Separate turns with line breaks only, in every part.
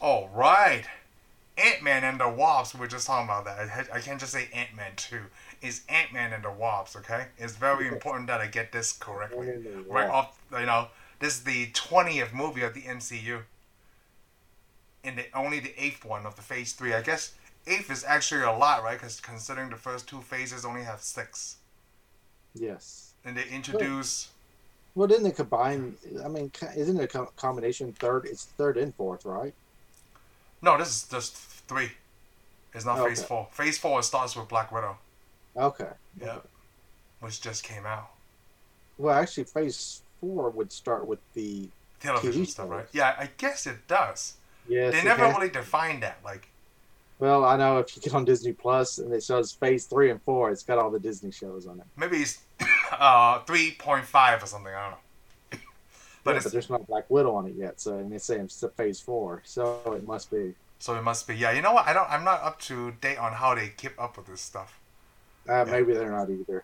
All right. Ant Man and the Wasp. We are just talking about that. I, I can't just say Ant Man too. It's Ant Man and the Wasp. Okay. It's very important that I get this correctly. Right off, you know, this is the twentieth movie of the MCU. And the, only the eighth one of the Phase Three. I guess eighth is actually a lot, right? Because considering the first two phases only have six,
Yes.
and they introduce.
Well, didn't they combine? I mean, ca- isn't it a co- combination third? It's third and fourth, right?
No, this is just three. It's not
Oh,
Phase
okay.
Four. Phase Four starts with Black Widow,
Okay.
Yeah. which just came out.
Well, actually, phase four would start with the.
television
TV
stuff,
shows.
right? Yeah, I guess it does.
Yes.
they
it
never
has-
really defined that. Like,
Well, I know if you get on Disney Plus and it shows phase three and four, it's got all the Disney shows on it.
maybe it's uh, 3.5 or something. I don't know. But
Yeah,
it's,
there's not Black Widow on it yet, so and it's saying it's phase four, so it must be.
so it must be. Yeah, you know what? I don't. I'm not up to date on how they keep up with this stuff.
Uh, Maybe they're not either.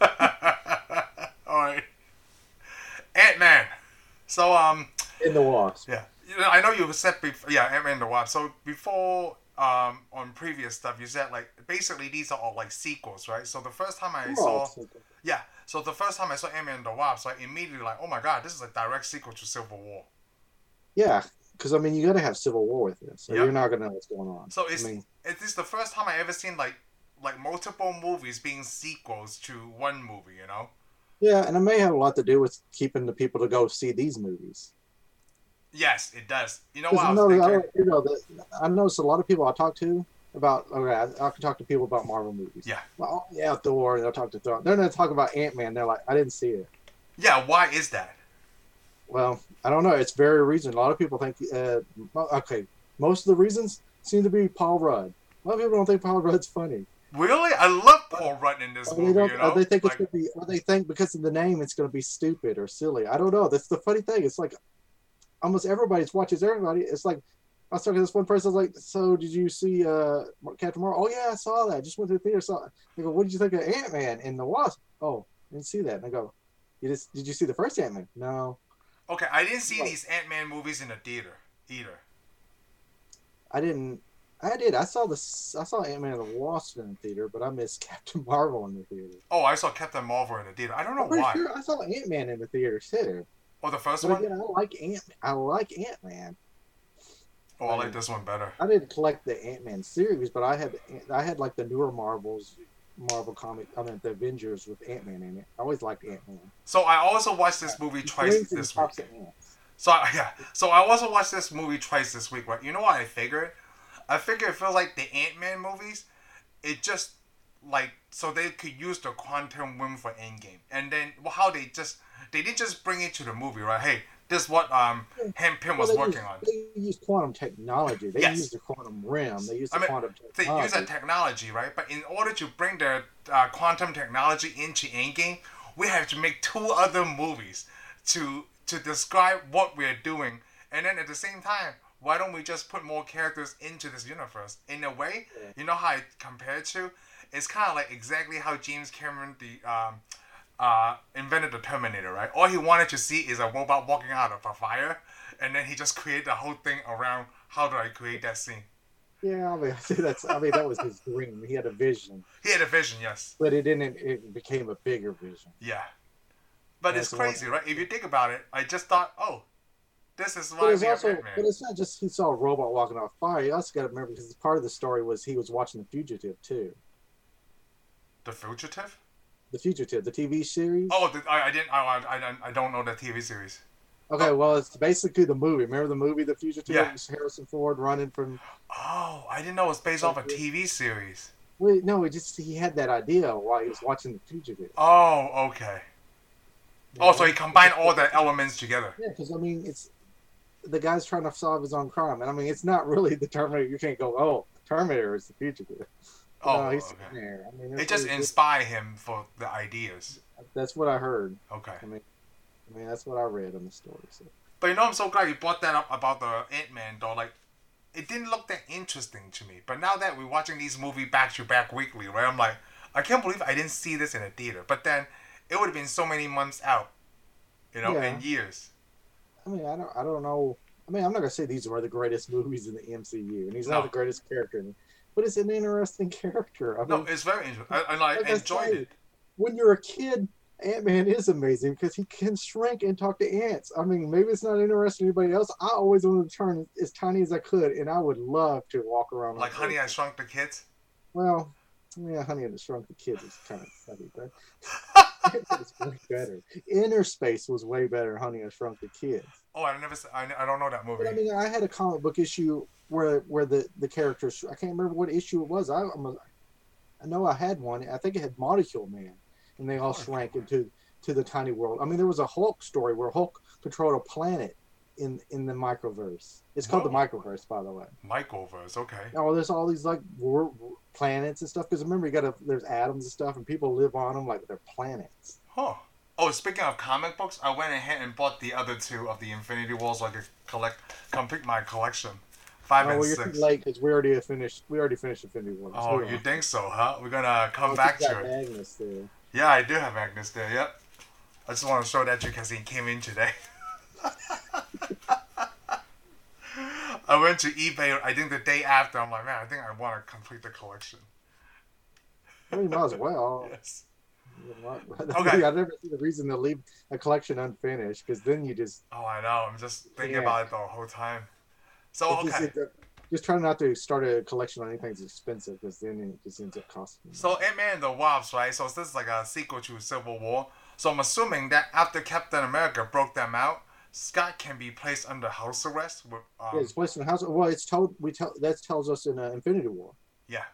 All right, Ant Man. So um,
In the Wasp.
Yeah, you know, I know you said before. Yeah, Ant Man the Wasp. So before, um, on previous stuff, you said like basically these are all like sequels, right? So the first time I saw, yeah, so the first time I saw Ant Man and the Wasp, I immediately like, oh my god, this is a direct sequel to Civil War.
Yeah, because I mean, you got to have civil war with this, so
Yeah.
you're not gonna know what's going on.
So it's
I mean,
it's this the first time I ever seen like like multiple movies being sequels to one movie, you know?
yeah, and it may have a lot to do with keeping the people to go see these movies.
Yes, it does. Oh, You know
'Cause
what I
I
was
know, I,
thinking?
know- you know, that I noticed a lot of people I talk to about. Okay, I, I can talk to people about Marvel movies.
Yeah.
well, oh, yeah, Thor. They'll talk to Thor. They're gonna talk about Ant Man. They're like, I didn't see it.
Yeah, why is that?
Well, I don't know. It's very reason. A lot of people think. Uh, mo- okay, most of the reasons seem to be Paul Rudd. A lot of people don't think Paul Rudd's funny.
Really, I love Paul Rudd in this
Or
movie.
they don't.
you
or
know?
they think
Like-
it's gonna be. Or they think because of the name, it's gonna be stupid or silly. I don't know. That's the funny thing. It's like almost everybody's watches everybody. It's like I was talking to this one person. I was like, "So did you see uh, Captain Marvel? Oh yeah, I saw that. Just went to the theater. Saw. It. They go, "What did you think of Ant Man and the Wasp? Oh, didn't see that. And I go, "You just did you see the first Ant Man? No,
Okay, I didn't see
Like-
these Ant Man movies in the theater either.
I didn't. I did. I saw the I saw Ant Man and the Wasp in the theater, but I missed Captain Marvel in the theater.
Oh, I saw Captain Marvel in the theater. I don't know
I'm pretty
why.
sure I saw Ant Man in the theater too.
Oh, the first
But
one.
again, I like Ant. I like Ant Man.
Oh, I like this one better.
I didn't collect the Ant Man series, but I had I had like the newer Marvels, Marvel comic. I mean the Avengers with Ant Man in it. I always liked Ant Man.
So I also watched this movie twice this week. So I- yeah, so I also watched this movie twice this week. Right? You know what I figured? I figured it feels like the Ant Man movies. It just like so they could use the quantum whim for Endgame, and then well, how they just they didn't just bring it to the movie, right? Hey, this is what um Hank Pym was
they
working
used,
on.
They used quantum technology. They
Yes.
used the quantum rim. They used
I
the
mean,
quantum
they
technology.
use that technology, right? But in order to bring the uh, quantum technology into Endgame, we have to make two other movies to to describe what we're doing. And then at the same time, why don't we just put more characters into this universe? In a way,
Yeah.
you know how I compare it to? It's kind of like exactly how James Cameron the um, uh, invented the Terminator, right? All he wanted to see is a robot walking out of a fire, and then he just created the whole thing around how do I create that scene.
yeah, I mean, that's. I mean, that was his dream. He had a vision.
He had a vision, yes.
but it didn't it became a bigger vision
Yeah. But
Yeah,
it's
so what-
crazy, right? If you think about it, I just thought, oh, this is
but
why
it's
we have
also
Ant
but
Man.
it's not just he saw a robot walking off fire you also got to remember because part of the story was he was watching the fugitive too
The Fugitive?
the fugitive the tv series
Oh, the, I, I didn't. I, I, I don't- I don't know the TV series.
okay well it's basically the movie remember the movie the fugitive
oh. Yeah.
It was harrison ford running from
Oh, I didn't know it was based off a TV series.
wait no it just he had that idea while he was watching the fugitive
Oh, okay. Oh, so he combined all the elements together.
yeah because i mean it's the guy's trying to solve his own crime and i mean it's not really the terminator you can't go oh terminator is the fugitive
Oh,
No, he's
okay.
sitting there. I mean,
It
that's
just
what-
inspired him for the ideas.
that's what i heard
Okay.
I mean, that's what I read on the story. So.
But you know, I'm so glad you brought that up about the Ant Man, though. Like, it didn't look that interesting to me. But now that we're watching these movies back to back weekly, right? I'm like, I can't believe I didn't see this in a theater. But then, it would have been so many months out, you know,
Yeah.
and years.
I mean, I don't, I don't know. I mean, I'm not gonna say these are the greatest movies in the MCU, and he's
No.
not the greatest character, in it, but it's an interesting character. I
No,
mean,
it's very interesting. I- And I
Like I
enjoyed
say,
it.
when you're a kid, Ant Man is amazing because he can shrink and talk to ants. I mean, maybe it's not interesting to anybody else. I always wanted to turn as tiny as I could, and I would love to walk around on
Like Honey, I
Earth.
Shrunk the Kids.
Well, yeah, Honey and the Shrunk the Kids is kind of funny, but it's way better. Inner Space was way better. than Honey, I Shrunk the Kids.
Oh, I never. s- I, I don't know that movie.
But I mean, I had a comic book issue where where the the characters. I can't remember what issue it was. I I'm a, I know I had one. I think it had Monocule Man, and they
Oh,
all shrank into to the tiny world. I mean, there was a Hulk story where Hulk controlled a planet in in the microverse. It's called the
Whoa.
microverse, by the way.
Microverse. Okay.
Oh, there's all these like war, planets and stuff. Because remember, you got to there's atoms and stuff, and people live on them like they're planets.
Huh. Oh, speaking of comic books, I went ahead and bought the other two of the Infinity Wars so I could collect, complete my collection. Five
oh,
and
well, you're
six.
too late because we already finished. We already finished Infinity War.
Oh, you think so, huh? We're gonna come back to it.
Magnus there.
Yeah, I do have Agnes there. Yep. I just want to show that to you because he came in today. I went to eBay. I think the day after. I'm like, man, I think I want to complete the collection.
I mean, might as well.
Yes.
okay. I've never seen the reason to leave a collection unfinished because then you just
Oh, I know. I'm just thinking
Yeah.
about it the whole time. So
it's just,
Oh, okay.
it's- just try not to start a collection on anything that's expensive because then it just ends up costing. you.
So Ant Man and the Wasp, right? So this is like a sequel to Civil War. So I'm assuming that after Captain America broke them out, Scott can be placed under house arrest with
yeah,
um,
it's placed in a house. Well, it's told we tell that tells us in uh, Infinity War.
yeah,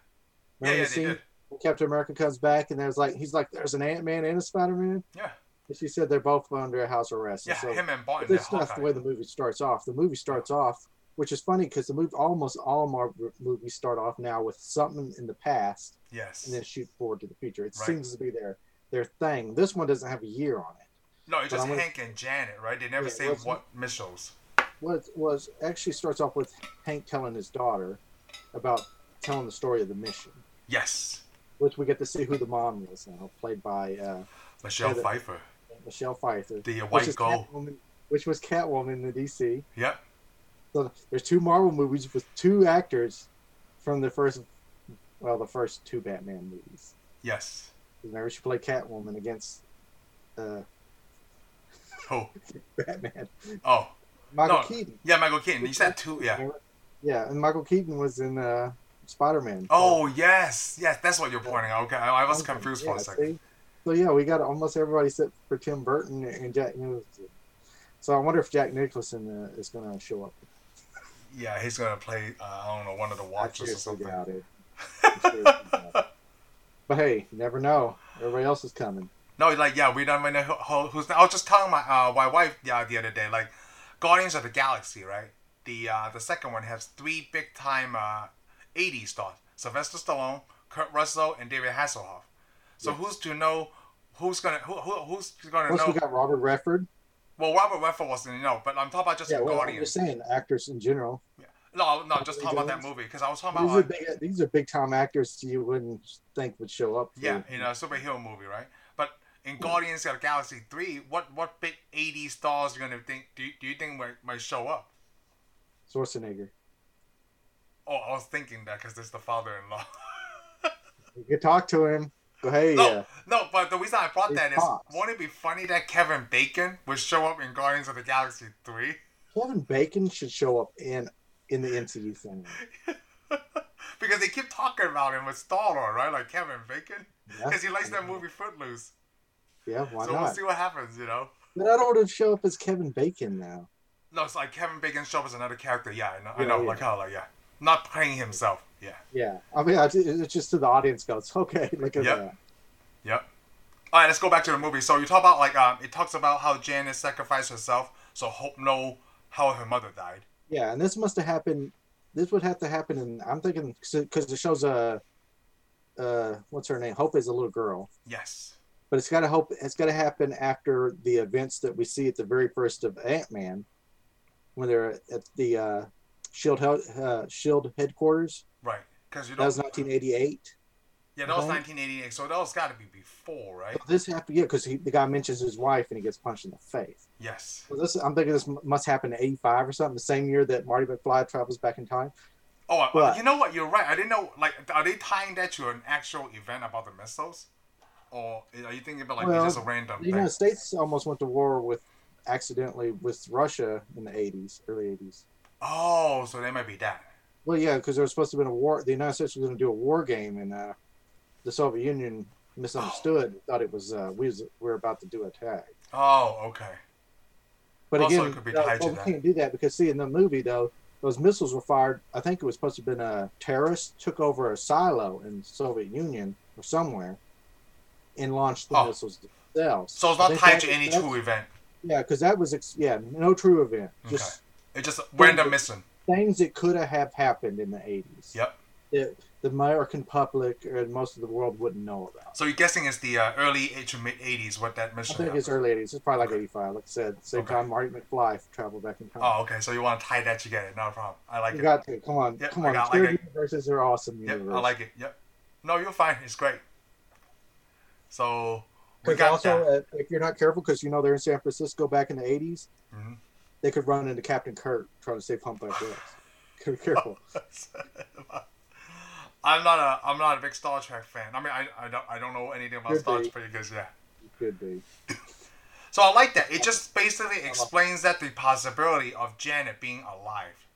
yeah, yeah,
Remember the
they
scene
did,
when Captain America comes back and there's like he's like there's an Ant Man and a Spider Man.
yeah,
And she said they're both under house arrest.
yeah,
And so,
him and Barton.
But
they're
that's not the
Hawkeye.
way the movie starts off. The movie starts off, which is funny because the movie almost all Marvel movies start off now with something in the past
Yes.
and then shoot forward to the future. It
Right.
seems to be their their thing. This one doesn't have a year on it.
No, it's
But
just
I'm gonna-
Hank and Janet, right? They never
Yeah,
say
what's-
what missiles.
What it was actually starts off with Hank telling his daughter about telling the story of the mission,
Yes,
which we get to see who the mom is now, played by uh,
Michelle
Yeah, the-
Pfeiffer,
Michelle Pfeiffer,
the
which
White
is
Gold.
Catwoman, which was Catwoman in the DC.
Yep.
So there's two Marvel movies with two actors from the first, well, the first two Batman movies.
Yes.
Remember, she played Catwoman against uh,
Oh,
Batman.
oh,
Michael
No.
Keaton.
yeah, Michael Keaton. You said two, yeah.
Yeah, and Michael Keaton was in uh, Spider Man.
Oh, yes, yes. That's what you're pointing out. Okay, I, I was
Okay,
confused
yeah,
for a second.
see? So yeah, we got almost everybody except for Tim Burton and Jack Nicholson. So I wonder if Jack Nicholson uh, is going to show up.
Yeah, he's gonna play. Uh, I don't know, one of the
I
Watchers or something.
seriously doubt it. I seriously doubt it. But hey, you never know. Everybody else is coming.
No, like yeah, we don't know who, who- who's. I was just telling my uh, my wife yeah, the other day, like Guardians of the Galaxy, right? The uh, the second one has three big time uh, '80s stars: Sylvester Stallone, Kurt Russell, and David Hasselhoff. So who's to know who's gonna who, who who's gonna
Plus
know?
we got Robert Redford.
well, Robert Redford wasn't you know, but I'm talking about just
Yeah, well, I'm
Guardians.
just saying actors in general.
no, no, just
Robert
talking about that
Jones.
movie because I was talking
These
about
are
uh,
big. These are big time actors you wouldn't think would show up. for-
Yeah, in a superhero movie, right? But in Guardians of the Galaxy three, what what big '80s stars you gonna think? Do you, do you think might, might show up?
Schwarzenegger,
Oh, I was thinking that because it's the father-in-law.
you could talk to him. Go hey,
no,
uh,
no, but the reason I brought
It
that is,
pops.
won't it be funny that Kevin Bacon would show up in Guardians of the Galaxy three?
Kevin Bacon should show up in in the MCU thing.
because they keep talking about him with Star Lord, right? Like Kevin Bacon,
Yeah,
because he likes that movie Footloose.
yeah why
so we'll
not?
see what happens, you know.
But I don't want to show up as Kevin Bacon now.
No, it's like Kevin Bacon show up as another character. Yeah, I know, I
Yeah,
know
yeah.
like how, like yeah, not playing himself. Yeah.
Yeah, I mean, I, it's just to the audience goes, okay, look at
Yep.
that.
Yep. All right, let's go back to the movie. So you talk about like um, it talks about how Janice sacrificed herself so Hope know how her mother died.
Yeah, and this must have happened. This would have to happen, and I'm thinking because it shows a, uh, what's her name? Hope is a little girl,
Yes.
but it's got to hope. It's got to happen after the events that we see at the very first of Ant Man, when they're at the uh, Shield hel- uh, Shield headquarters.
Right. Because you
That
don't.
was 1988.
Yeah, that was 1988, so that was got to be before, right?
This happened, yeah, because the guy mentions his wife and he gets punched in the face.
Yes.
So this, I'm thinking this m- must happen in '85 or something, the same year that Marty McFly travels back in time.
Oh, I-
But-
you know what? You're right. I didn't know. Like, are they tying that to an actual event about the missiles, or are you thinking about like
Well,
just a random
The
thing?
United States almost went to war with accidentally with Russia in the '80s, early '80s.
Oh, so that might be that.
Well, yeah, because there was supposed to have been a war. The United States was going to do a war game, and uh, the Soviet Union misunderstood, and thought it was uh, we was, we are about to do an attack.
Oh, okay.
But
Also,
again,
it could be
no,
tied to
well, we
that.
can't do that because see, in the movie though, those missiles were fired. I think it was supposed to have been a terrorist took over a silo in the Soviet Union or somewhere, and launched the
Oh.
missiles themselves.
So it's
I
not
think
tied
that-
to any
that's-
true event.
Yeah, because that was ex- yeah, no true event.
Okay.
Just
It's just random missing.
things that could have happened in the eighties.
Yep.
That the American public and most of the world wouldn't know about.
So you're guessing it's the uh, early eight to mid '80s what that
I
mission.
think it's
happened.
early eighties. It's probably like eighty five. Like I said, same
Okay.
time Marty McFly traveled back in time.
Oh, okay. So you want to tie that together? Not a problem. I like
you
it.
got to come on,
Yep,
come
I
on.
got- I
Shared
got-
universes are awesome.
Yep,
Universe.
I like it. Yep. No, you're fine. It's great. So we
Because
got
also,
that.
uh, if you're not careful, because you know they're in San Francisco back in the '80s,
Mhm.
they could run into Captain Kirk trying to save Humpback Whales. Be careful.
I'm not a I'm not a big Star Trek fan. I mean, I, I don't I don't know anything about
Could
Star
be.
Trek because yeah.
You could be.
So I like that. It just basically explains that the possibility of Janet being alive,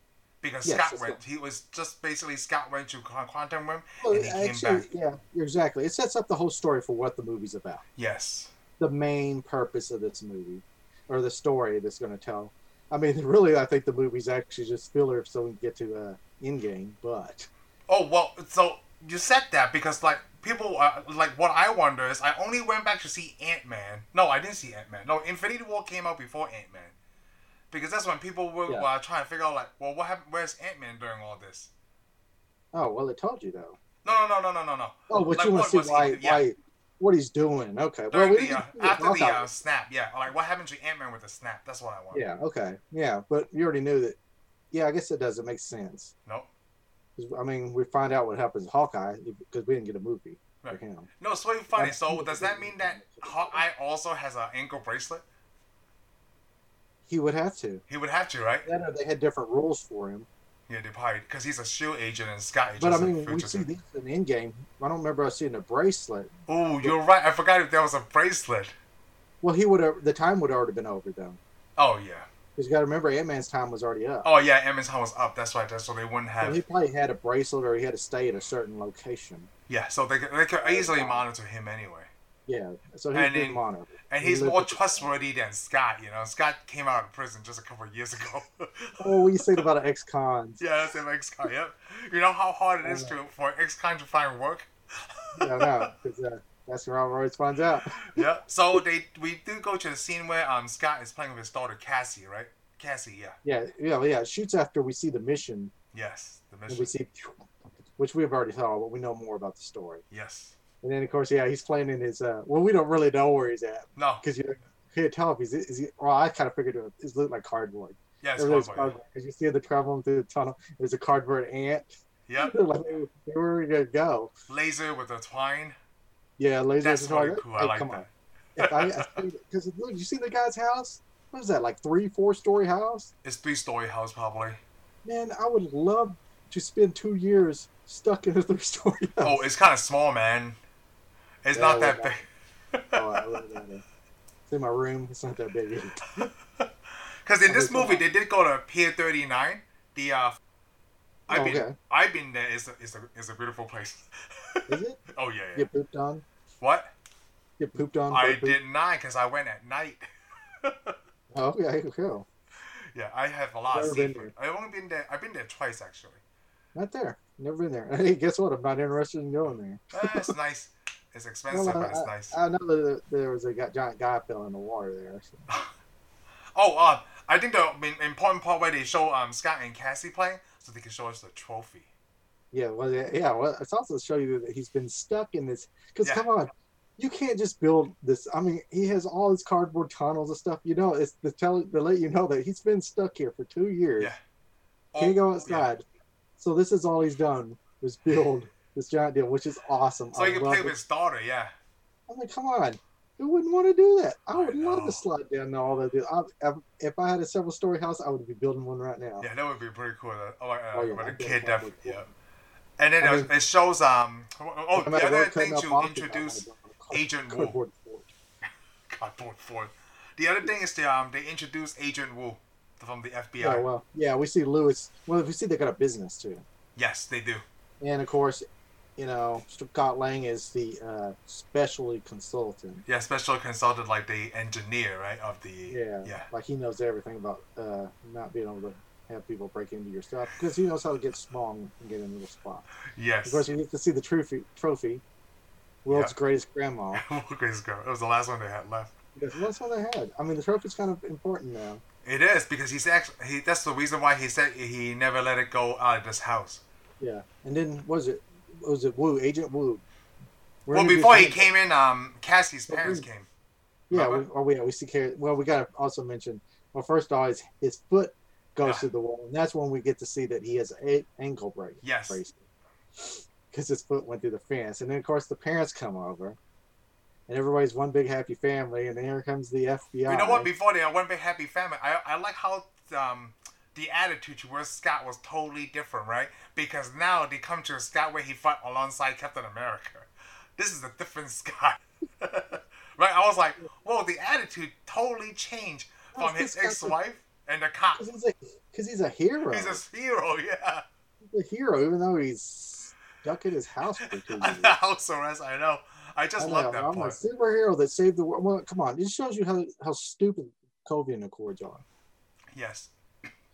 because
Yes,
Scott
it's
went. He was just basically Scott went to Quan- Quantum Realm.
Well,
And he came
actually,
back.
yeah, exactly. It sets up the whole story for what the movie's about.
Yes.
The main purpose of this movie, or the story that's going to tell. I mean, really, I think the movie's actually just filler so we can get to uh, Endgame. But
Oh well, so you said that because like people uh, like what I wonder is I only went back to see Ant Man. No, I didn't see Ant Man. No, Infinity War came out before Ant Man, because that's when people were
Yeah.
uh, trying to figure out like, well, what happened? Where's Ant Man during all this?
oh well, it told you though.
No, no, no, no, no, no, no.
Oh, but
Like,
you want
what
to see
was he-
why,
yeah.
why, what he's doing? Okay. Well,
During
we
the,
didn't
uh,
see it.
after the
Okay.
uh, snap, yeah. Like what happened to Ant Man with the snap? That's what I want.
Yeah. Okay. Yeah, but you already knew that. Yeah, I guess it doesn't make sense.
No,
'Cause, I mean, we find out what happens to Hawkeye because we didn't get a movie
Right.
for him.
no. It's really funny.
That's-
So does that mean that Hawkeye also has an ankle bracelet?
He would have to.
He would have to, right?
I know they had different rules for him,
Yeah, they probably because he's a Shield agent and Scott agent.
but I mean, we see these in the end game. I don't remember us seeing a bracelet.
Oh, you're right. I forgot if there was a bracelet.
Well, he would have. The time would have already been over though.
Oh yeah.
Because you got to remember, Ant Man's time was already up.
Oh yeah. Emmons Hall was up. That's right. That's so they wouldn't
So he
have.
probably had a bracelet, or he had to stay at a certain location.
Yeah. So they could, they could easily monitor him anyway.
Yeah, so he's
And
been
then-
monitored.
And
He
he's
lived
more
with the-
trustworthy than Scott. You know, Scott came out of prison just a couple of years ago.
Oh, what you said about an ex-con?
yeah, that's an ex-con. Yep. You know how hard it is to for an ex-con to find work.
yeah, no, because uh, that's where Robert always finds out.
Yeah. So they we do go to the scene where um Scott is playing with his daughter Cassie, right? Cassie. Yeah.
Yeah, yeah, yeah. It shoots after we see the mission,
Yes. The
and
mission.
we see, which we've already saw, but we know more about the story.
Yes.
And then, of course, yeah, he's playing in his. Uh, well, we don't really know where he's at
No.
because you can't tell if he's. Is he, well, I kind of figured it was- it looked like cardboard.
Yes.
It looks
Hellboy.
cardboard because you see the traveling through the tunnel. There's a cardboard ant.
Yep.
They're like, "Hey, where are we gonna go?
Laser with a twine.
Yeah, lasers.
That's
and
really
all that.
cool. I
Hey,
like
come
that.
on. If I because look, you see the guy's house. What is that? Like three, four story house.
It's three story house probably.
Man, I would love to spend two years stuck in a three story
Oh,
house.
it's kind of small, man. It's
Yeah,
not
I
that big.
like Oh, I love that. it's in my room. It's not that big. either.
Because in
I
this
like
movie,
that.
they did go to Pier 39. The uh, I've been
Oh, Okay.
I've been there. It's a, it's a, it's a beautiful place.
Is it?
Oh yeah. yeah.
Get pooped on?
What?
Get pooped on?
I
bird poop?
did not because I went at night.
Oh, okay, cool.
Yeah, I have a lot of
Never been
seafood. I've only been there. I've been there twice actually.
Not there. Never been there. Hey, guess what? I'm not interested in going there.
Eh, it's nice. It's expensive,
Well,
but it's nice.
I know that there was a guy, giant guy fell in the water there. so-
Oh, uh, I think the main- important part where they show um Scott and Cassie playing, so they can show us the trophy.
Yeah, well, yeah, yeah. Well, it's also to show you that he's been stuck in this. Because
Yeah.
come on, you can't just build this. I mean, he has all his cardboard tunnels and stuff. You know, it's to tell to let you know that he's been stuck here for two years.
Yeah.
Can't
Oh,
go outside. So this is all he's done was build this giant deal, which is awesome.
So
I
you can
love
play
it.
with his daughter, yeah.
I mean, come on. Who wouldn't want to do that? I would
I
love
know.
to slide down to all that. I, I, if I had a several story house, I would be building one right now.
Yeah, that would be pretty cool. though. Oh, uh,
Oh, yeah,
with a
that'd be
kid,
probably
definitely.
cool.
Yeah. And then
I
uh,
mean-
it shows um. Oh,
No
the
matter
other
what cutting
thing
up
to
boxes, I wanna
introduce
build a card-
Agent Wu.
cardboard fort.
cardboard fort. The other thing is they um they introduced Agent Wu from the FBI.
Oh well, yeah, we see Lewis. Well, we see they got a business too,
Yes, they do.
and of course, you know, Scott Lang is the uh, specialty consultant.
Yeah, special consultant like the engineer, right? Of the
Yeah,
yeah.
like he knows everything about uh, not being able to have people break into your stuff because he knows how to get small and get into the spot.
Yes.
Of course, we get to see the trophy, trophy, world's
Yeah.
greatest grandma.
Grace Girl. It was the last one they had left.
That's that's what they had. I mean, the trophy's kind of important now.
It is because he's actually he, that's the reason why he said he never let it go out of this house.
Yeah, and then what was it what was it Wu Agent Wu? We're
well,
introduced
before he
to him.
came in, um, Cassie's
Well,
parents
we-
came.
Yeah, we,
Robert?
oh yeah, we see. Car- well, we gotta also mention. Well, first of all, his, his foot goes
Yeah.
to the wall, and that's when we get to see that he has a ankle break.
Yes.
because his foot went through the fence, and then of course the parents come over, and everybody's one big happy family, and then here comes the FBI.
You know what? Before they went big happy family. I I like how um the attitude towards Scott was totally different, right? Because now they come to a Scott where he fought alongside Captain America. This is a different Scott, right? I was like, whoa, the attitude totally changed
How's
from his
Oh, this guy-
ex-wife and the cop.
Because he's a because he's a hero.
He's a hero, yeah.
He's a hero, even though he's stuck in his house for two years.
I'm the house arrest. I know. I just
I know,
love that
I'm a
part.
superhero that saved the world. Well, come on, it shows you how how stupid Covian Accords are.
Yes.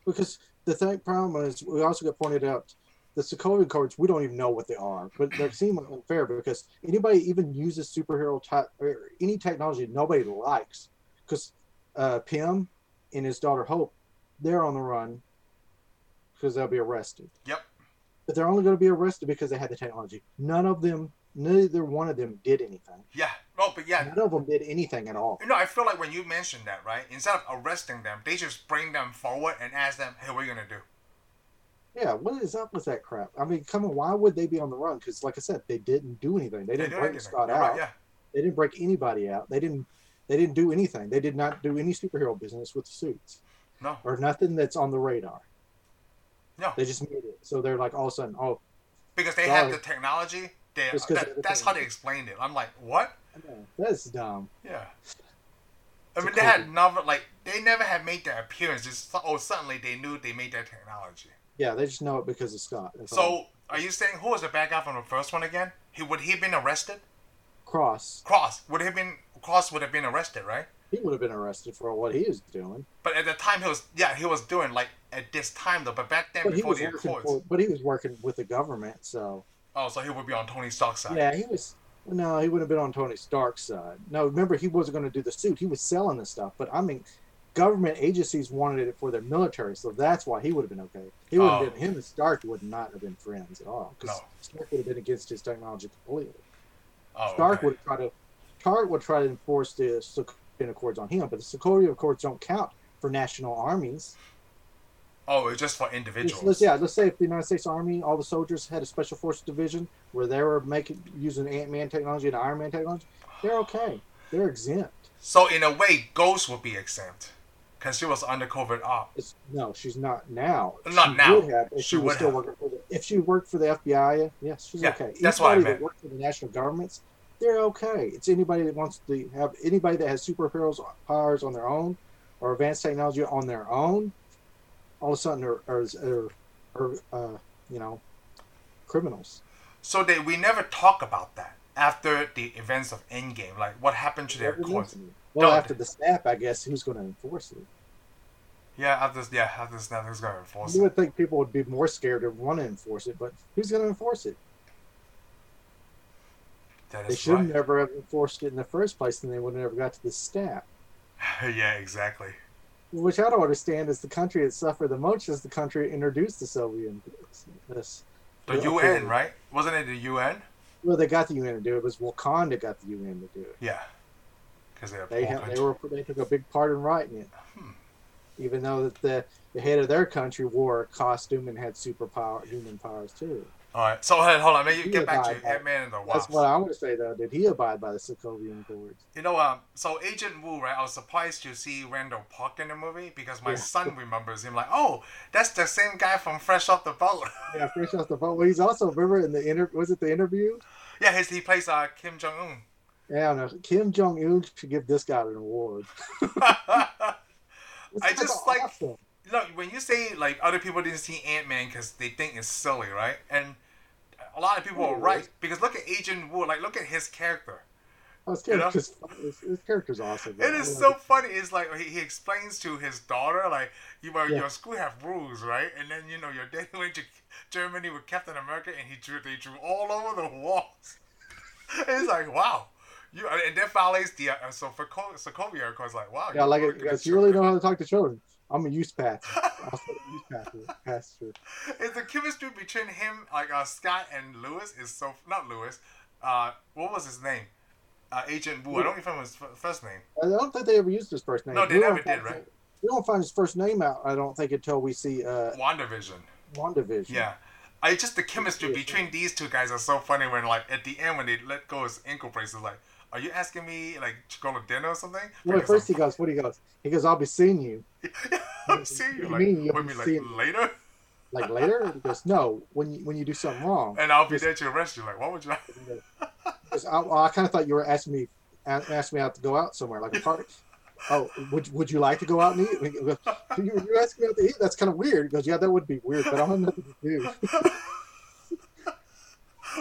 because the thing problem is we also got pointed out the Sokovian cards we don't even know what they are, but they seem unfair because anybody even uses superhero type or any technology nobody likes because uh, Pim and his daughter Hope they're on the run because they'll be arrested.
Yep.
But they're only going to be arrested because they had the technology. None of them, neither one of them did anything.
Yeah. No, but yeah.
None of them did anything at all.
You know, I feel like when you mentioned that, right? Instead of arresting them, they just bring them forward and ask them, "Hey, what are you gonna do?"
Yeah, what is up with that crap? I mean, come on, why would they be on the run? Because, like I said, they didn't do anything. They didn't
do
break
anything.
Scott
You're
out.
right, yeah.
They didn't break anybody out. They didn't. They didn't do anything. They did not do any superhero business with the suits
No.
or nothing that's on the radar.
No.
They just made it. So they're like all of a sudden, oh,
Because they had
Sorry.
the technology. They,
Just 'cause of
that,
the
that's how they explained it. I'm like, what?
no, that's dumb.
Yeah. I
It's
mean,
a
they had
COVID.
never like they never had made their appearance. Just oh, suddenly they knew they made their technology.
Yeah, they just know it because of Scott. uh, That's all.
So, are you saying who was the bad guy from the first one again? He would he have been arrested?
Cross,
Cross would have been Cross would have been arrested, right?
he would have been arrested for what he was doing.
But at the time he was yeah he was doing like at this time though. But back then
But he
before
was
the
working
accords,
for, but he was working with the government. So
oh so he would be on Tony Stark's side.
yeah, he was. No, he would have been on Tony Stark's side. No, remember he wasn't going to do the suit. He was selling the stuff. But I mean, government agencies wanted it for their military, so that's why he would have been okay. He would have
Oh.
been him and Stark would not have been friends at all because
No.
Stark would have been against his technology completely.
Oh,
Stark
okay.
would try to Stark would try to enforce the Sokovian Accords on him, but the Sokovian Accords don't count for national armies.
Oh, it's just for
Let's-
individuals.
Let's, yeah, let's say if the United States Army, all the soldiers had a special forces division where they were making using Ant Man technology and Iron Man technology, they're okay. They're exempt.
So in a way, Ghost would be exempt because she was under covert op.
It's, no, she's not now.
Not
she
now.
Would have if she,
She
was
would
still
have.
working for the, if she worked for the FBI, yes, she's
Yeah,
okay.
that's what I
Anybody that
meant.
works for the national governments, they're okay. It's anybody that wants to have anybody that has superheroes powers on their own or advanced technology on their own, all of a sudden are are, are, are uh, you know criminals.
So they we never talk about that after the events of Endgame. Like what happened to their
Never
courts?
mentioned it. Well,
Don't-
after the snap, I guess who's going to enforce it?
Yeah, after yeah after this, nothing's gonna enforce
You
it.
would think people would be more scared to want to enforce it, but who's going to enforce it?
That
They
is
should
right.
never have enforced it in the first place, and they would have never got to the snap.
yeah, exactly.
Which I don't understand is the country that suffered the most is the country that introduced the Soviet. This,
The
Yeah, okay.
UN, right? Wasn't it the UN?
well, they got the UN to do it. It was Wakanda got the UN to do it.
Yeah, because they're a
They
poor
had, they
country.
were they took a big part in writing it,
Hmm.
even though that the the head of their country wore a costume and had superpower human powers too.
All right. So hold on, hold on. Maybe
He
get back
abide
to
by-
Ant Man and the Wasp.
That's what I want to say though. Did he abide by the Sokovian Accords?
You know, um, so Agent Wu, right? I was surprised to see Randall Park in the movie because my
Yeah.
son remembers him. Like, oh, that's the same guy from Fresh Off the Boat.
Yeah, fresh off the boat. Well, he's also remember in the inter was it the interview?
yeah, his, he plays uh, Kim Jong Un.
Yeah, I don't know. Kim Jong Un should give this guy an award. It's
I
kinda
just like-
awesome.
Look, when you say like other people didn't see Ant Man because they think it's silly, right? And a lot of people are
Yeah.
right because look at Agent Wu. Like, look at his character.
Oh, his
you know?
character's, his, his character's awesome.
It is so funny. It's like he, he explains to his daughter, like you know,
Yeah.
your school have rules, right? And then you know your dad went to Germany with Captain America, and he drew they drew all over the walls. it's like wow, you and then follows the uh, so for Co- Sokovia, because like wow,
Yeah, I like
you
it
work
because
with
you really
children.
know how to talk to children. I'm a youth pastor. I'm a youth pastor. pastor.
It's the chemistry between him, like uh, Scott and Lewis, is so not Lewis. Uh, what was his name? Uh, Agent Wu. I don't even remember his f- first name.
I don't think they ever used his first name.
No, they
We
never
don't find-
did, right?
We don't find his first name out. I don't think until we see uh,
WandaVision.
WandaVision.
Yeah. I just the chemistry
Yeah.
between these two guys are so funny when like at the end when they let go his ankle bracelet like are you asking me like to go to dinner or something?
Well, at
Because
first he goes, "What he goes?" He goes, "I'll be seeing you."
I'm, I'm seeing you
you
like
mean you'll
what
be
do you mean,
seeing-
like later
Like later, he goes, "No, when you when you do something wrong."
and I'll be there to arrest you like what would you
Because I, well, I kind of thought you were asking me a- asking me out to go out somewhere like a party. oh, would would you like to go out and eat? He goes, "You- you asking me out to eat? That's kind of weird. He goes, "Yeah, that would be weird, but I don't have nothing to do."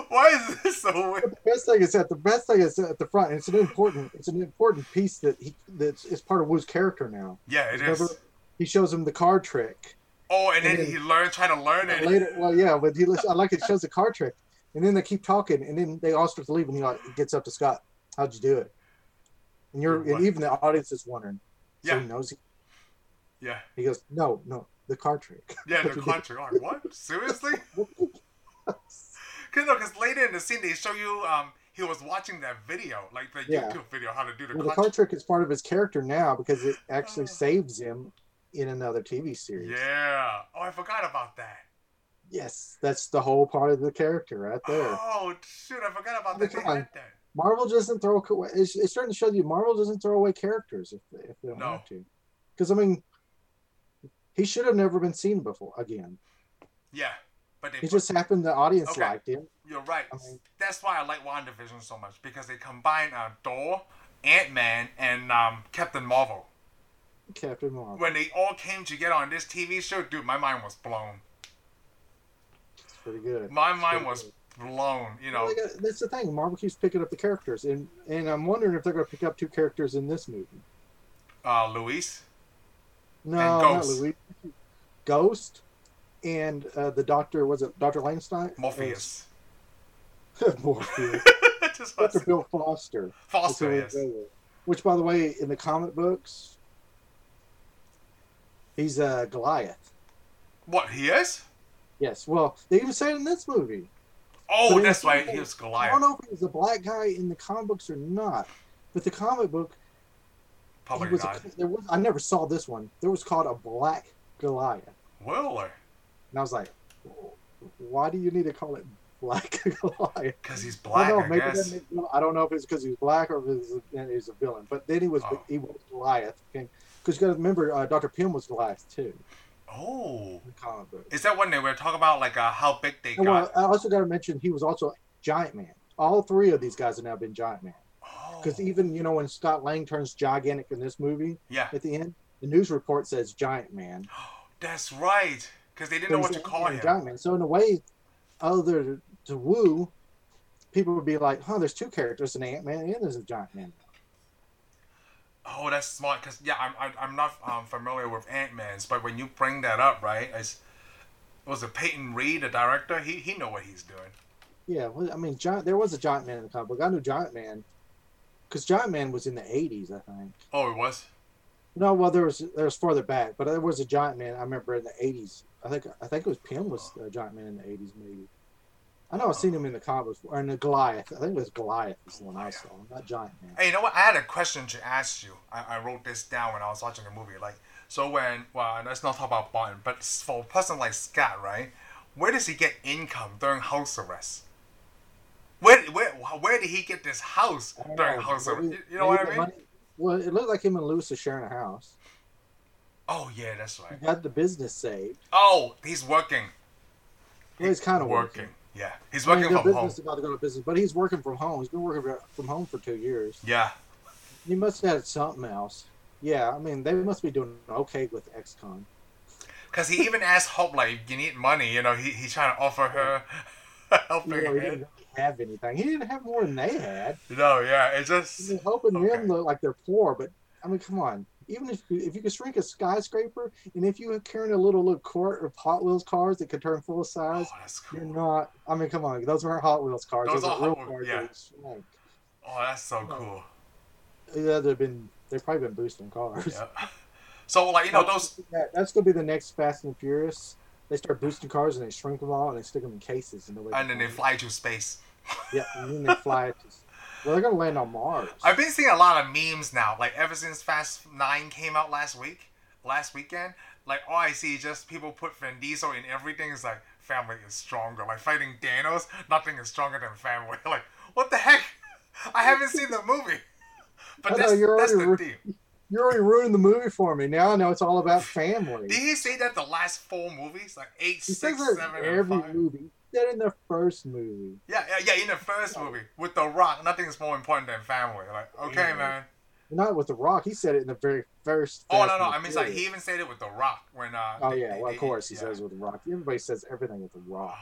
Why is this so weird?
The best thing is that the best thing is at the front. And it's an important it's an important piece that he that's it's part of Wu's character now.
Yeah, it
Remember?
is.
He shows him the card trick.
Oh, and then
And then-
he learned try to learn
And
it.
later, well, yeah, but he looks, I like it shows the card trick, and then they keep talking, and then they all start to leave, and he like gets up to Scott, "How'd you do it?" And you're,
What?
and even the audience is wondering. So
Yeah.
he knows. He,
Yeah.
he goes, "No, no, the card trick."
Yeah, the country. Like what? Seriously? Cause no, cause later in the scene they show you um he was watching that video, like the
Yeah.
YouTube video how to do the
well, the
clutch.
card trick is part of his character now because it actually
Oh.
saves him in another TV series.
Yeah. Oh, I forgot about that.
Yes, that's the whole part of the character right there.
Oh shoot, I forgot about
All
that.
the
They
time.
had that.
Marvel doesn't throw away. It's, it's starting to show you Marvel doesn't throw away characters if they, if they don't
No.
have to. Because I mean, he should have never been seen before again.
Yeah, but they.
It
put-
just happened. The audience
Okay.
liked him.
you're right.
I mean-
That's why I like WandaVision so much because they combine uh, Thor, Ant Man, and um, Captain Marvel.
Captain Marvel.
When they all came together on this TV show, dude, my mind was blown.
It's pretty good.
My mind was blown. You know.
Well, they got- that's the thing. Marvel keeps picking up the characters, and and I'm wondering if they're going to pick up two characters in this movie.
uh, Luis.
No,
And
not
Ghost.
Louis. Ghost, and uh, the Doctor was it Doctor Langstein?
Morpheus.
Morpheus.
Just
Doctor
was
Bill Foster. That's
Foster,
who
yes.
we go with. Which, by the way, in the comic books, he's uh, Goliath.
What he is?
Yes. Well, they even say it in this movie. But
Oh,
in
that's
the
right.
comic
He
book-
was
I don't
Goliath.
know if he was a black guy in the comic books or not, but the comic book, he
Probably
was. a-
not.
there was. I never saw this one. There was called a black Goliath,
Willer,
and I was like, why do you need to call it black Goliath?
because he's
I
black.
don't know.
I
Oh, Maybe
guess.
that makes, I don't know if it's because he was black or if it was, and he was a villain. But then he was
Oh.
he was Goliath. Because you got to remember, uh, Doctor Pym was Goliath too
Oh,
in the comic book.
is that when they were talking about like uh, how big they
And well,
got?
I also got to mention he was also Giant Man. All three of these guys have now been Giant Man.
Oh,
Because uh, even you know when Scott Lang turns gigantic in this movie
yeah,
at the end, the news report says Giant Man.
that's right. Because they didn't know what to
He's
call him.
Giant Man. So in a way, other to Woo, people would be like, "Huh, there's two characters: an Ant Man and there's a Giant Man."
Oh, that's smart. Because yeah, I'm I'm- I'm not um, familiar with Ant Man's, but when you bring that up, right? It's, was it Peyton Reed, the director? He he know what he's doing.
Yeah, well, I mean, giant. There was a giant man in the comic book. I knew giant man because giant man was in the '80s, I think.
Oh, it was.
No, well, there was there was farther back, but there was a giant man. I remember in the '80s. I think I think it was Pym was a giant man in the '80s, maybe. I know I've seen him in the comics or in the Goliath. I think it was Goliath is the one I saw, not giant man.
Hey, you know what? I had a question to ask you. I, I wrote this down when I was watching the movie. Like, so when well, let's not talk about Barton, but s- for a person like Scott, right? where does he get income during house arrest? Where where where did he get this house
Oh,
during house arrest? You, you know what I mean?
Money. Well, it looked like him and Lewis are sharing a house.
Oh yeah, that's right.
He got the business saved.
Oh, he's working.
Well, he's kind of working.
Yeah, he's
I mean,
working
their
from home.
business is about to go to business, but he's working from home. He's been working from home for two years.
Yeah,
He must have had something else. Yeah, I mean, they must be doing okay with XCon.
because he even asked Hope like, "You need money?" You know, he he's trying to offer her
You
helping
know, he
hand.
didn't have anything. He didn't have more than they had.
No, yeah, it's
I
just
mean, hoping
Okay.
them look like they're poor, but I mean, come on. Even if you, if you could shrink a skyscraper, and if you were carrying a little little court of Hot Wheels cars that could turn full
oh,
size,
that's
you're
cool.
not. I mean, come on, those weren't Hot Wheels cars.
Those
Those,
are
are real
Hot
cars.
Wheels, yeah.
that shrunk.
Oh, that's so
No.
cool.
Yeah, they've been they've probably been boosting cars.
Yeah. So like you know those
That- that's gonna be the next Fast and Furious. They start boosting cars and they shrink them all and they stick them in cases and nobody.
and then
can
they
find
fly to space.
them. Yeah, and then they fly. it to- well, they're gonna land on Mars.
I've been seeing a lot of memes now. Like ever since Fast Nine came out last week, last weekend, like all I see is just people put Vin Diesel in everything. It's like family is stronger. Like fighting Thanos, nothing is stronger than family. Like what the heck? I haven't seen the movie, but
I know,
that's,
you're
that's the
already
theme.
You already ruined the movie for me. Now I know it's all about family.
Did he say that the last four movies, like eight,
He
six,
says
seven,
that in
and
every
five?
movie. He said in the first movie.
Yeah, yeah, yeah. In the first movie with The Rock, nothing's more important than family. Like okay,
Yeah.
man.
Not with The Rock. He said it in the very first.
Oh
Fast
no, no.
and
I mean, it's like he
Furious.
even said it with The Rock when. Uh,
Oh
they-
yeah,
they-
well of
they-
course he
yeah.
says with The Rock. Everybody says everything with The Rock.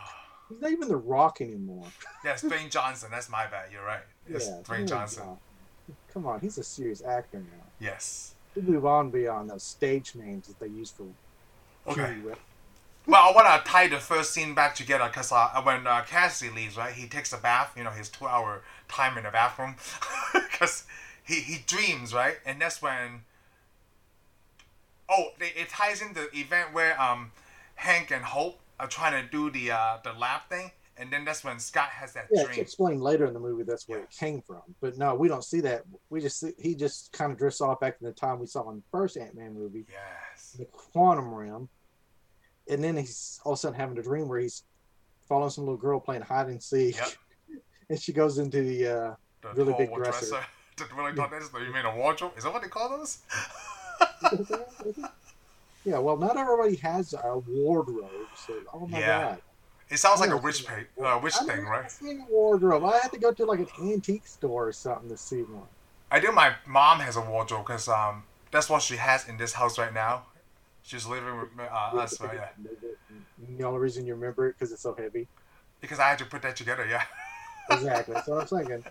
He's not even The Rock anymore.
Yes, Dwayne Johnson. That's my bad. You're right. It's
there
Dwayne
you
Johnson.
go. Come on, he's a serious actor now.
Yes.
We move on beyond those stage names that they use for.
Okay.
QE.
Well, I want to tie the first scene back together because uh, when uh, Cassie leaves, right, he takes a bath, you know, his two hour time in the bathroom. Because he, he dreams, right? And that's when. Oh, it, it ties into the event where um, Hank and Hope are trying to do the uh, the lab thing. And then that's when Scott has that
Yeah, it's
dream.
explained later in the movie that's where
Yeah.
it came from. But no, we don't see that. We just see, he just kind of drifts off back to the time we saw in the first Ant Man movie,
Yes.
the Quantum Realm, and then he's all of a sudden having a dream where he's following some little girl playing hide and seek,
Yep.
and she goes into the. uh
The
Really big
tall
dresser.
The really tall dresser. You mean a wardrobe? Is that what they call those?
Yeah, well, not everybody has a wardrobe, so oh my
Yeah.
god.
It sounds like
I
a
don't
witch,
see
pa-
that.
uh, witch
I've
thing,
never
right?
seen a wardrobe. I had to go to like an antique store or something to see one.
I think my mom has a wardrobe because um, that's what she has in this house right now. She's living with uh, us, right? Yeah.
The only reason you remember it because it's so heavy.
Because I had to put that together, yeah.
Exactly. That's what I'm thinking.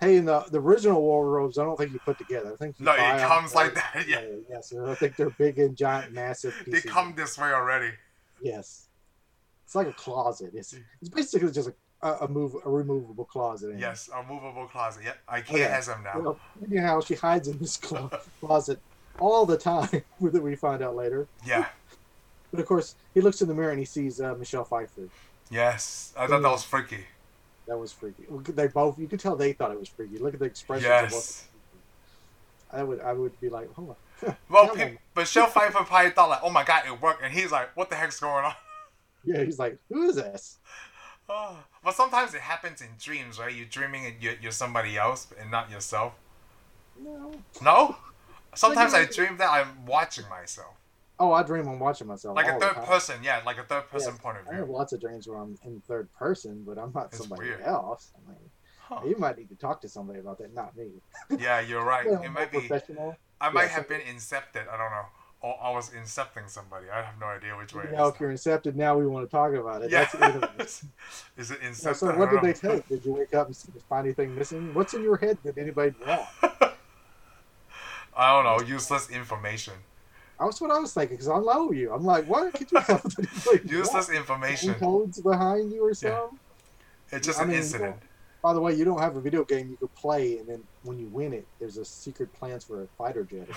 Hey, in the, the original wardrobes, I don't think you put together. I think you
No,
buy
it
them
comes like
right
that, yeah.
together. Yes, and I think they're big and giant, massive
They
pieces.
come this way already.
Yes, it's like a closet. It's it's basically just a, a, a move a removable closet. anyway.
Yes, a movable closet. Yep, IKEA
Okay.
has them now.
Well, anyhow, she hides in this clo- closet all the time, that we find out later.
Yeah.
But of course, he looks in the mirror and he sees uh, Michelle Pfeiffer.
Yes, I thought that was freaky.
That was freaky. They both, you could tell they thought it was freaky. Look at the expressions. Of both.
Yes.
I would, I would be like, hold on.
Well,
That
pe-
one.
Michelle Pfeiffer probably thought like, "Oh my god, it worked," and he's like, "What the heck's going on?"
Yeah, he's like, who is this?
Oh, but sometimes it happens in dreams, right? You're dreaming and you're, you're somebody else and not yourself.
No.
No? Sometimes I
Like-
dream that I'm watching myself.
Oh, I dream I'm watching myself.
Like a
all the
third
time.
person, yeah, like a third person
Yes,
point of
Oh, I have
view.
lots of dreams where I'm in third person, but I'm not
It's
somebody
weird.
else. I mean,
Huh.
you might need to talk to somebody about that, not me.
Yeah, you're right.
I'm
It
more
might be.
professional.
I might
yeah,
have been incepted. I don't know. Or I was incepting somebody. I have no idea which way it
Now,
is.
if you're incepted, now we want to talk about it.
Yeah.
That's the end of it.
is it
Yeah,
incepted?
so
I
what did
don't
they
know.
take? Did you wake up and see- find anything missing? What's in your head that anybody want?
I don't know. Useless information.
That's what I was thinking because I know you. I'm like, why could you have that anybody
Useless
want? Some
information.
codes behind you or something?
It's just
I
an
mean,
incident.
By the way, you don't have a video game you could play, and then when you win it, there's a secret plans for a fighter jet or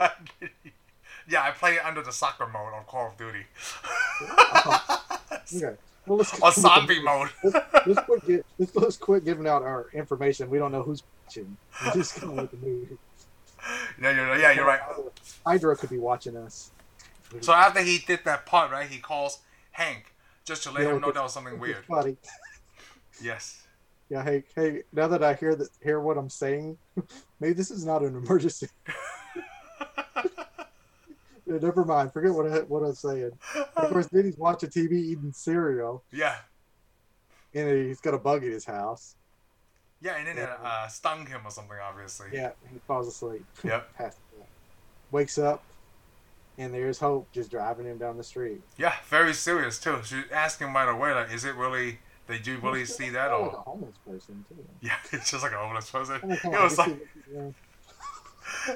something.
yeah, I play it under the soccer mode on Call of Duty.
okay. Well, let's
or zombie mode.
Let's quit, gi- let's, let's quit giving out our information. We don't know who's watching. We're just gonna let the movie.
Yeah, you're, yeah, you're right.
Hydra could be watching us.
So after he did that part, right, he calls Hank just to let
Yeah,
him know
it's-
that was something weird.
Funny.
Yes.
Yeah, hey, hey. Now that I hear that, hear what I'm saying, maybe this is not an emergency. Never mind. Forget what I what I'm saying. Of course, then he's watching TV, eating cereal,
yeah.
and he's got a bug in his house.
Yeah, and then it uh, stung him or something, obviously.
Yeah, he falls asleep.
Yep.
Passed out. Wakes up, and there's Hope just driving him down the street.
Yeah, very serious too. She asked him right away, like, is it really? Did you really see that?
Oh, a
Or
homeless person too.
yeah, it's just like a homeless person.
Oh, come
It
on,
was
this
like,
is- yeah.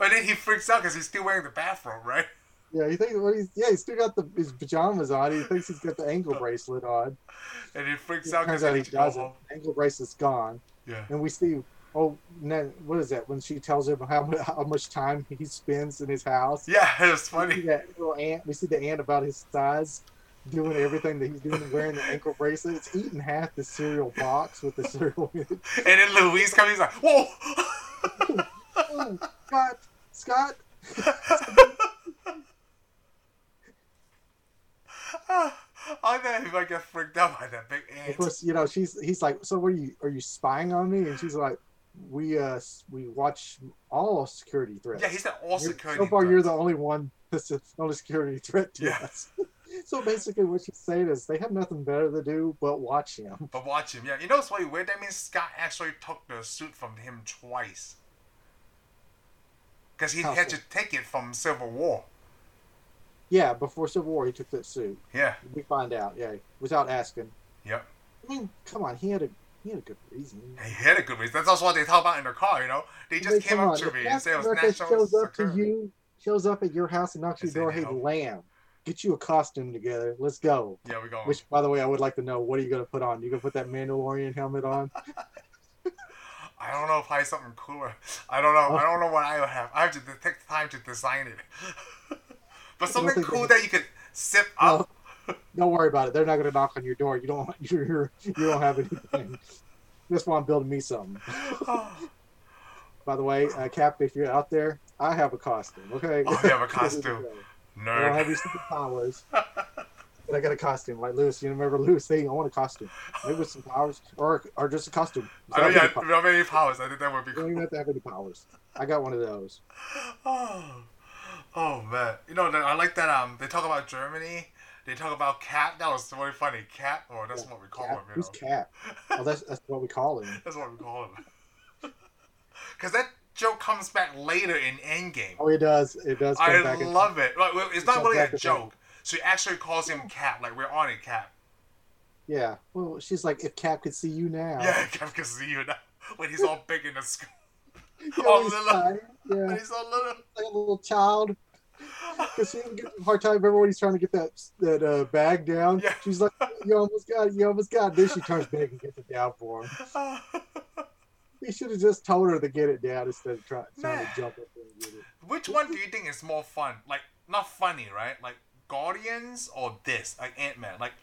but then he freaks out because he's still wearing the bathrobe, right?
yeah, he thinks what he's yeah he's still got the his pajamas on. He thinks he's got the ankle bracelet on.
And he freaks
It
out because
turns out he doesn't. Ankle bracelet's gone,
Yeah,
and we see oh ne- what is that when she tells him how mu- how much time he spends in his house.
yeah, it was
We see
funny.
that little ant. We see the ant about his size. Doing everything that he's doing, wearing the ankle bracelet. It's eating half the cereal box with the cereal in it.
And then Louise comes, he's like, whoa.
Oh, Scott, Scott.
I bet he might get freaked out by that big
Of
ant.
course, you know she's. He's like, so what are you? Are you spying on me? And she's like, we uh s- we watch all security threats.
Yeah, he's an all
You're-
security.
So far,
threat.
you're the only one that's the only security threat to
Yeah.
us. so basically, what she's saying is they have nothing better to do but watch him.
But watch him. Yeah, you know what's really weird? That means Scott actually took the suit from him twice. Because he
How
had
so?
to take it from Civil War.
Yeah, before Civil War, he took that suit.
Yeah.
We find out, yeah, without asking.
Yep.
I mean, come on, he had a he had a good reason.
He had a good reason. That's also what they talk about in the car, you know? They just
Wait,
came
come
up
on.
to
If
me and
Captain
said it was
America
national
shows up to
security.
you, shows up at your house and knocks
I
your
say
door. Hey,
no.
lamb, get you a costume together. Let's go.
Yeah, we're going.
Which, by the way, I would like to know what are you going to put on? You going to put that Mandalorian helmet on?
I don't know if I have something cooler. I don't know. I
Oh.
don't know what I would have. I have to de- take the time to design it. but something
think they-
cool that you could sip up.
Don't worry about it. They're not going to knock on your door. You don't. You're, you don't have anything. That's why I'm building me something.
oh,
By the way, uh, Cap, if you're out there, I have a costume. Okay.
you Oh, have a costume.
I don't have
Nerd.
your superpowers. But I got a costume, like Lewis. You remember Lewis saying, "I want a costume, maybe with some powers, or or just a costume."
I don't,
Without
yeah, I
any powers.
don't have any powers. I think that would be
You don't
cool.
even have to have any powers. I got one of those.
Oh, oh man! You know, I like that. Um, they talk about Germany. They talk about Cap. That was really funny. Cap, or that's
Yeah,
what we call
Cap?
him. You
Who's
know,
Cap? Oh, that's that's what we call him.
that's what we call him. Because that joke comes back later in Endgame.
Oh, it does. It does come
I
back. and-
love it. Like, well, it's
It
not
comes
really
back
a
and-
joke. She actually calls him Cap. Like we're on it, Cap.
yeah. Well, she's like, if Cap could see you now.
Yeah, Cap can see you now. When he's all big in the school,
You
Oh,
know, he's
little-
tiny. Yeah.
when he's all little.
like a little child. Because she would get a hard time. Remember when he's trying to get that that uh, bag down?
Yeah.
She's like, "You almost got it. You almost got it." Then she turns big and gets it down for him. He should have just told her to get it down instead of try, trying
Man.
to jump up there and get it.
Which one do you think is more fun? Like not funny, right? Like Guardians or this, like Ant Man. Like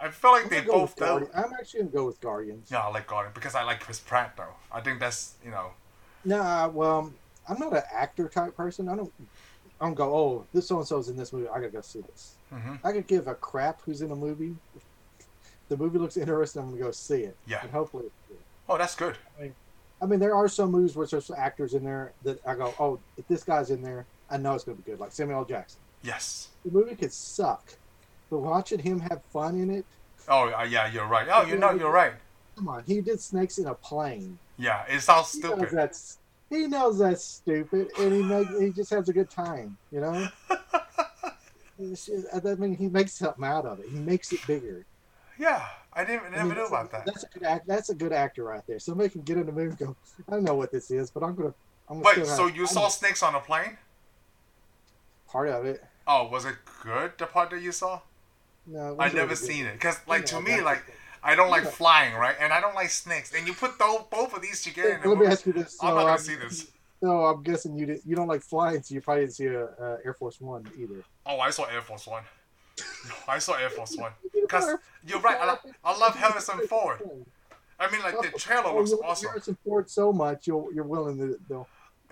I feel like
I'm,
they
gonna go
both
with
do.
Guardian- I'm actually gonna go with Guardians.
No, I like Guardian because I like Chris Pratt though. I think that's you know.
Nah, well, um, I'm not an actor type person. I don't. I don't go. Oh, this so and so's in this movie. I gotta go see this.
hmm
I could give a crap who's in a movie. The movie looks interesting. I'm gonna go see it,
Yeah.
and hopefully. It's good.
Oh, that's good.
I mean, there are some movies where there's actors in there that I go, oh, if this guy's in there, I know it's going to be good. Like Samuel L. Jackson.
Yes.
The movie could suck, but watching him have fun in it,
Oh uh, yeah, you're right. Oh, you know you're right.
come on, he did Snakes in a Plane.
Yeah, it sounds
He knows
stupid.
that's he knows that's stupid, and he make, he just has a good time, you know. It's just- I mean, he makes something out of it. He makes it bigger.
Yeah, I didn't
I
never
mean,
knew about
that's
that.
a- That's a good act. That's a good actor right there. Somebody can get in the movie and go, I don't know what this is, but I'm gonna. I'm gonna
Wait,
sit
so
around."
you
I'm
saw snakes on a plane?
part of it.
Oh, was it good? The part that you saw?
No,
I never seen it. Cause like to me, like
let
I don't like
Yeah.
flying, right? And I don't like snakes. And you put tho- both of these together. in a
me
movie,
ask you this.
I'm
so
not gonna
I'm-
see this.
No, I'm guessing you did, you don't like flying, so you probably didn't see a, uh, Air Force One either.
Oh, I saw Air Force One. No, I saw Air Force One.
You know,
Cause
Air
you're right. I, lo- I love Harrison
Force
Ford.
One.
I mean, like the trailer
Oh,
looks
you love
awesome.
Harrison Ford so much, you're you're willing to, to,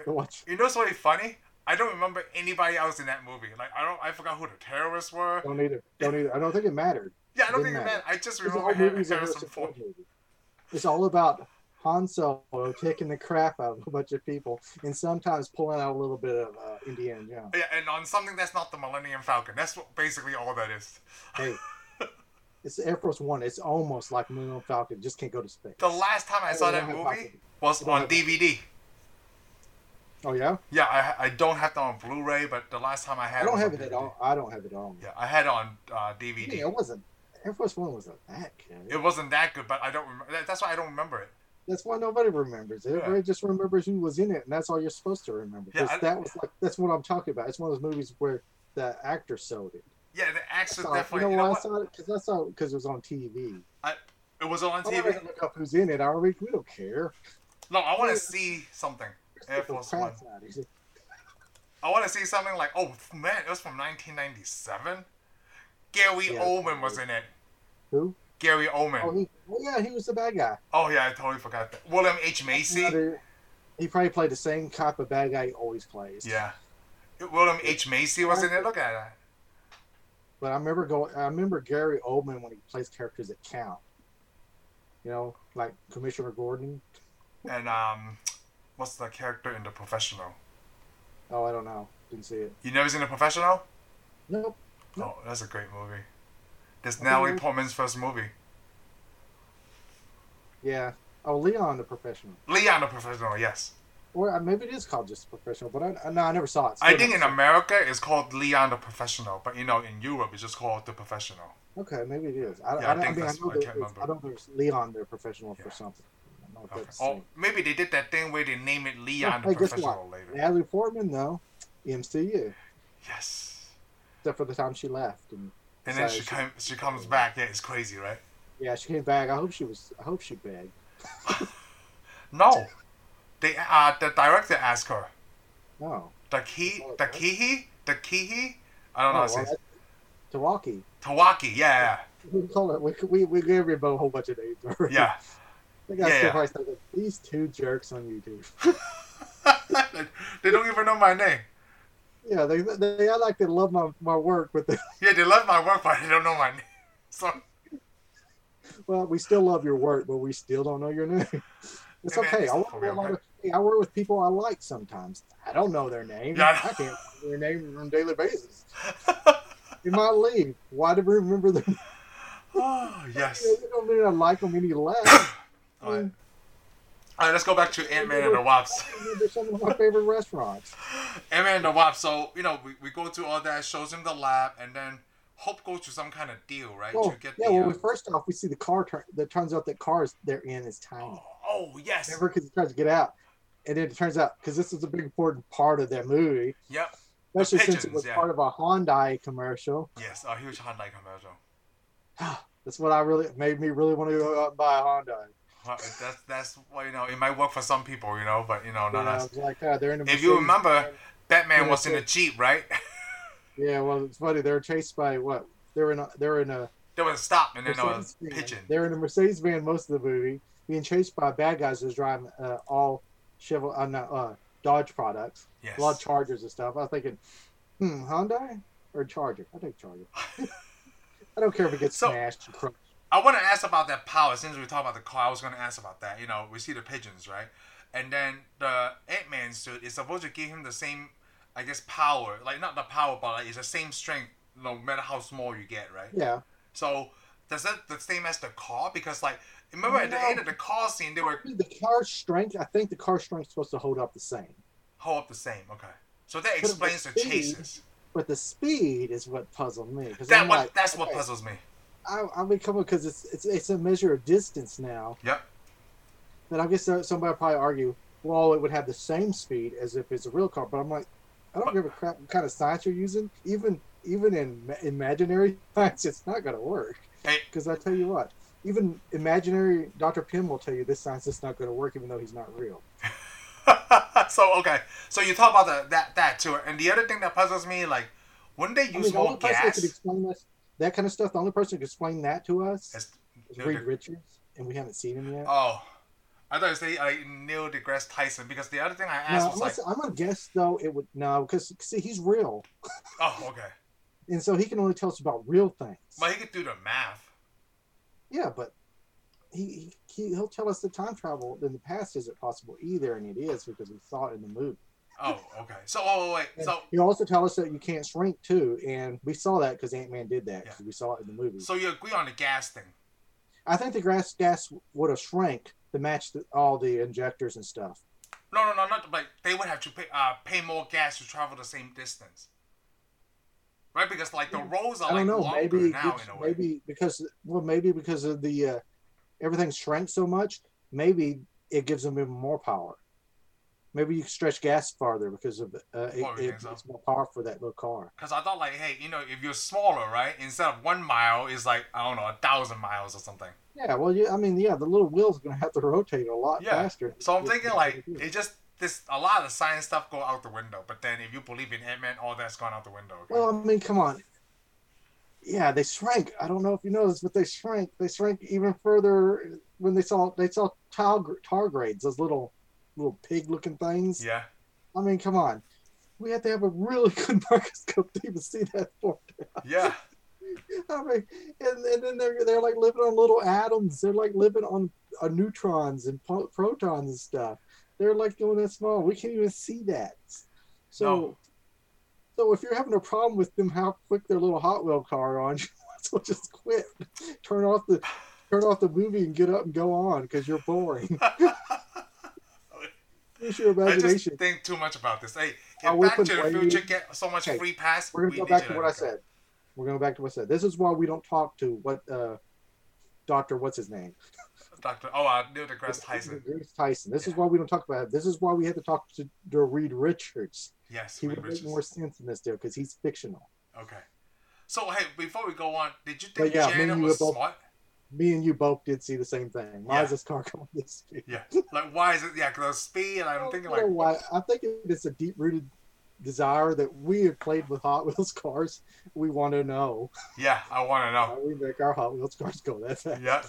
to watch.
You know what's really funny? I don't remember anybody else in that movie. Like I don't, I forgot who the terrorists were.
Don't either. Don't either. I don't think it mattered.
Yeah, I don't
Didn't
think it
matter.
mattered. I just
It's
remember
all,
Har-
movies are
Harrison
Harrison Ford
Ford.
movies. it's all about Han Solo kicking the crap out of a bunch of people and sometimes pulling out a little bit of uh, Indiana Jones.
Yeah, and on something that's not the Millennium Falcon. That's what basically all that is.
Hey, it's Air Force One. It's almost like Millennium Falcon. Just can't go to space.
The last time I
Hey,
saw
we
that
don't have
movie
Falcon.
was
We don't
on
have-
DVD.
Oh yeah,
Yeah, I, I don't have that on Blu-ray, but the last time I had
I don't
was
have
on
it at
DVD.
all. I don't have it on.
Yeah, I had it on uh, DVD.
Yeah, it wasn't. Air Force One wasn't that good.
It wasn't that good, but I don't remember. That, that's why I don't remember it.
That's why nobody remembers it.
Yeah.
Everybody just remembers who was in it, and that's all you're supposed to remember.
Yeah,
'Cause
I-
that was like that's what I'm talking about. It's one of those movies where the actor sold it.
Yeah, the
So,
accent
you
definitely.
know
you know
why I
what?
saw it? Because I saw because it was on TV.
It was on
I'm not gonna
TV.
look up who's in it. I already we don't care.
No, I want to see something.
Just
Air
get the
Force One.
crap out of it.
I want to see something like, oh man, it was from 1997. Gary
Yeah,
Oldman was in it.
Who?
Gary
Oh,
Oldman.
he, oh yeah, he was the bad guy.
Oh yeah, I totally forgot that. William H Macy.
Another- he probably played the same type of bad guy he always plays.
Yeah, William H Macy was in it. Look at that.
But I remember going. I remember Gary Oldman when he plays characters that count. You know, like Commissioner Gordon.
And um, what's the character in The Professional?
Oh, I don't know. Didn't see it.
You never seen The Professional?
Nope.
Oh, that's a great movie. This
Okay.
Natalie Portman's first movie.
Yeah. Oh, Leon the Professional.
Leon the Professional, yes.
Or uh, maybe it is called just Professional, but I, I- no, I never saw it.
I think in
Still
America it's called Leon the Professional, but you know, in Europe it's just called The Professional.
not sure. Okay, maybe it is. I,
Yeah, I
I, don't- I,
think
mean, I
that's-
know,
I
there,
can't
it's- I
remember.
know there's Leon the Professional
Yeah.
for something. I don't know if
Okay.
that's the
Oh,
same.
maybe they did that thing where they name it Leon
Hey,
the
guess what?
Professional later.
Natalie Portman, though, MCU,
Yes.
except for the time she left, and
And then
So
she
she-
come, she comes back. Yeah, it's crazy, right?
yeah, she came back. I hope she was. I hope she begged.
No. They uh the director asked her.
No,
The key
Oh,
the
okay.
kihi? The kihi? I don't know. how
Oh,
to say
well,
it.
that's- Tawaki.
Tawaki, yeah,
We call it. We we, we gave him a whole bunch of names. Already.
yeah.
I think I
yeah,
still
yeah.
probably said that, These two jerks on YouTube.
yeah. they don't even know my name.
Yeah, they they I like they love my, my work, but they,
Yeah, they love my work, but they don't know my name. So
well, we still love your work, but we still don't know your name. It's
Hey, man,
okay.
it's
I
not
work
for
with a
real,
lot
man.
of, hey, I work with people I like sometimes. I don't know their name.
Yeah, I
I
know.
can't remember their name on a daily basis. In my league, why do we remember their
oh, yes.
You don't mean I like them any less.
All right.
Mm.
All right, let's go back to Ant Man and the Wasp.
They're some of my favorite restaurants.
Ant Man and the Wasp. So you know, we, we go through all that, shows him the lab, and then Hope goes to some kind of deal, right?
Oh,
to get
yeah.
the,
Well,
uh,
we, first off, we see the car turn. That turns out that car is- they're in is tiny.
oh, oh, yes.
Never because he tries to get out, and then it turns out because this is a big important part of that movie,
Yep.
especially since it
pigeons,
was
yeah.
part of a Hyundai commercial.
Yes. A huge Hyundai commercial.
That's what I really made me really want to go out and buy a Hyundai.
Uh, That's that's well, you know, it might work for some people, you know, but you know,
You
not
know,
us.
it's like uh, they're in a
Oh, If you
Mercedes.
remember, Batman
Yeah,
was in
so-
a jeep, right?
yeah. Well, it's funny. They're chased by what? They're in a they're in a
there was a stop, and then there was
Mercedes van.
pigeon.
They're in a Mercedes van most of the movie, being chased by bad guys who's driving uh, all Chevrolet, uh, not, uh, Dodge products,
Yes.
a lot of Chargers and stuff. I was thinking, hmm, Hyundai or Charger? I think Charger. I don't care if it gets
So-
smashed and crushed.
I want to ask about that power since we talked about the car. I was going to ask about that. You know, we see the pigeons, right? And then the Ant Man suit is supposed to give him the same, I guess, power. Like not the power, but like, it's the same strength, no matter how small you get, right?
Yeah.
So does that the same as the car? Because like remember at the
No.
end of the car scene, they were
The car strength, I think the car strength's supposed to hold up the same.
hold up the same. Okay, so that explains the
speed-
chases.
But the speed is what puzzled me. Cause
That
I'm
what
like,
that's what
okay,
puzzles me.
I, I'm coming because it's, it's, it's a measure of distance now.
Yep.
then I guess there- somebody would probably argue, well, it would have the same speed as if it's a real car. But I'm like, I don't give a crap what kind of science you're using. Even even in ma- imaginary science, it's not going to work.
Hey.
Because I tell you what, even imaginary Dr. Pym will tell you this science is not going to work, even though he's not real.
so okay, so you talk about the, that that too, and the other thing that puzzles me, like, wouldn't they
I
use
mean, the
more
only person that
gas?
could explain this, that kind of stuff, the only person who could explain that to us
It's-
is
no,
Reed
the-
Richards, and we haven't seen him yet.
Oh, I thought you say like Neil deGrasse Tyson because the other thing I asked
no,
was like,
unless- I'm gonna guess though it would no because see he's real,
oh okay,
and so he can only tell us about real things.
but he could do the math.
yeah, but he, he he'll tell us that time travel in the past isn't possible either, and it is because we saw it in the movie.
Oh okay. So oh wait,
And
so
you also tell us that you can't shrink too, and we saw that because Ant Man did that
Yeah.
'cause we saw it in the movie.
so you agree on the gas thing?
I think the grass gas would have shrank to match the, all the injectors and stuff.
No no no not but they would have to pay uh, pay more gas to travel the same distance. Right, because like the roads are
I
like
don't know.
longer
Maybe
now
it's-
in a way.
maybe because well maybe because of the uh, everything shrank so much, maybe it gives them even more power. Maybe you can stretch gas farther because of uh, it,
Oh, you
it,
think so?
it's more power for that little car.
Because I thought, like, hey, you know, if you're smaller, right, instead of one mile, it's like, I don't know, a thousand miles or something.
Yeah, well, yeah, I mean, yeah, the little wheel's going to have to rotate a lot
Yeah.
faster.
So I'm
Yeah,
thinking,
yeah,
like,
yeah.
it just, this, a lot of the science stuff go out the window. But then if you believe in Ant Man, all that's gone out the window. Okay?
well, I mean, come on. Yeah, they shrank. I don't know if you noticed, but they shrank. They shrank even further when they saw they saw tar, tardigrades, those little little pig-looking things.
yeah.
I mean, come on. We had to have a really good microscope to even see that for.
Yeah.
I mean, and, and then they're they're like living on little atoms. They're like living on uh, neutrons and po- protons and stuff. They're like going that small. We can't even see that. So,
No.
so if you're having a problem with them, how quick their little Hot Wheel car on, you might as well just quit. Turn off the turn off the movie and get up and go on because you're boring. Use your
I just
imagination.
think too much about this. Hey,
I
if
will
Back to the
complain.
Future get so much
Okay,
free pass,
We're gonna
we
go
need
back
you
to what I
look up.
said. We're gonna go back to what I said. This is why we don't talk to what uh, Doctor. What's his name?
Dr. Oh, uh, Neil deGrasse Tyson.
Grace Tyson. This is
Yeah.
why we don't talk about him. This is why we had to talk to, to Reed Richards.
Yes.
He
Reed
would make
Richards.
more sense in this deal because he's fictional.
Okay. So, hey, before we go on, did you
But
think
yeah, me
Janet
and you
was
were both-
smart?
Me and you both did see the same thing. Why
Yeah.
is this car coming this speed?
Yeah. Like, why is it? Yeah, because of speed, and
I
I'm
don't
thinking,
know
like,
why. I think it's a deep rooted desire that we have played with Hot Wheels cars. We want to know
yeah, I want to know.
why we make our Hot Wheels cars go that fast.
Oh. Yeah.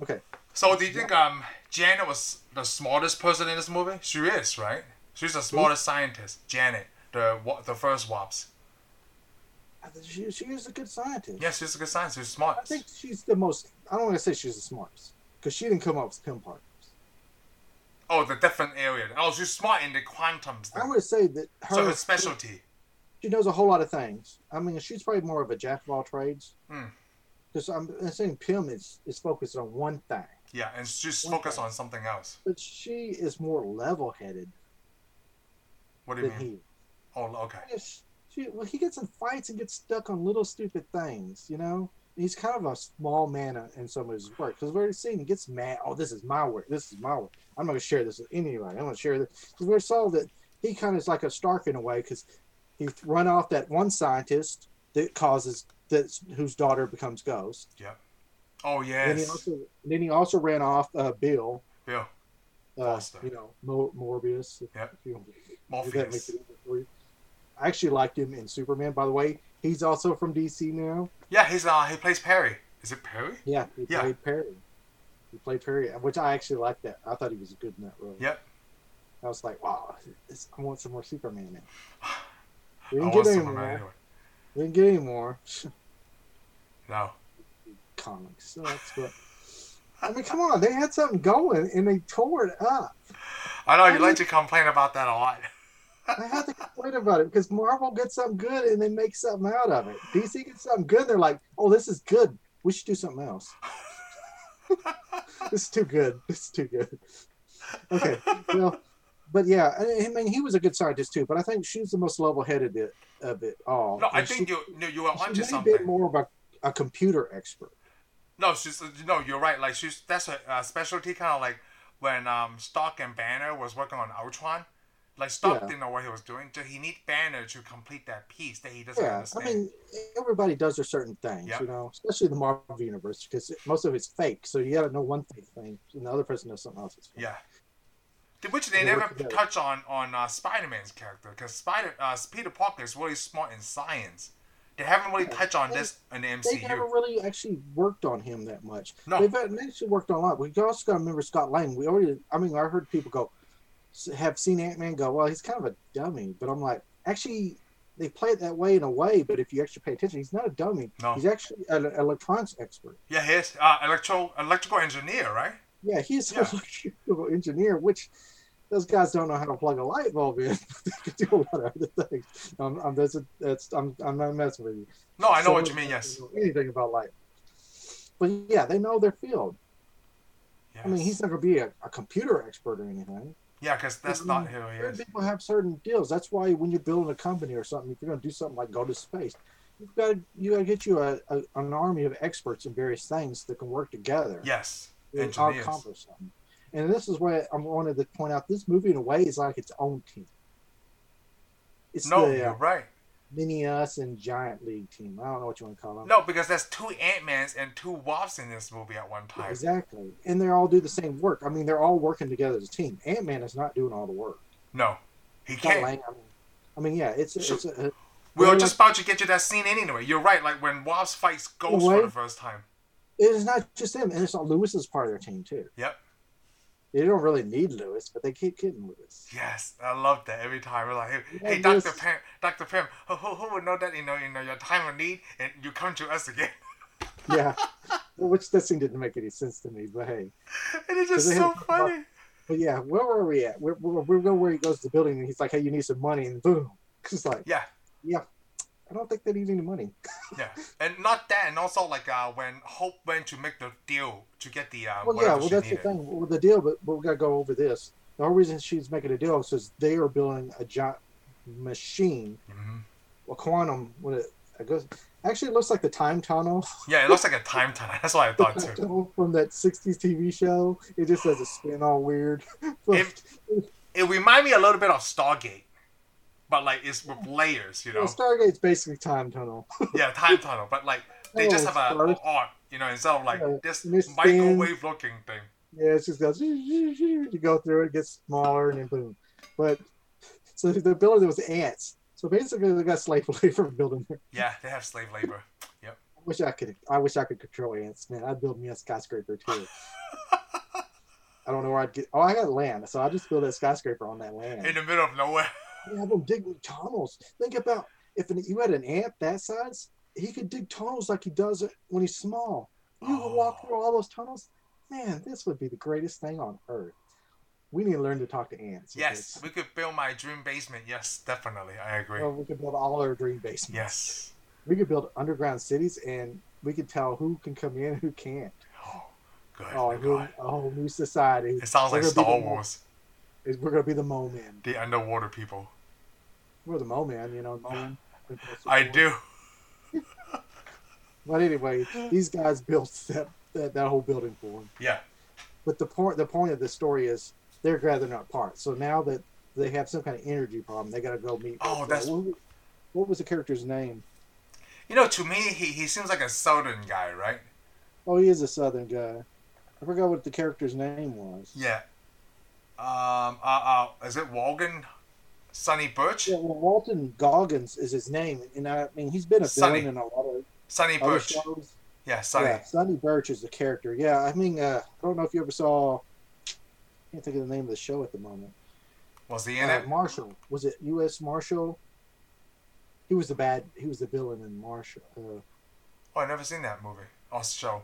Okay.
So do you think um Janet was the smartest person in this movie? She is, right? She's the smartest scientist. Janet, the wa- the first WAPS.
She, she is a good scientist.
Yeah, she's a good scientist. She's smart.
I think she's the most. I don't want to say she's the smartest because she didn't come up with pin partners.
Oh, the different area. Oh, she's smart in the quantum
I
thing.
would say that her
So her specialty.
she knows a whole lot of things. I mean, she's probably more of a jack of all trades.
Hmm.
Because I'm saying Pym is, is focused on one thing,
Yeah, and she's
One
focused
thing.
on something else.
but she is more level headed
What do you
than
mean?
he.
Oh, okay.
Yes, She, well, he gets in fights and gets stuck on little stupid things, you know? He's kind of a small man in some of his work because we've already seen he gets mad. Oh, this is my work. This is my work. I'm not going to share this with anybody. I'm going to share this. 'Cause we saw that he kind of is like a Stark in a way because he run off that one scientist that causes that whose daughter becomes ghost.
Oh
And then
yes,
he also then he also ran off uh, Bill,
Bill
uh,
Foster.
you know Mor- Morbius. If,
Yep.
if you want if that
Morpheus.
makes it easier for you. I actually liked him in Superman. By the way, he's also from DC now.
Yeah, he's uh he plays Perry. Is it Perry?
Yeah, he
Yeah.
played Perry. He played Perry, which I actually liked that. I thought he was good in that role.
Yep.
I was like, wow, this, I want some more Superman now. We
I
didn't
was
get any
Superman
more.
anyway.
We didn't get any more.
No.
Comics sucks, but I mean, come on, they had something going and they tore it up.
I know
I
you like to complain about that a lot.
I have to complain about it because Marvel gets something good and they make something out of it. DC gets something good, they're like, "Oh, this is good. We should do something else." this is too good. This is too good. Okay, well, but yeah, I I mean, he was a good scientist too, but I think she was the most level-headed it- of it all.
No, I
And
think
she,
you no, you were onto
she may have been
something.
more of a, a computer expert.
No, she's uh, no, you're right. Like she's that's her uh, specialty, kind of like when um Stark and Banner was working on Ultron. Like Stark
Yeah.
didn't know what he was doing, so he need Banner to complete that piece that he doesn't
Yeah, I
understand.
mean, everybody does their certain things,
Yeah.
you know, especially the Marvel universe because most of it's fake. So you got to know one fake thing, and the other person knows something else. That's fake.
yeah. The- Which they
They
never
work together.
touch on on uh, Spider Man's character because Spider uh, Peter Parker is really smart in science, They haven't really touched on this in the
They
MCU.
never really actually worked on him that much.
No.
They've had- actually worked on a lot. We also got to remember Scott Lang. We already, I mean, I heard people go, have seen Ant Man go, well, he's kind of a dummy. But I'm like, actually, they play it that way in a way. But if you actually pay attention, he's not a dummy.
No.
He's actually an electronics expert.
Yeah, he's uh, electro electrical engineer, right?
Yeah, he's
Yeah.
an electrical engineer, which those guys don't know how to plug a light bulb in. but they can do a lot of other things. Um, um, that's a, that's, I'm, I'm not messing with you.
No, I know
So
what
it
you mean. Yes.
doesn't know Anything about life. But yeah, they know their field.
yes.
I mean, he's not going to be a, a computer expert or anything.
yeah, because that's
I
not
mean,
who he
Certain
is.
people have certain deals. That's why when you're building a company or something, if you're going to do something like go to space, you've got to you got to get you a, a, an army of experts in various things that can work together
Yes.
to
engineers.
accomplish something. And this is why I wanted to point out this movie in a way is like its own team. It's
No,
the
you're
uh,
right.
mini us and giant league team. I don't know what you want to call them.
No, because there's two Ant Mans and two Wasps in this movie at one time.
Exactly. And they all do the same work. I mean, they're all working together as a team. Ant Man is not doing all the work.
No, he
Scott
can't.
Lang, I, mean, I mean, yeah, it's,
So-
it's uh, a,
We were
Well,
just about to get you that scene anyway. You're right. Like when Wasp fights Ghost for
Wait.
the first time.
it's not just them, and it's not Lewis's part of their team, too.
Yep.
They don't really need Lewis, but they keep getting Lewis.
Yes, I love that every time. We're like, hey,
Yeah,
hey Doctor
yes.
Pam, Doctor Pam, who, who, who would know that? You know, you know, your time of need, and you come to us again.
Yeah. Well, Which that scene didn't make any sense to me, but hey.
And it's
Because
just
they
so
had a-
funny.
But yeah, where were we at? We're, we're, we're going where he goes to the building, and he's like, hey, you need some money, and boom. It's like,
Yeah.
I don't think they need any money.
Yeah, and not that, and also like uh, when Hope went to make the deal to get the uh,
Well, yeah,
whatever
well,
she
that's
needed.
the thing with the deal, but, but we got to go over this. The whole reason she's making a deal is 'cause they are building a giant machine,
Mhm.
a quantum. What it, it goes, actually, it looks like the time tunnel,
Yeah, it looks like a time tunnel. That's what I thought
Time
too.
tunnel from that '60s TV show. It just has a spin all weird. But
If- It reminded me a little bit of Stargate, but like it's with layers, you
well,
know.
Stargate's basically time tunnel.
Yeah, time tunnel, but like they just
Oh,
have a,
Star-
a art, you know, instead of like
Yeah,
this
and it's thin.
microwave looking thing.
Yeah, it just goes. You go through it, it gets smaller, and then boom. But so the building was ants. So basically, they got slave labor building there.
Yeah, they have slave labor.
I wish I could. I wish I could control ants, man. I'd build me a skyscraper too. I don't know where I'd get. Oh, I got land, so I just build that skyscraper on that land.
In the middle of nowhere.
You have them dig tunnels. Think about if an, you had an ant that size, he could dig tunnels like he does it when he's small. You could walk
Oh.
through all those tunnels. Man, this would be the greatest thing on earth. We need to learn to talk to ants.
Yes, we could build my dream basement. Yes, definitely, I agree.
because, uh, we could build all our dream basements.
Yes.
We could build underground cities, and we could tell who can come in, and who can't.
Oh, good.
Oh,
Oh,
a whole,
God.
a whole new society.
It sounds like
We're gonna be
Star
the-
Wars.
Is we're gonna be the mole man.
The underwater people.
We're the mole man, you know. Mole man.
I do.
But anyway, these guys built that, that that whole building for him.
Yeah.
But the point the point of the story is they're gathering up parts. So now that they have some kind of energy problem, they gotta go meet.
Oh, that's-
what, what was the character's name?
You know, to me, he, he seems like a southern guy, right?
Oh, he is a southern guy. I forgot what the character's name was.
Yeah. Um. Uh. uh is it Walgan? Sonny Birch.
Yeah, well, Walton Goggins is his name, and I mean he's been a
Sonny.
villain in a lot of
Sonny
other
Birch.
shows.
Yeah. Sonny.
Yeah, Sonny Birch is the character. Yeah, I mean, uh, I don't know if you ever saw. I can't think of the name of the show at the moment.
Was he in
uh,
it?
Marshall was it U.S. Marshall? He was the bad. He was the villain in Marshall. Uh,
Oh, I never seen that movie. Or show.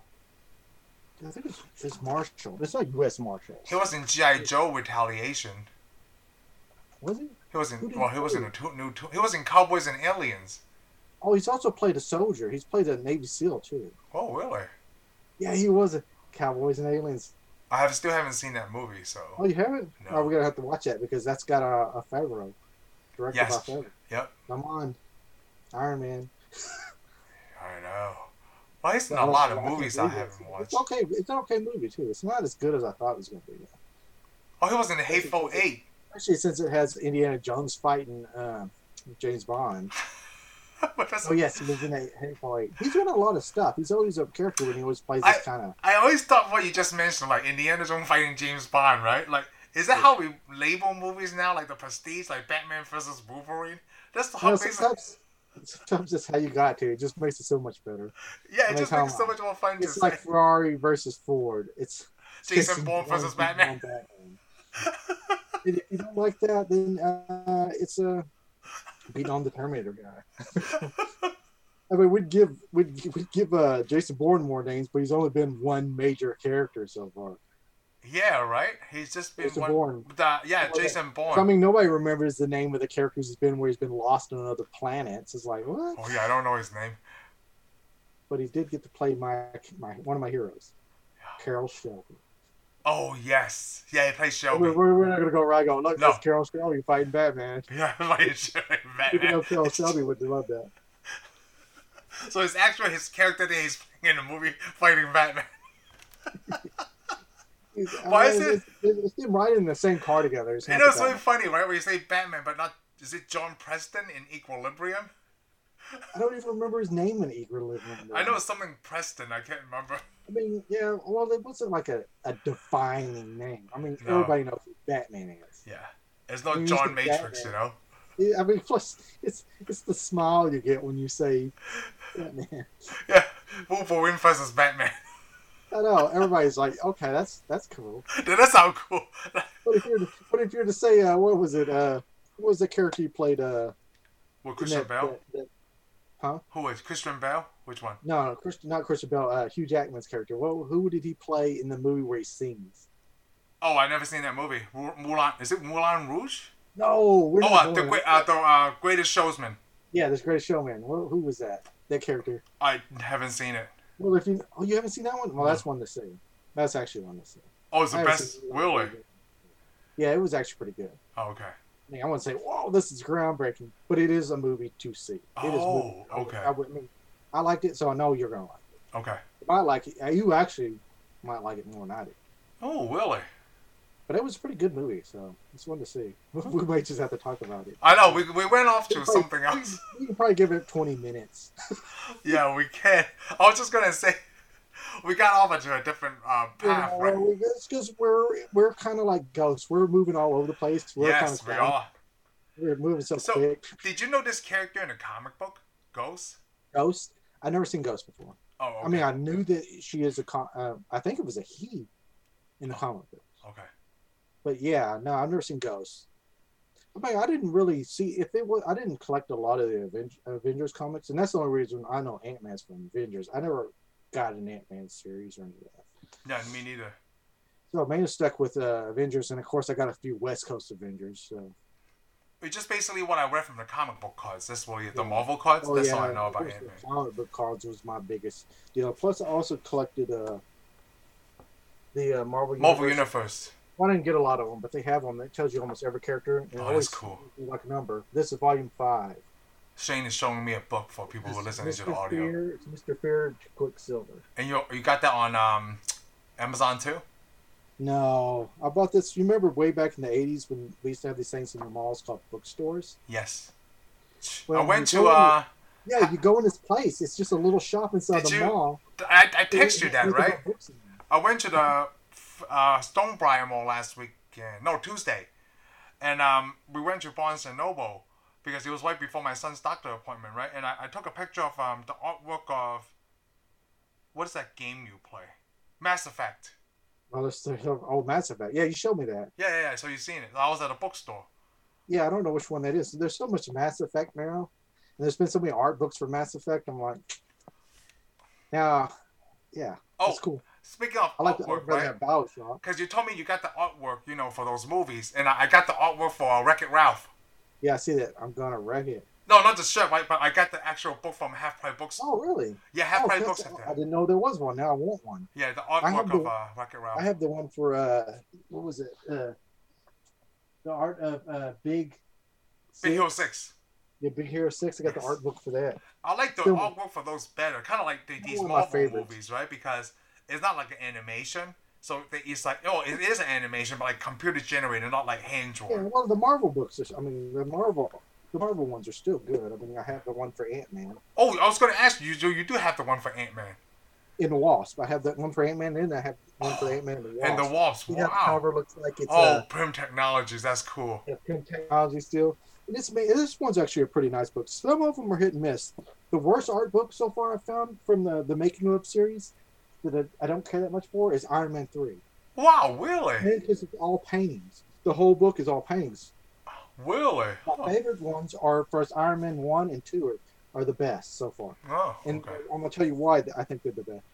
I think it's, it's Marshall. It's not U.S. Marshall.
He was in GI Joe Retaliation.
Was he?
He was
Who
in.
did
Well, he
he
was in
play?
a two, new. Two, he was in Cowboys and Aliens.
Oh, he's also played a soldier. He's played a Navy SEAL too.
Oh, really?
Yeah, he was a Cowboys and Aliens.
I have still haven't seen that movie.
Oh,
So.
you haven't?
No.
Oh, we're gonna have to watch that because that's got a, a Favreau, directed
Yes.
by Favreau.
Yep.
Come on, Iron Man.
I know. Well, it's
I
a
don't-
lot of
I can't
movies I
believe it.
haven't watched.
It's okay. It's an okay movie too. It's not as good as I thought it was going to be.
Oh, he was in Hateful Eight.
Especially since it has Indiana Jones fighting uh, James Bond.
But that's-
Oh yes, he was in a Hateful Eight. He's doing a lot of stuff. He's always a character when he always plays
I-
this kind of.
I always thought what you just mentioned, like Indiana Jones fighting James Bond, right? Like, is that how we label movies now? Like the Prestige, like Batman versus Wolverine. That's the
You know,
whole basis.
sometimes, sometimes it's how you got to. It just makes it so much better.
Yeah, it
Like
just
how-
makes it so much more fun
It's
to
like
say.
Ferrari versus Ford. It's
Jason Bourne versus Batman.
Batman. and if you don't like that, then uh, it's a uh, beating on the Terminator guy. I mean, we'd give we'd, we'd give uh, Jason Bourne more names, but he's only been one major character so far.
Yeah, right. He's just been
Jason
one.
Bourne.
The, yeah,
Well,
Jason
So, I
Bourne.
mean, nobody remembers the name of the characters he's been where he's been lost on other planets. It's like what?
Oh yeah, I don't know his name.
But he did get to play my my one of my heroes, Carol Shelby.
Oh yes, yeah, he plays Shelby.
We're, we're, we're not gonna go right going. Look,
No.
that's Carol Shelby fighting Batman.
Yeah, he plays Shelby,
Even
Batman.
though Carol Shelby would love that.
So his actual his character that he's playing in the movie fighting Batman. Why is it-
uh, It's, it's them riding in the same car together. It's
You
not
know,
the
it's really
Batman.
funny, right? Where you say Batman, but not is it John Preston in Equilibrium?
I don't even remember his name in Eager Living.
I know it's something Preston. I can't remember.
I mean, yeah. Well, it wasn't like a, a defining name. I mean,
No.
everybody knows who Batman is.
Yeah, it's not
Who's
John
the
Matrix,
Batman?
you know.
Yeah, I mean, plus it's it's the smile you get when you say Batman.
Yeah, Wolverine versus Batman.
I know everybody's like, okay, that's that's cool.
Dude, that sounds cool.
But if you're to, but if you're to say, uh, what was it? Uh, what was the character you played? Uh,
With
in
Christian
that-
Bale?
that- that-
Who is Christian Bale? Which one?
no, no, Christian, not Christian Bell. Uh, Hugh Jackman's character. Well, who did he play in the movie where he sings?
Oh, I never seen that movie. Mou- Moulin. Is it Moulin Rouge?
No, we're
Oh,
not
uh,
going
the,
there.
gre- uh, the uh, Greatest Showsman.
yeah, this Great Showman. Well, who was that? That character.
I haven't seen it.
Well, if you oh you haven't seen that one, well
No.
that's one to see. That's actually one to see.
Oh, it's the
I haven't
best.
seen that one.
Really?
Yeah, it was actually pretty good.
Oh, okay.
I, mean, I wouldn't say, "Whoa, this is groundbreaking," but it is a movie to see. It is a movie.
Oh, okay.
I, would, I, mean, I liked it, so I know you're gonna like it.
Okay.
You might like it. uh, You actually might like it more than I do.
Oh, really?
But it was a pretty good movie, so it's one to see. we might just have to talk about it.
I know. We, we went off to something else.
You can probably give it 20 minutes.
Yeah, we can. I was just gonna say, we got off into a different uh,
You
path,
know,
right?
we- It's because we're we're kind of like ghosts. We're moving all over the place. We're kind
Yes,
of
we are.
We're moving so,
So-
quick.
Did you know this character in a comic book, Ghost?
Ghost. I've never seen Ghost before.
Oh, okay.
I mean, I knew that she is a. Con- uh, I think it was a he, in the comic book.
okay.
But yeah, no, I've never seen Ghosts. I mean, I didn't really see if it was. I didn't collect a lot of the Aven- Avengers comics, and that's the only reason I know Ant Man's from Avengers. I never got an Ant Man series or any of that.
Yeah, me neither.
So I mainly stuck with uh, Avengers, and of course, I got a few West Coast Avengers. So.
It's just basically what I read from the comic book cards. That's what you- the
Yeah.
Marvel cards.
Oh,
That's
yeah,
all I know
of
about
course,
Ant Man.
The comic book cards was my biggest deal. Plus, I also collected uh, the uh, Marvel
Marvel Universe.
Well, I didn't get a lot of them, but they have them. It tells you almost every character. And it
Oh, that's
always
cool.
gives you, Like a number. This is volume five.
Shane is showing me a book for people who are listening to the
Mr.
audio.
Fear, it's Mr. Fear to Quicksilver.
And you you got that on um, Amazon too?
No, I bought this. You remember way back in the '80s when we used to have these things in the malls called bookstores?
Yes.
Well,
I went
you
to
go in-
uh,
Yeah, you go in this place. It's just a little shop inside
Did
the
you-
mall.
I, I text you that
Nothing but
right?
books in there.
I went to the uh, Stonebriar Mall last weekend, no Tuesday, and um, we went to Barnes and Noble because it was right before my son's doctor appointment, right? And I, I took a picture of um, the artwork of what is that game you play? Mass Effect.
Oh, that's the old Mass Effect. Yeah, you showed me that.
Yeah, yeah. yeah. So you've seen it. I was at a bookstore.
Yeah, I don't know which one that is. There's so much Mass Effect now, and there's been so many art books for Mass Effect. I'm like, now, yeah,
Oh,
that's cool.
speaking of
I like the
artwork,
artwork
right?
that Bioshock.
Because you told me you got the artwork, you know, for those movies, and I, I got the artwork for uh, Wreck It Ralph.
Yeah, I see that. I'm gonna wreck it.
No, not the shirt, right? But I got the actual book from Half Price Books.
Oh, really?
Yeah,
Oh,
Half Price
that's-
Books had
I
that.
didn't know there was one. Now I want one.
Yeah, the
I have
artwork
the-
of uh, Wreck It Ralph.
I have the one for uh, what was it? Uh, the art of uh, Big.
Big
Six.
Hero Six.
Yeah, Big Hero Six. I got the
Yes.
art book for that.
I like the
Still-
artwork for those better, kind of like the, these
One of my
Marvel
favorites.
movies, right? Because it's not like an animation, so they- it's like oh, it is an animation, but like computer generated, not like hand
Yeah,
drawn.
well, the Marvel books. Are, I mean, the Marvel, the Marvel ones are still good. I mean, I have the one for Ant Man.
Oh, I was gonna ask you, you, you do have the one for Ant Man
in the Wasp. I have that one for Ant Man, and I have one for Ant Man and the Wasp.
and the Wasp.
Yeah, the
Wow.
cover looks like it's
Oh, Prim Technologies, that's cool.
uh, Pym technology still. This ma- this one's actually a pretty nice book. Some of them are hit and miss. The worst art book so far I've found from the the making of series that I, I don't care that much for is Iron Man three.
Wow, really?
Because it's all paintings. The whole book is all paintings.
Really?
My
Oh,
favorite ones are first Iron Man one and two are, are the best so far.
oh,
And
okay.
I'm gonna tell you why th- I think they're the best.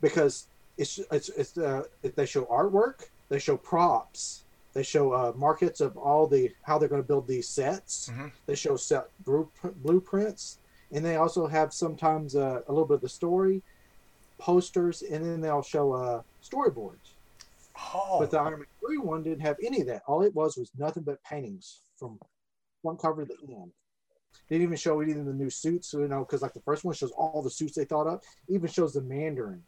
Because it's it's it's uh, they show artwork, they show props, they show uh, markets of all the how they're gonna build these sets.
Mhm.
They show set bru- blueprints, and they also have sometimes uh, a little bit of the story, posters, and then they'll show uh, storyboards.
Oh,
But the Iron Man 3 one didn't have any of that. All it was was nothing but paintings from one cover to the end. Didn't even show any of the new suits, you know, because like the first one shows all the suits they thought up, even shows the Mandarin,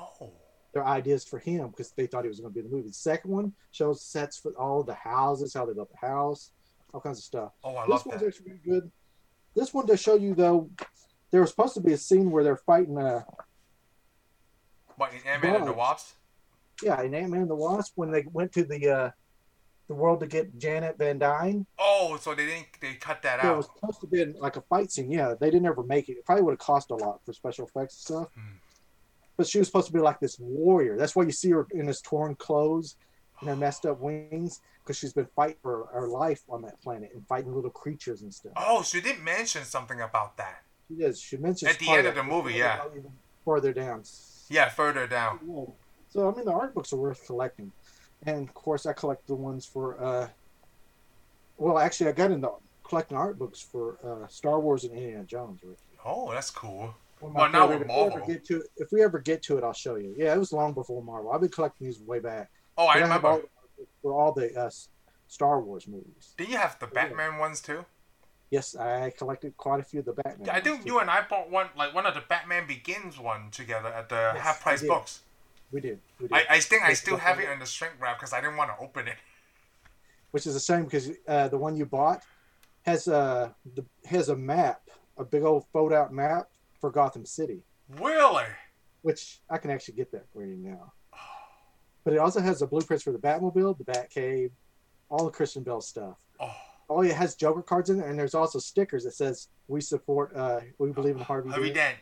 oh,
their ideas for him, because they thought he was going to be in the movie. The second one shows sets for all the houses, how they built the house, all kinds of stuff.
oh, I
This
love
one's
that.
actually pretty good. This one to show you though, there was supposed to be a scene where they're fighting uh
What, in Ant-Man and the
bugs.
Wasp?
yeah, in Ant Man and the Wasp when they went to the uh the world to get Janet Van Dyne.
Oh, so they didn't, they cut that
There was
out.
supposed to be like a fight scene. Yeah, they didn't ever make it. It probably would have cost a lot for special effects and stuff.
Hmm.
But she was supposed to be like this warrior. That's why you see her in this torn clothes and her messed up wings because she's been fighting for her life on that planet and fighting little creatures and stuff.
Oh, she did mention something about that.
She does. She mentions
At the
part
end of
it.
the movie, yeah.
Further down.
Yeah, further down.
So I mean, the art books are worth collecting, and of course, I collect the ones for. uh Well, actually, I got into collecting art books for uh Star Wars and Indiana Jones. Right?
Oh, that's cool.
One
Well,
of my
now
favorite.
with
If we ever
Marvel.
get to it- if we ever get to it, I'll show you. Yeah, it was long before Marvel. I've been collecting these way back.
Oh, I
And have
remember.
all- for all the uh, S- Star Wars movies.
Did you have the Batman ones too?
Yes, I collected quite a few of the Batman.
I
do.
think you and I bought one, like one of the Batman Begins one together at the
Yes,
half price
I did.
books.
We did. We did.
I, I think I
Yes,
still
yes,
have
I
it
did.
in the shrink wrap because I didn't want to open it.
Which is a shame because uh, the one you bought has a the, has a map, a big old fold out map for Gotham City,
Really? Oh,
which I can actually get that for you now. But it also has the blueprints for the Batmobile, the Batcave, all the Christian Bell stuff.
Oh,
Oh, it has Joker cards in it, and there's also stickers that says "We support, uh, we believe in Harvey."
Harvey
Dent."
Dent.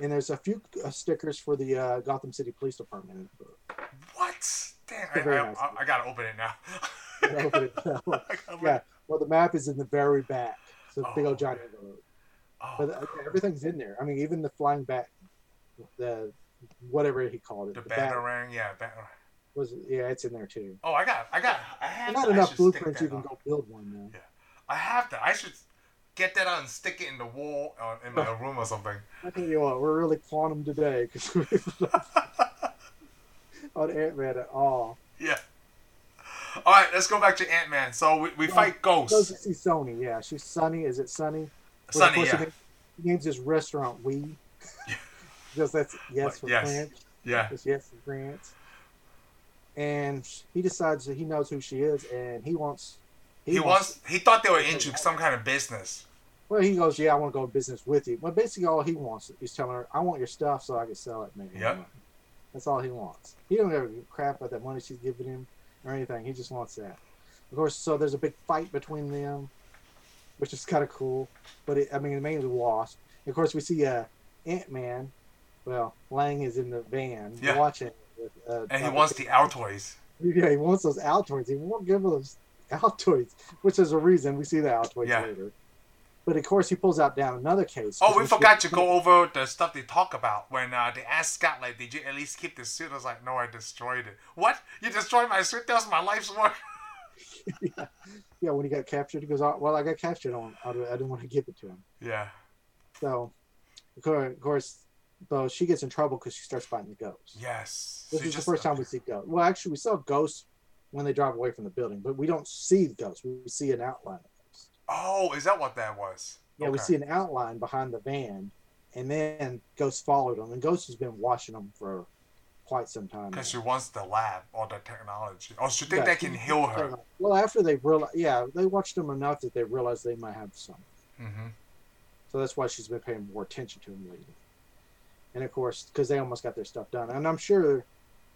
And there's a few uh, stickers for the uh, Gotham City Police Department. in the book.
What? Damn,
a very
I, I,
nice
I,
book.
I gotta open it now.
And I opened it up.
I gotta open
yeah.
it.
Well, the map is in the very back, so big
Oh.
old Johnny. Envelope.
Oh,
But uh,
cool.
everything's in there. I mean, even the flying bat, the whatever he called it,
the
bat
Batarang, yeah, Batarang.
was yeah, it's in there too.
Oh, I got, I got, I have.
Not
that. I
enough
should stick
blueprints
that
you can
on.
go build one now.
I have that. I should get that out and stick it in the wall or in my room or something.
I tell you what, we're really quantum today because we're on Ant Man at all.
Yeah. All right, let's go back to Ant Man. So we, we
Well,
fight
goes
ghosts.
to see Sony. Yeah, she's Sunny. Is it Sunny? Well, of
Sunny,
course,
yeah,
He names, he names his restaurant We. because that's yes for
Yes.
French.
yeah.
That's yes for France. And he decides that he knows who she is, and he wants.
He wants. He thought they were into some kind of business.
Well, he goes, yeah, I want to go in business with you. Well, basically, all he wants, he's telling her, I want your stuff so I can sell it. Maybe.
Yep.
That's all he wants. He don't ever give a crap about that money she's giving him or anything. He just wants that. Of course, so there's a big fight between them, which is kind of cool. But it, I mean, mainly Wasp. Of course, we see uh, Ant Man. Well, Lang is in the van
Yeah.
watching. it With, uh,
And he
Dr.
wants the Altoids.
Yeah, he wants those Altoids. He won't give those Altoids, which is a reason we see the Altoids
Yeah.
later. But of course, he pulls out down another case.
Oh, we forgot to go over the stuff they talk about when uh, they asked Scott, like, did you at least keep the suit? I was like, no, I destroyed it. What? You destroyed my suit? That was my life's work.
Yeah, when he got captured, he goes, oh, "Well, I got captured. On, I don't- I didn't want to give it to him."
Yeah.
So, of cour- of course, though she gets in trouble because she starts fighting the ghosts.
Yes.
This
So
is the
just-
first time we see ghosts. Well, actually, we saw ghosts when they drive away from the building, but we don't see the ghosts. We see an outline. of ghosts.
Oh, is that what that was?
Yeah, we
Okay.
see an outline behind the van, and then ghosts followed them, and ghosts has been watching them for quite some time. now.
Because she wants the lab or the technology. Or she think
Yeah,
that
she-
can heal her.
Well, after they realized, yeah, they watched them enough that they realized they might have some.
hmm
So that's why she's been paying more attention to them lately. And of course, because they almost got their stuff done, and I'm sure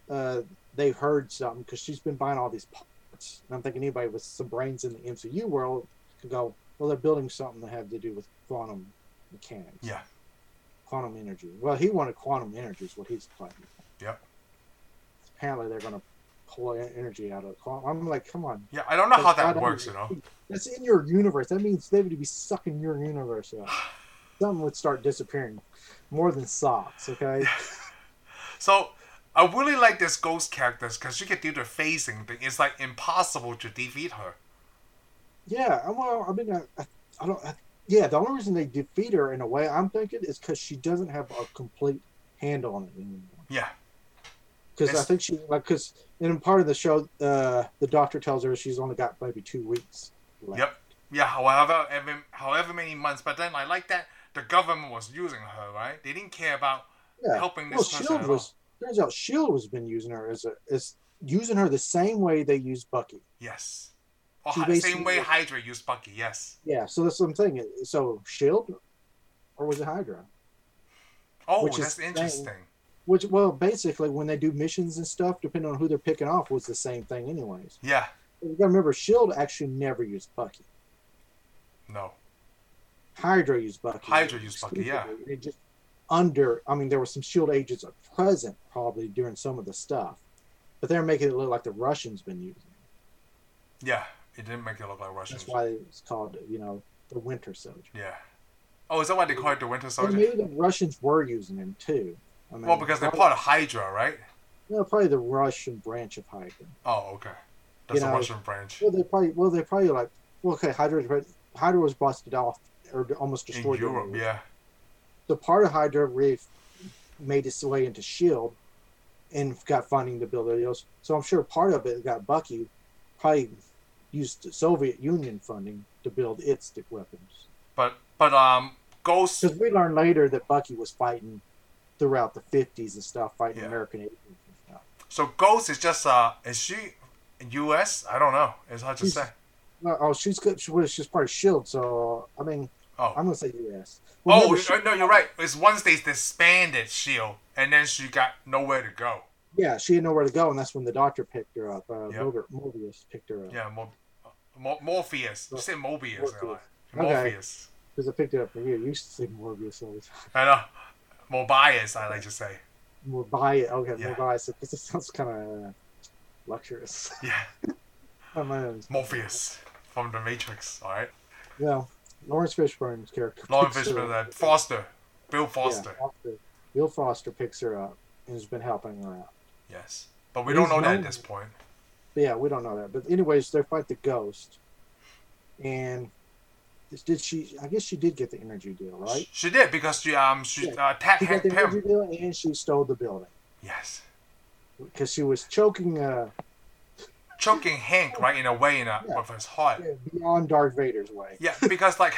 uh, they heard something because she's been buying all these parts. And I'm thinking anybody with some brains in the MCU world could go, well, they're building something that have to do with quantum mechanics,
Yeah.
quantum energy. Well, he wanted quantum energy, is what he's claiming.
Yep.
Apparently, they're going to pull en- energy out of quantum. I'm like, come on,
Yeah, I don't know how
That's
that
not
works, you
under-
know.
that's in your universe. That means they would be sucking your universe up. Something would start disappearing, more than socks. Okay.
So I really like this ghost character because she can do the phasing thing. It's like impossible to defeat her.
Yeah, I- well, I mean, I, I- I don't. I, yeah, the only reason they defeat her in a way I'm thinking is because she doesn't have a complete handle on it anymore.
Yeah,
Because I
It's-
think she, like, because in part of the show, uh, the doctor tells her she's only got maybe two weeks. Left.
Yep. yeah. However, every, however many months. But then I like that the government was using her. Right? They didn't care about
Yeah.
helping
Well,
this person.
Shield
At
E was
all.
turns out Shield was been using her as a as using her the same way they use Bucky.
Yes. Or
She
hy- same
basically-
way Hydra used Bucky. Yes.
Yeah, so that's what I'm saying. So Shield, or was it Hydra?
Oh,
Which is
that's
saying-
interesting.
Which, well, basically, when they do missions and stuff, depending on who they're picking off, was the same thing, anyways.
Yeah.
You gotta remember, Shield actually never used Bucky.
No.
Hydra used Bucky.
Hydra used Bucky, yeah.
They just under. I mean, there were some Shield agents present probably during some of the stuff, but they're making it look like the Russians been using. it.
Yeah. It didn't make it look like Russians.
That's why it's called, you know, the Winter Soldier.
Yeah. Oh, is that why they call it the Winter
And
Soldier?
maybe the Russians were using him too. I mean,
well, because they're
probably,
part of Hydra, right?
no, probably the Russian branch of Hydra.
Oh, okay. That's the
know,
Russian branch.
Well, they probably well they probably like well okay Hydra Hydra was busted off or almost
In
destroyed during
Europe,
the
yeah.
the part of Hydra Reef made its way into Shield E and got funding to build it. So I'm sure part of it got Bucky probably used the Soviet Union funding to build its stick weapons.
But but um, Ghost.
Because we learned later that Bucky was fighting throughout the 50s and stuff, fighting
Yeah.
American agents and stuff.
So Ghost is just uh, is she U.S.? I don't know. It's hard to
She's-
say.
Well, oh, she's good. She was, she's part of Shield, E so I mean,
Oh,
I'm gonna say U.S. Well,
oh,
remember,
you-
she-
no, you're right. It's once they disbanded Shield, and then she got nowhere to go.
yeah, she didn't know where to go, and that's when the doctor picked her up. Uh,
Yeah.
Morbi- Morbius picked her up.
Yeah, Mo- Mo- Morpheus. You said Mobius.
Morpheus.
Morpheus.
Okay.
Morpheus.
Because I picked it up from you. You used to say Morbius all the time.
I know. Mobius, I like to say.
More bias. Okay,
Yeah.
more bias. Because it sounds kind of luxurious.
Yeah,
I don't know.
Morpheus from the Matrix. All right,
Well, Lawrence Fishburne's character.
Lauren
picks her
Fishburne, uh,
up.
Foster, Bill
Yeah,
Foster.
Foster. Bill Foster picks her up and has been helping her out.
Yes, but we don't
He's
know that at
known-
this point.
But yeah, we don't know that. But anyways, they fight the ghost, and this- did she? I guess she did get the energy deal, right?
She did because she um she uh, attacked
She got
Hank
the energy
Pym.
deal, and she stole the building
Yes.
because she was choking uh,
choking Hank right in a way in a,
Yeah.
with his heart.
beyond Darth Vader's way.
Yeah, because like,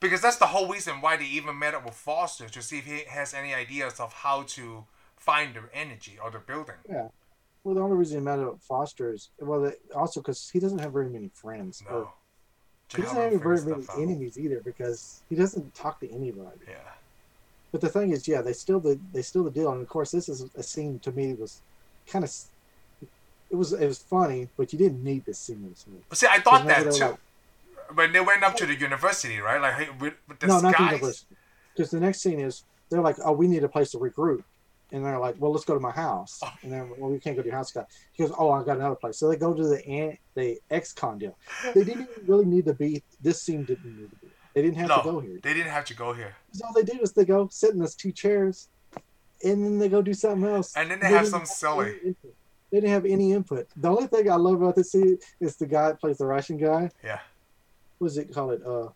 because that's the whole reason why they even met up with Foster to see if he has any ideas of how to find the energy or the building.
Well, the only reason it mattered about Foster is well, that, also because he doesn't have very many friends. or-
No,
He doesn't
Jalen
have very
figured
many
stuff out.
enemies either because he doesn't talk to anybody.
Yeah,
But the thing is, yeah, they still the they still the deal, and of course, this is a scene to me was kind of it was it was funny, but you didn't need this scene. In this movie.
but see, I thought
Remember
that
they were
too. When they went up to the university, right? Like, hey, with, with
no,
this
not the
guy.
university. Because the next scene is they're like, oh, we need a place to regroup, and they're like, well, let's go to my house,
Oh.
and then well, we can't go to your house, guy. He goes, oh, I got another place. So they go to the an- the ex con deal. They didn't even really need to be. This scene didn't need to be. They didn't have
No.
to go here.
They didn't have to go here,
Because all they do is they go sit in those two chairs, and then they go do something else.
and then they have some
didn't
silly.
any input. They didn't have any input. The only thing I love about this scene is the guy that plays the Russian guy.
Yeah,
What does it call it? Uh,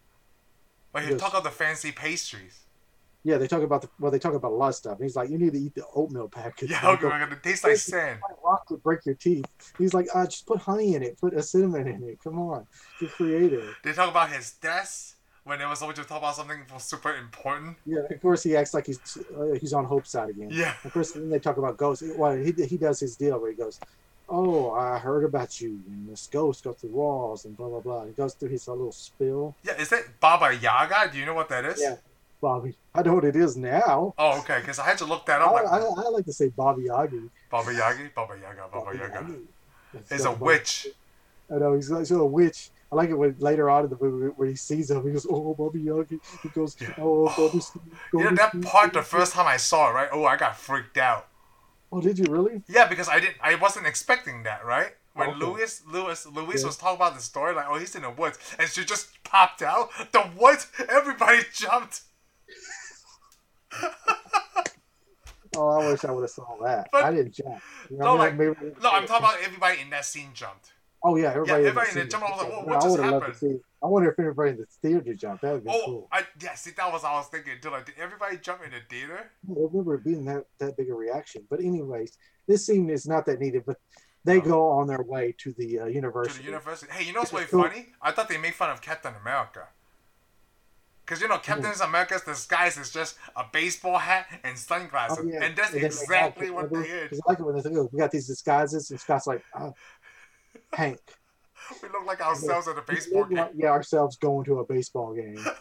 but he
Yes.
talk of the fancy pastries.
yeah, they talk about the well, they talk about a lot of stuff. And he's like, you need to eat the oatmeal package.
Yeah,
And
okay,
they go,
we're gonna taste like sand.
rock would break your teeth. He's like, uh, just put honey in it, put a cinnamon in it. Come on, get creative.
They talk about his desk when they were supposed to talk about something super important.
Yeah, of course he acts like he's uh, he's on Hope's side again.
Yeah.
Of course, then they talk about ghosts. Well, he, he does his deal where he goes, "Oh, I heard about you, and this ghost goes through walls and blah blah blah." He goes through his little spill.
Yeah, is that Baba Yaga? Do you know what that is?
Yeah. Bobby, I know what it is now.
Oh, okay, because I had to look that
I,
up.
I,
Like,
I like to say Bobby Yaga.
Baba Oh, Yaga, Baba Yaga, Baba Yaga.
Yaga.
Is a witch.
I know he's like so a witch. I like it when later on in the movie where he sees him, he goes, "Oh, Bobby Yogi." He goes, "Oh, Bobby."
You know that part. The first time I saw it, right? Oh, I got freaked out.
Oh, did you really?
Yeah, because I didn't. I wasn't expecting that, right? When
Okay.
Louis, Louis, Louis
Yeah.
was talking about the story, like, oh, he's in the woods, and she just popped out. The woods, everybody jumped.
Oh, I wish I would have saw that.
But-
I didn't jump. You
No,
I mean? Maybe I didn't
No,
see
I'm
it.
talking about everybody in that scene jumped.
Oh yeah, everybody.
everybody
in the
in the
theater.
jump. I was like, what-
Yeah,
what
I
just
would've loved to
happened?
see- I wonder if anybody in the theater jumped. That would be
Oh,
cool.
I yeah. See, that was what I was thinking. Did like, did everybody jump in the theater?
I don't remember it being that that big a reaction. But anyways, this scene is not that needed. But they
No.
go on their way to the uh,
to the
university.
university. Hey, you know what's
Which
really
is cool.
funny? I thought they made fun of Captain America. Because, you know, Captain America's disguise is just a baseball hat and sunglasses.
Oh, yeah.
And that's
And then they
exactly
have-
what they did.
'cause I like it when they say, "Oh, we got these disguises," and Scott's like, oh, "Hank,
We look like ourselves at a
we
baseball
look
game.
like- yeah, ourselves going to a baseball game. Uh,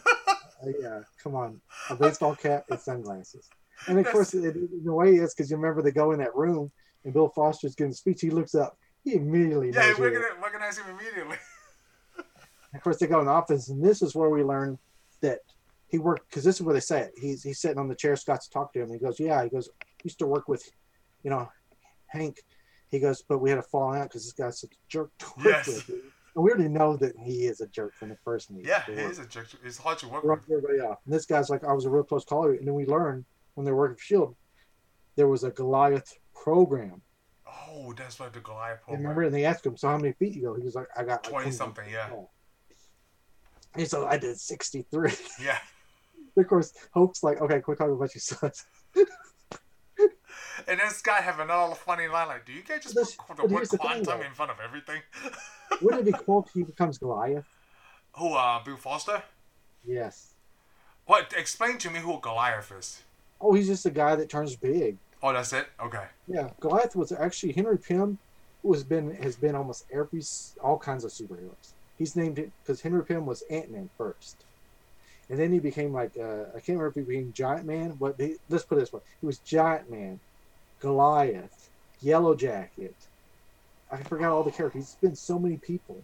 yeah, come on, a baseball cap and sunglasses." And of course, it, it- the way it is because you remember they go in that room and Bill Foster's giving a speech. He looks up. He immediately
Yeah,
knows
we're
who it
going to recognize him immediately.
of course, they go in the office, and this is where we learn that he worked because this is where they say it. He's he's sitting on the chair. Scott's talking to him. And he goes, "Yeah." He goes, "I "Used to work with, you know, Hank." He goes, "But we had a falling out because this guy's such a jerk to work
Yes.
with." And we already know that he is a jerk from the first meeting.
Yeah,
They
it is a jerk. It's hard to work with.
rubbed everybody off. And this guy's like, "I was a real close caller." And then we learn when they were working for Shield, E there was a Goliath program.
Oh, that's what the Goliath
And
program.
remember, and they asked him, "So how many feet you go?" He was like, "I got like
20
100."
something, yeah.
And so I did sixty-three.
Yeah.
of course, Hope's like, okay, quit talking about your sons.
And this guy have another funny line like, do you guys just
This-
put
but
the word
here's the thing,
quantum
though.
in front of everything?
Wouldn't it be cool if he becomes Goliath?
Who, uh, Bill Foster?
Yes.
What? Explain to me who Goliath is.
Oh, he's just a guy that turns big.
Oh, that's it? Okay.
Yeah, Goliath was actually Henry Pym, who has been has been almost every s- all kinds of superheroes. He's named it because Henry Pym was Ant Man first, and then he became like uh, I can't remember if he became Giant Man, but he, let's put it this way: he was Giant Man, Goliath, Yellow Jacket. I forgot all the characters. He's been so many people.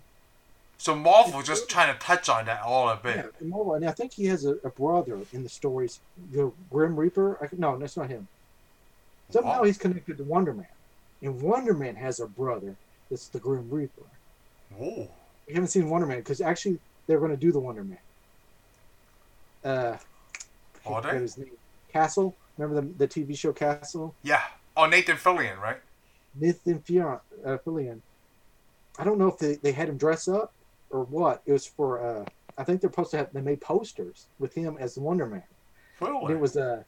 So Marvel just trying to touch on that all a bit.
Yeah, and Marvel, and I think he has a, a brother in the stories, the Grim Reaper. I, can- no, that's not him. Somehow
Wow.
he's connected to Wonder Man, and Wonder Man has a brother that's the Grim Reaper.
Whoa.
We haven't seen Wonder Man because actually they're going to do the Wonder Man. Uh, I can't
Are they?
forget his name. Castle. Remember the, the TV show Castle?
Yeah. Oh, Nathan Fillion, right?
Nathan Fion, uh, Fillion. I don't know if they, they had him dress up or what. It was for. Uh, I think they're supposed to have. They made posters with him as the Wonder Man. And
Really?
it was uh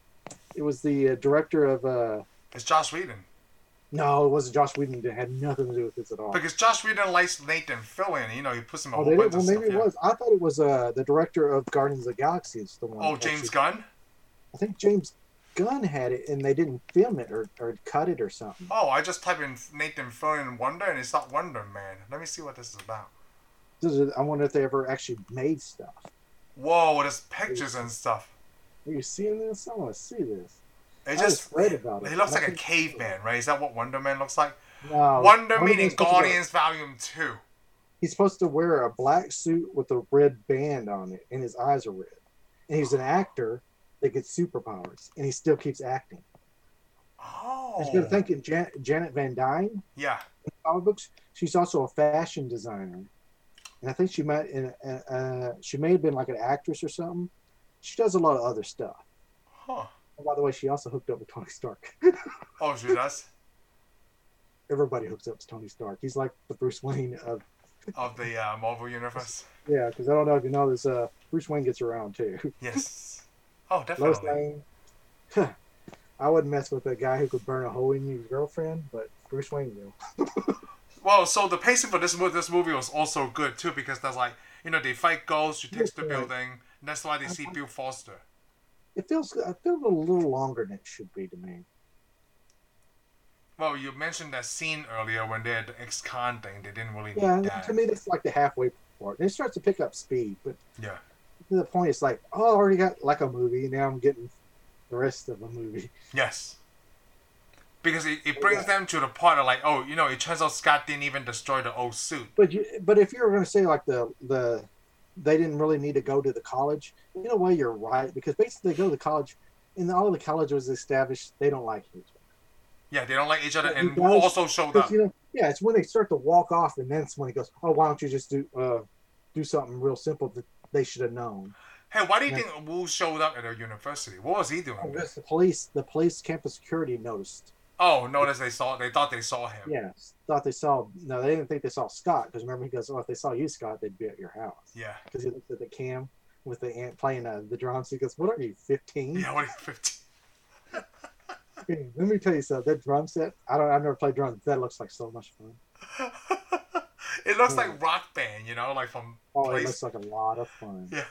it was the uh, director of uh
it's Josh Whedon.
no it wasn't josh whedon it had nothing to do with this at all
Because Josh Whedon likes Nathan Fillion. You know, he puts him a
oh,
whole
they
bunch
didn't,
of
well
stuff.
maybe it
yeah.
was i thought it was uh the director of guardians of the galaxy is the one
Oh,
that actually-
James Gunn?
i think james gunn had it and they didn't film it or, or cut it or something
Oh, I just type in Nathan Fillion Wonder and it's not Wonder Man. Let me see what this is about.
This is- i wonder if they ever actually made stuff
Whoa, there's pictures and stuff.
are you seeing this i want to see this
It
I just
just.
read about it
He looks
I
like a
think-
caveman, right? Is that what Wonder Man looks like?
no,
Wonder,
Man's
meaning
supposed to wear-
Guardians Volume 2.
he's supposed to wear a black suit with a red band on it and his eyes are red and he's an actor that gets superpowers and he still keeps acting
Oh.
It's good to think that Jan- janet van dyne
Yeah.
comic books she's also a fashion designer and i think she might and, uh, uh, she may have been like an actress or something she does a lot of other stuff
Huh.
and by the way she also hooked up with tony stark
Oh, she does?
everybody hooks up with tony stark he's like the bruce wayne of
of the uh, Marvel Universe?
yeah because i don't know if you know this uh, bruce wayne gets around too
Yes. Oh,
Lois
definitely.
Lane. Huh. I wouldn't mess with a guy who could burn a hole in your girlfriend, but Bruce Wayne will.
Well, so the pacing for this movie, this movie was also good too because there's like you know they fight ghosts, she takes the
Yeah.
building. and That's why they see
Uh-huh.
Bill Foster.
It feels I feel a little longer than it should be to me.
Well, you mentioned that scene earlier when they had the ex-con thing. They didn't really need
Yeah, and
that.
to me that's like the halfway part. And it starts to pick up speed, but
Yeah.
to the point it's like, oh, I already got like a movie. Now I'm getting the rest of a movie.
Yes. because it, it brings them to the part of like, oh, you know, it turns out Scott didn't even destroy the old suit.
But you, but if you were going to say like the the they didn't really need to go to the college, in a way you're right because basically they go to the college, and all of the college was established they don't like each other.
Yeah, they don't like each other,
Yeah,
and
he
who
does,
also showed
'Cause,
up.
you know, yeah, it's when they start to walk off, and that's when he goes, oh, why don't you just do uh do something real simple that they should have known.
Hey, why do you
Yeah.
think Wu showed up at a university? What was he doing?
Oh,
there?
that's the police, the police campus security noticed.
Oh, notice they saw. They thought they saw him.
Yeah, thought they saw. No, they didn't think they saw Scott because remember he goes, "Oh, if they saw you, Scott, they'd be at your house."
Yeah.
Because he looked at the cam with the ant playing uh, the drums. He goes, "What are you, 15?"
Yeah. What? are you, Fifteen.
Hey, let me tell you something. That drum set, I don't. I've never played drums. That looks like so much fun.
it looks
Yeah.
like Rock Band, you know, like from
Oh,
Place-
it looks like a lot of fun.
yeah.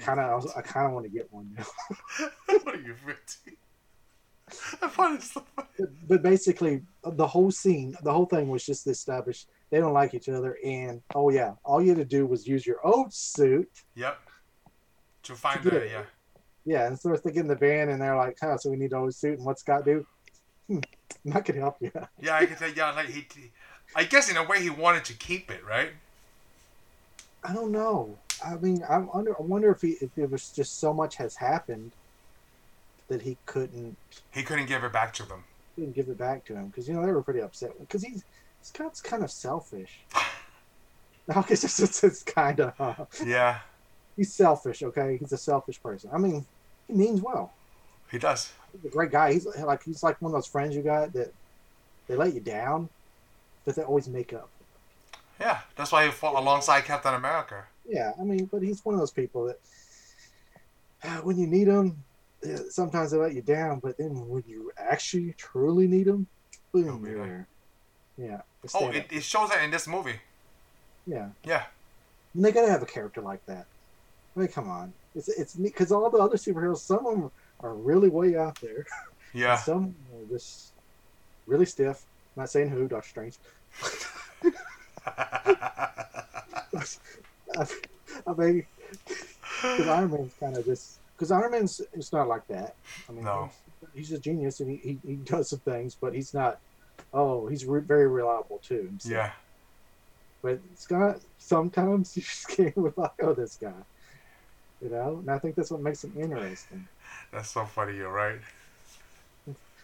Kind of. I kind of want to get one now.
what are you fifteen? I find it so funny.
But, but basically, the whole scene, the whole thing was just established. They don't like each other, and oh yeah, all you had to do was use your old suit.
Yep. To find
Good.
her, yeah.
Yeah, and so they're thinking the van, and they're like, "Huh, so we need to always suit." And what's Scott do? Hmm, I'm not gonna help you.
Yeah, I can tell. Yeah, like he, I guess in a way he wanted to keep it, right?
I don't know. I mean, I wonder. I wonder if he, if it was just so much has happened that he couldn't,
He couldn't give it back to them.
couldn't give it back to him because you know they were pretty upset because he's Scott's kind of selfish. okay, it's just it's, it's kind of uh,
Yeah,
he's selfish. Okay, he's a selfish person. I mean, he means well.
he does.
He's a great guy. He's like he's like one of those friends you got that they let you down, but they always make up.
Yeah, that's why he fought alongside Captain America.
Yeah, I mean, but he's one of those people that uh, when you need him, uh, sometimes they let you down, but then when you actually truly need him,
He'll
boom,
be
you're
there.
there. Yeah. they
Oh,
stand
it,
up.
it shows that in this movie.
yeah.
Yeah,
And they gotta have a character like that. I mean, come on, it's it's because all the other superheroes, some of them are really way out there,
yeah.
some are just really stiff. I'm not saying who, Doctor Strange. I, I mean, Because Iron Man's kind of just because Iron Man's it's not like that. I mean,
No.
he's, he's a genius and he, he, he does some things, but he's not. Oh, he's re- very reliable too. himself.
yeah,
But Scott, sometimes you just can't rely on this guy. You know, and I think that's what makes him interesting.
that's so funny. You're right.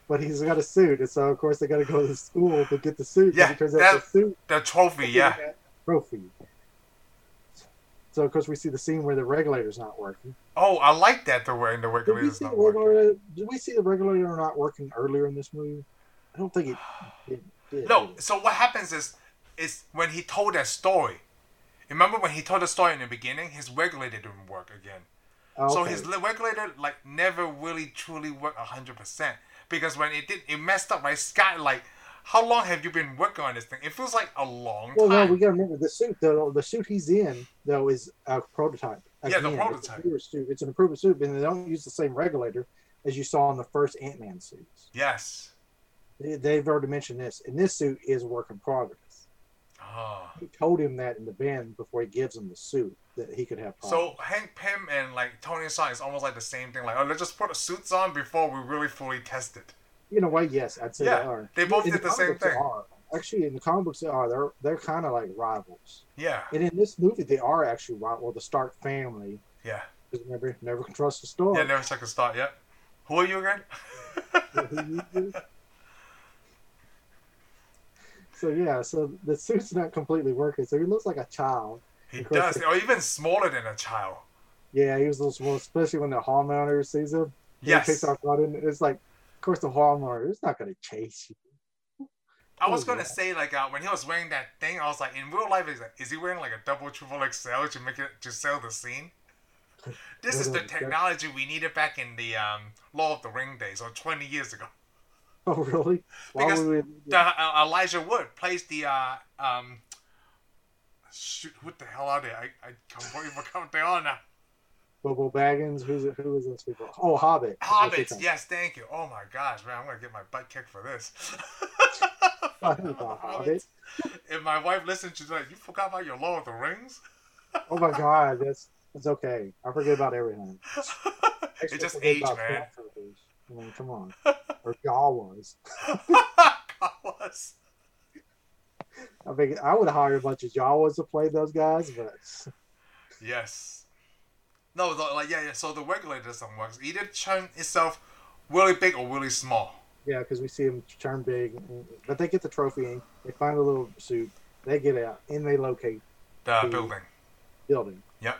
But he's got a suit, and so of course they got to go to school to get the suit.
Yeah,
and it turns out
that-
the suit
The trophy, yeah,
trophy. So of course we see the scene where the regulator's not working.
Oh, I like that the way in the
Did we
regulator's
see the
not working.
regulator? Did we see the regulator not working earlier in this movie? I don't think it, it did.
No, so what happens is, is when he told that story. Remember when he told the story in the beginning, his regulator didn't work again.
Oh,
So
okay.
his li- regulator like never really truly worked hundred percent because when it did, it messed up. Right, Scott, like, how long have you been working on this thing? It feels like a long
well, no,
time.
we got to remember the suit though. The suit he's in though is a prototype.
Yeah, the
Again, It's,
prototype.
a newer suit. It's an improved suit, and they don't use the same regulator as you saw in the first Ant Man suits.
yes.
They, they've already mentioned this, and this suit is a work in progress.
Oh.
He told him that in the van before he gives him the suit that he could have. Problems.
So Hank Pym and like Tony Stark is almost like the same thing. Like, oh, let's just put suits on before we really fully test it.
in a way, yes, I'd say
Yeah,
they are.
they both
In
did the
comic
same
books, they
thing.
Are. Actually, in the comic books, they are. They're they're kind of like rivals.
Yeah,
And in this movie, they are actually right. Well, the Stark family,
yeah,
because remember, never can trust the Stark.
yeah. Never check a start. Yep. Who are you again?
so yeah, so the suit's not completely working. So he looks like a child.
He
Of course.
does, or even smaller than a child.
Yeah, he was a little small, especially when the hall monitor sees him. and
Yes.
he takes off running. and It's like, of course, the hall monitor is not going to chase you.
I was
Oh,
gonna
yeah.
say like uh, when he was wearing that thing, I was like, in real life, is like, is he wearing like a double triple XL to make it to sell the scene? This is the
Yeah.
technology we needed back in the um, Law of the Ring days, or twenty years ago.
Oh, really? Why
Because
would we?
The, uh, Elijah Wood plays the uh, um, shoot, what the hell are they? I I completely forgot what they are now.
Bobo Baggins. Who's it? Who is this people? Oh, Hobbit. That's what they
Hobbits.
call him.
Yes, thank you. Oh my gosh, man, I'm gonna get my butt kicked for this.
Fucking Hobbit.
If my wife listened, she's like, "You forgot about your Law of the Rings."
Oh my God, that's that's okay. I forget about everything.
it just age, man.
Crossovers. I mean, come on. or Jawas.
Gawas.
I mean, I would hire a bunch of Jawas to play those guys, but
Yes. No, the, like yeah, yeah. So the regular doesn't work. Either turn itself really big or really small.
yeah, because we see them turn big. But they get the trophy. In, they find a little suit. They get out and they locate
The
Hmm.
building.
building.
Yep.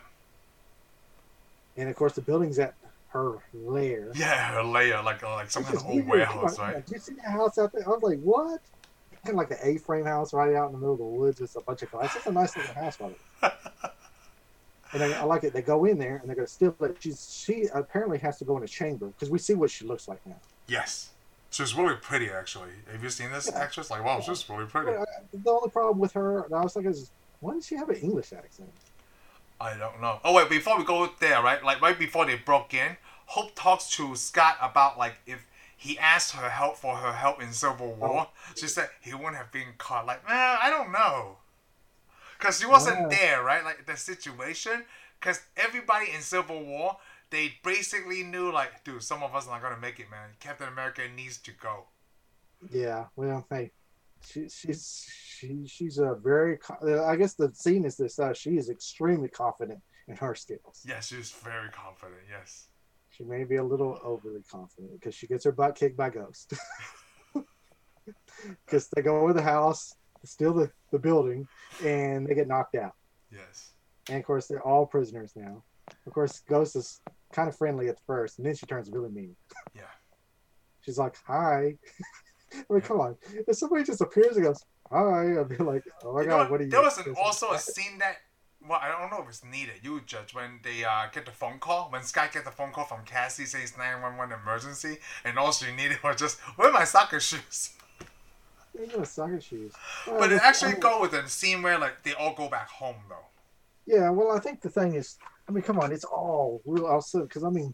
And of course, the building's at her lair.
Yeah, a layer like uh, like some
It's
kind
just
of old
weird.
warehouse,
Like,
right?
Did you see that house out there? I was like, what? Kind of like the A-frame house right out in the middle of the woods. It's a bunch of glass. It's a nice little house, by the way. And I, I like it. They go in there and they're going to steal it. She's she apparently has to go in a chamber because we see what she looks like now.
Yes. She's really pretty, actually. Have you seen this
Yeah.
actress? Like, wow, she's really pretty.
But, uh, the only problem with her, and I was like, is why does she have an English accent?
I don't know. Oh wait, before we go there, right? Like right before they broke in, Hope talks to Scott about like if he asked her help for her help in Civil War, she said he wouldn't have been caught. Like, man, I don't know, cause she wasn't
Yeah.
there, right? Like the situation, cause everybody in Civil War, they basically knew like, dude, some of us are not gonna make it, man. Captain America needs to go.
Yeah. Well, hey, she, she's she, she's a very. co- I guess the scene is this: uh, she is extremely confident in her skills.
Yeah, she was very confident. Yes.
She may be a little overly confident because she gets her butt kicked by Ghost. Because they go over the house, steal the, the building, and they get knocked out.
Yes.
And of course, they're all prisoners now. Of course, Ghost is kind of friendly at first, and then she turns really mean.
Yeah.
She's like, "Hi." I mean, come on. If somebody just appears and goes, "Hi," I'd be like, "Oh my
You know
god, what are you?"
There was an,
this is-
also a scene that, well, I don't know if it's needed. You judge when they uh, get the phone call. When Sky gets the phone call from Cassie saying it's 911 emergency, and all she needed was just, where are my soccer shoes?
They're gonna soccer shoes. Uh, oh. Well,
But it
it's- I
actually
mean-
go with a scene where, like, they all go back home, though.
Yeah, well, I think the thing is, I mean, come on, it's all real all of a sudden because I mean,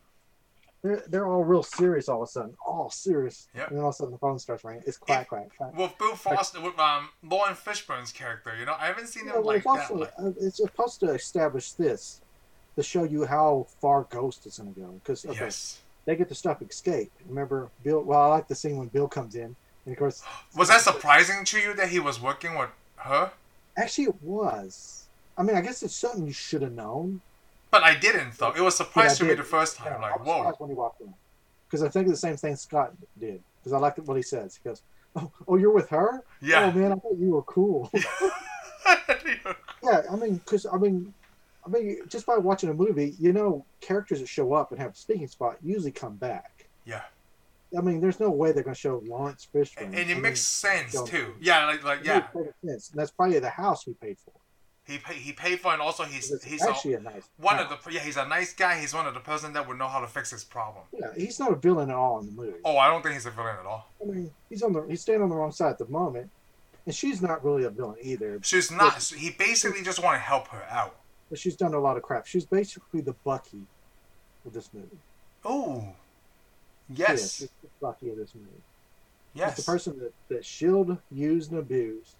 they're they're all real serious all of a sudden, all serious,
Yep.
and then all of a sudden the phone starts ringing. It's quack quack quack.
With Bill Foster, with um, Lauren Fishburne's character, you know? I haven't seen it
Yeah, well,
like
it's
that.
also
like-
uh, it's supposed to establish this to show you how far Ghost is going to go because okay,
Yes.
they get to stop Escape. Remember, Bill? Well, I like the scene when Bill comes in, and of course,
Was that surprising to you that he was working with her?
actually it was. I mean, I guess it's something you should have known.
But I didn't, though. It was surprised to me
did.
the first
Yeah,
time.
I
Like,
was
whoa.
surprised when he walked in. Because I think the same thing Scott did. Because I like what he says. He goes, "Oh, oh you're with her? Oh
Yeah.
man, I thought you were cool." Oh. yeah, I mean, because I mean, I mean, just by watching a movie, you know, characters that show up and have a speaking spot usually come back.
yeah.
I mean, there's no way they're going to show Lawrence Fishburne.
and,
I
and it
mean,
makes sense
don't-
too. Yeah, like like
it
yeah,
makes perfect sense. And that's probably the house we paid for.
he pay, he paid for, it, and also
'Cause
he's
It's
he's a,
actually a nice
one
house.
of the yeah he's a nice guy. He's one of the person that would know how to fix his problem.
Yeah, he's not a villain at all in the movie.
Oh, I don't think he's a villain at all.
I mean, he's on the he's standing on the wrong side at the moment, and she's not really a villain either.
She's not. He basically just want to help her out.
but she's done a lot of crap. She's basically the Bucky of this movie.
Oh,
Yeah,
yes,
she's the Bucky of this movie.
yes.
She's the person that, that Shield used and abused,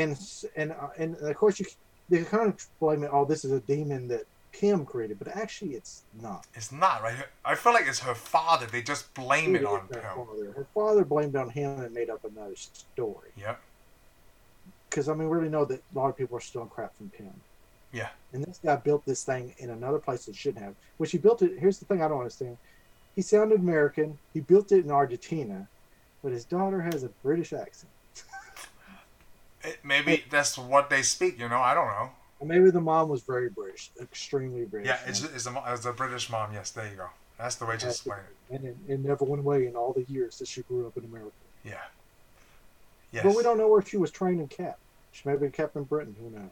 and s- and uh, and of course you they kind of blame it. Oh, this is a demon that Kim created, but actually it's not.
It's not right. I feel like it's her father. They just blame it
It is
on
her
him.
father. Her father blamed it on him and made up another story.
Yep.
because I mean, we really know that a lot of people are stealing crap from Pim.
Yeah.
And this guy built this thing in another place that shouldn't have. Which he built it. Here's the thing I don't understand. He sounded American. He built it in Argentina, but his daughter has a British accent.
It, maybe that's what they speak. You know, I don't know.
And maybe the mom was very British, extremely British.
Yeah, it's, it's, a, it's a British mom. Yes, there you go. That's the way to explain it.
and it, it never went away in all the years that she grew up in America.
Yeah. Yes.
But we don't know where she was trained and kept. She may have been kept in Britain. Who knows?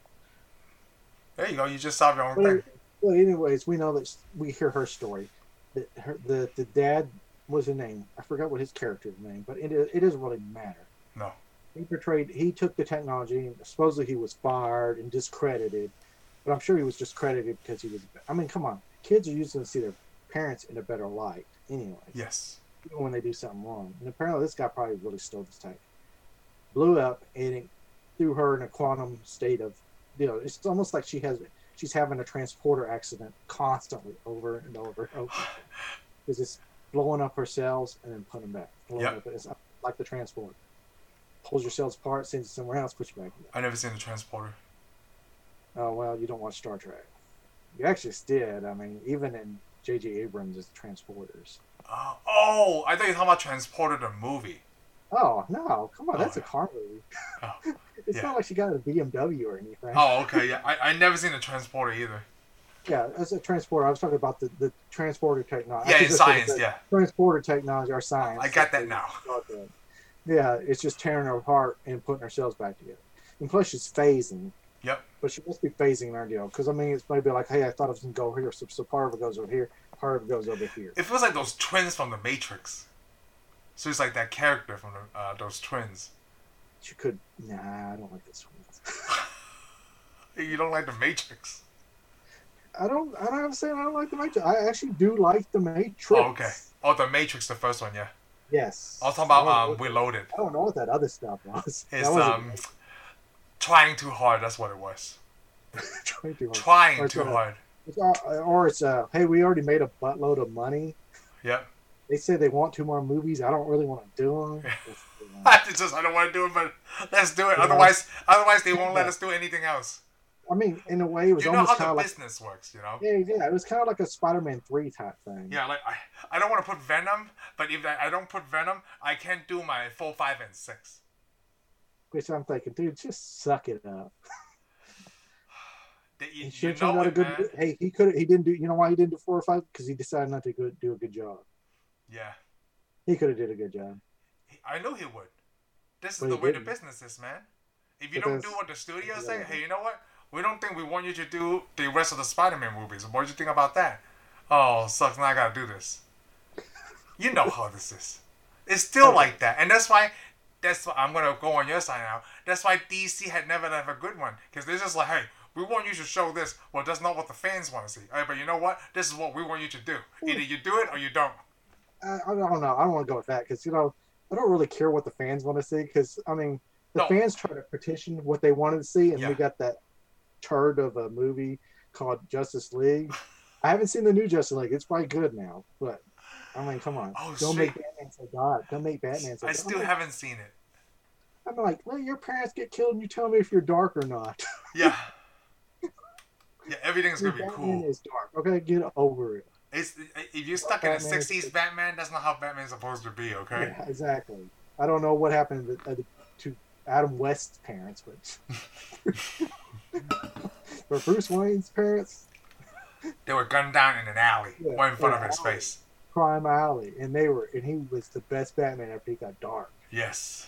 There you go. You just solved your own
Well,
thing.
well, anyways, we know that s- we hear her story. That her, the the dad what was his name. I forgot what his character's name, but it it doesn't really matter.
No.
He portrayed. He took the technology, and supposedly he was fired and discredited. But I'm sure he was discredited because he was. I mean, come on, kids are used to see their parents in a better light, anyway.
Yes.
Even when they do something wrong, and apparently this guy probably really stole this tank, blew up, and it threw her in a quantum state of, you know, it's almost like she has she's having a transporter accident constantly over and over and over because it's blowing up her cells and then putting them back. Blowing
Yep.
up- It's like the transport. Pulls your cells apart, sends it somewhere else, puts you back in.
I never seen the transporter.
Oh well, you don't watch Star Trek. You actually did. I mean, even in J.J. Abrams' it's Transporters.
Uh, oh, I thought you were talking about transporter the movie.
Oh no, come on,
Oh,
that's
yeah.
a car movie.
Oh,
it's
yeah.
not like she got a BMW or anything.
Oh, okay. Yeah, I, I never seen the transporter either.
Yeah, that's a transporter. I was talking about the, the transporter technology.
Yeah, in science. Yeah,
Transporter technology or science.
I got that now.
Yeah, it's just tearing her apart and putting ourselves back together. And plus, she's phasing.
Yep.
But she must be phasing her deal because I mean, it's maybe like, hey, I thought I was gonna go over here, so, so part of it goes over here, part of it goes over here.
It feels like those twins from the Matrix. So it's like that character from the, uh, those twins.
She could. Nah, I don't like this one.
You don't like the Matrix?
I don't. I don't have to say I don't like the Matrix. I actually do like the Matrix.
Oh, okay. Oh, the Matrix, the first one. Yeah.
Yes.
I was talking
I don't
about
know
um, we loaded.
I don't know what that other stuff was.
It's
that wasn't
um, trying too hard. That's what it was.
trying too hard.
Oh, Trying
Or
too
trying-
hard.
It's, uh, or it's uh, hey, we already made a buttload of money.
Yep.
They say they want two more movies. I don't really want to do uh, them.
It's just I don't want to do it, but let's do it.
Yeah.
Otherwise, otherwise they won't let us do anything else.
I mean, in a way, it was
You know
almost
how
kind
the
of like
business works. You know.
yeah, yeah. It was kind of like a Spider-Man three type thing.
Yeah, like I, I don't want to put Venom, but if I I don't put Venom, I can't do my four, five, and six.
Which I'm thinking, dude, just suck it up.
They-
He
You,
should
you
have turned
know
out a
it,
good.
man.
Hey, he could. He didn't do. You know why he didn't do four or five? Because he decided not to go, do a good job.
Yeah,
He could have did a good job.
He- I knew he would. This is
But
the
he
way the
didn't.
business is, man. If you
But
don't do
that's-
what the studio's saying,
yeah.
hey, you know what? We don't think we want you to do the rest of the Spider-Man movies. What do you think about that? Oh, sucks. Now I gotta do this. You know how this is. It's still
Okay.
like that, and that's why. That's why I'm gonna go on your side now. That's why DC had never have a good one because they're just like, hey, we want you to show this. Well, that's not what the fans want to see. Hey, but you know what? This is what we want you to do. Either you do it or you don't.
I, I don't know. I don't want to go with that because you know I don't really care what the fans want to see because I mean the
No.
fans try to petition what they wanted to see and
Yeah.
we got that turd of a movie called Justice League. I haven't seen the new Justice League. It's probably good now, but I mean, come on,
Oh,
don't make
shit.
Batman so God. Don't make Batman so
I
God.
still
I'm,
haven't seen it.
like, I'm like, well, your parents get killed, and you tell me if you're dark or not.
Yeah. Yeah, everything's gonna be
Batman
cool.
is dark. Okay, get over it.
It's if you're stuck in the
Batman is-
'60s Batman, that's not how Batman's supposed to be. Okay.
Yeah, exactly. I don't know what happened to, uh, to Adam West's parents, but for Bruce Wayne's parents,
They were gunned down in an alley,
Yeah,
right in front
yeah,
of his
alley.
face.
Crime Alley, and they were, and he was the best Batman after he got dark,
Yes.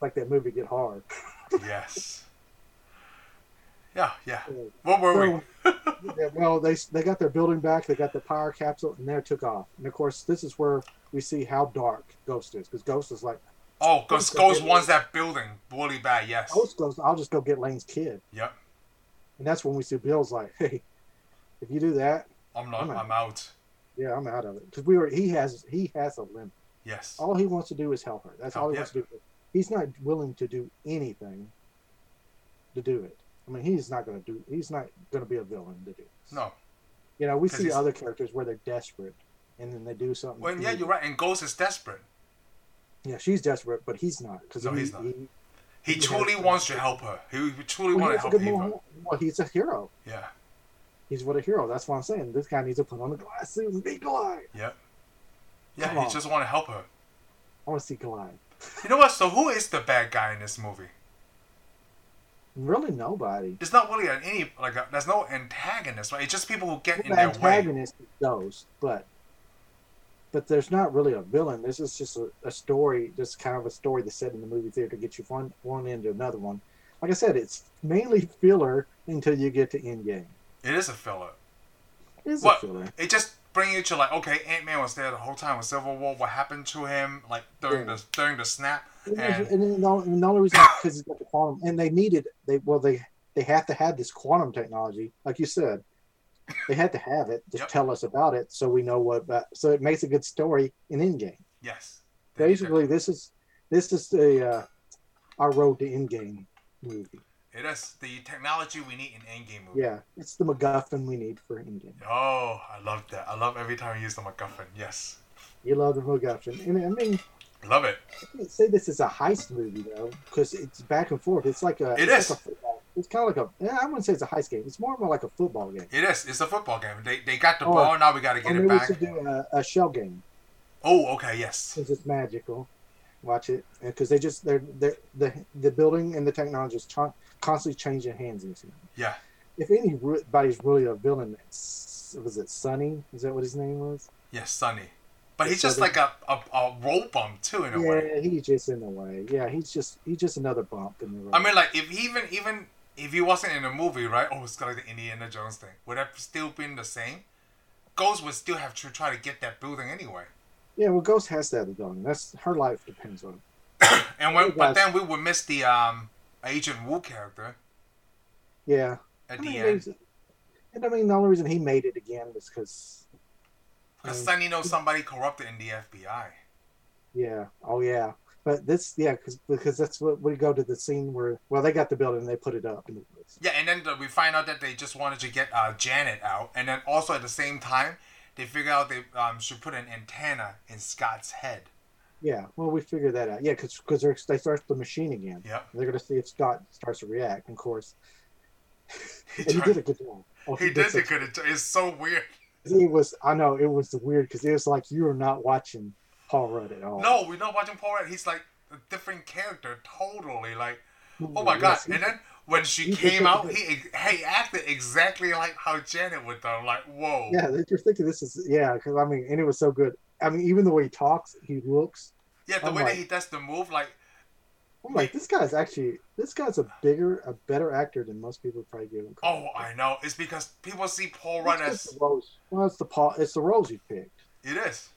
like that movie Get Hard.
Yes. Yeah. Yeah.
Yeah.
What were we?
yeah, well, they they got their building back, they got the power capsule, and they took off. And of course, this is where we see how dark Ghost is, because Ghost is like,
Oh, because
Ghost got
Ghost
hit.
wants that building really bad. Yes.
Ghost goes, I'll just go get Lane's kid,
Yep.
and that's when we see Bill's like, hey, if you do that,
I'm not.
I'm out.
I'm out.
yeah, I'm out of it, because we were he has he has a limit.
Yes.
All he wants to do is help her. That's all
Oh,
he
Yeah.
wants to do. He's not willing to do anything to do it. I mean, he's not going to do. He's not going to be a villain to do. This.
No.
You know, we
'Cause
see
he's-
other characters where they're desperate, and then they do something.
Well, yeah,
evil.
you're right. And Ghost is desperate.
Yeah, she's desperate, but he's not because
No,
he,
he's not.
He,
He
Yeah.
truly wants to help her. He truly
well, he
wants
has a
to
good
help Eva.
moral- well, he's a hero.
Yeah.
He's what a hero. That's what I'm saying. This guy needs to put on the glass suit and be Goliath.
Yeah.
Come
He
on.
just want to help her.
I want to see Goliath.
You know what? So who is the bad guy in this movie?
Really, nobody.
There's not really an any like a, there's no antagonist, right? It's just people who get in
the
their way.
antagonist is Ghost, but but there's not really a villain. This is just a, a story, just kind of a story that's set in the movie theater to get you from one, one end to another one. Like I said, it's mainly filler until you get to end game.
It is a filler.
It's
What?
a filler.
It just brings you to like, okay, Ant Man was there the whole time with Civil War. What happened to him? Like during the during the snap.
And,
And-
and then the, only- and the only reason because it's got the quantum, and they needed they well they they have to have this quantum technology, like you said. They had to have it to
Yep.
tell us about it, so we know what. About, so it makes a good story in end game.
Yes. They need to-
basically this is this is the uh, our road to endgame movie
it is the technology we need in Endgame movie.
yeah it's the macguffin we need for endgame
Oh, I love that. I love every time you use the MacGuffin. Yes.
You love the hook option, and I mean,
Love it.
I can't say this is a heist movie though, because it's back and forth. It's like a.
It
it's
is.
Like a football- it's kind of like a. yeah, I wouldn't say it's a heist game. It's more more like a football game.
It is. It's a football game. They, they got the
Oh,
ball. Now we got to get
Or maybe
it
we
back.
should do a, a shell game
Oh, okay. Yes.
since it's magical. Watch it because they just they're, they're the the building and the technology is tr- constantly changing hands in this movie.
Yeah.
If anybody's really a villain, it's, was it Sonny? Is that what his name was?
Yes, Sonny. But he's
So
just
they-
like a, a, a road bump too in a way.
Yeah, he's just in the way. Yeah, he's just he's just another bump in the road.
I mean, like if even even if he wasn't in a movie, right? Oh, it's like the Indiana Jones thing. Would that still been the same? Ghost would still have to try to get that building anyway.
yeah, well, Ghost has that ability. That's her life depends on. it.
And when,
Yeah,
but
guys.
then we would miss the um Agent Wu character
Yeah,
at
I
the
mean,
end
there's- And I mean, the only reason he made it again was um, because,
because Sonny knows somebody corrupted in the FBI.
yeah, oh yeah. But this, yeah, because because that's what we go to the scene where well they got the building and they put it up. in the woods.
Yeah, and then the, we find out that they just wanted to get uh, Janet out, and then also at the same time they figure out they um, should put an antenna in Scott's head.
Yeah, well we figured that out. Yeah, because because they start the machine again.
Yep.
They're gonna see if Scott starts to react. and Of course,
He,
and he
tried-
did a good job. Oh,
he did
such-
it good. It's so weird.
It was I know it was weird because it was like you are not watching Paul Rudd at all.
No, we're not watching Paul Rudd. He's like a different character totally. Like, oh my god!
Yes, he-
And then when she
he-
came out, he he acted exactly like how Janet would. Though, like, whoa.
yeah, they are thinking this is yeah. Because I mean, and it was so good. I mean, even the way he talks, he looks.
Yeah, the
I'm
way that
like-
he does the move, like,
I'm like, this guy's actually this guy's a bigger, a better actor than most people probably give him.
oh, I know. It's because people see Paul
It's
Rudd
just
as
the roles. Well, it's the Paul. It's the roles he picked.
it is.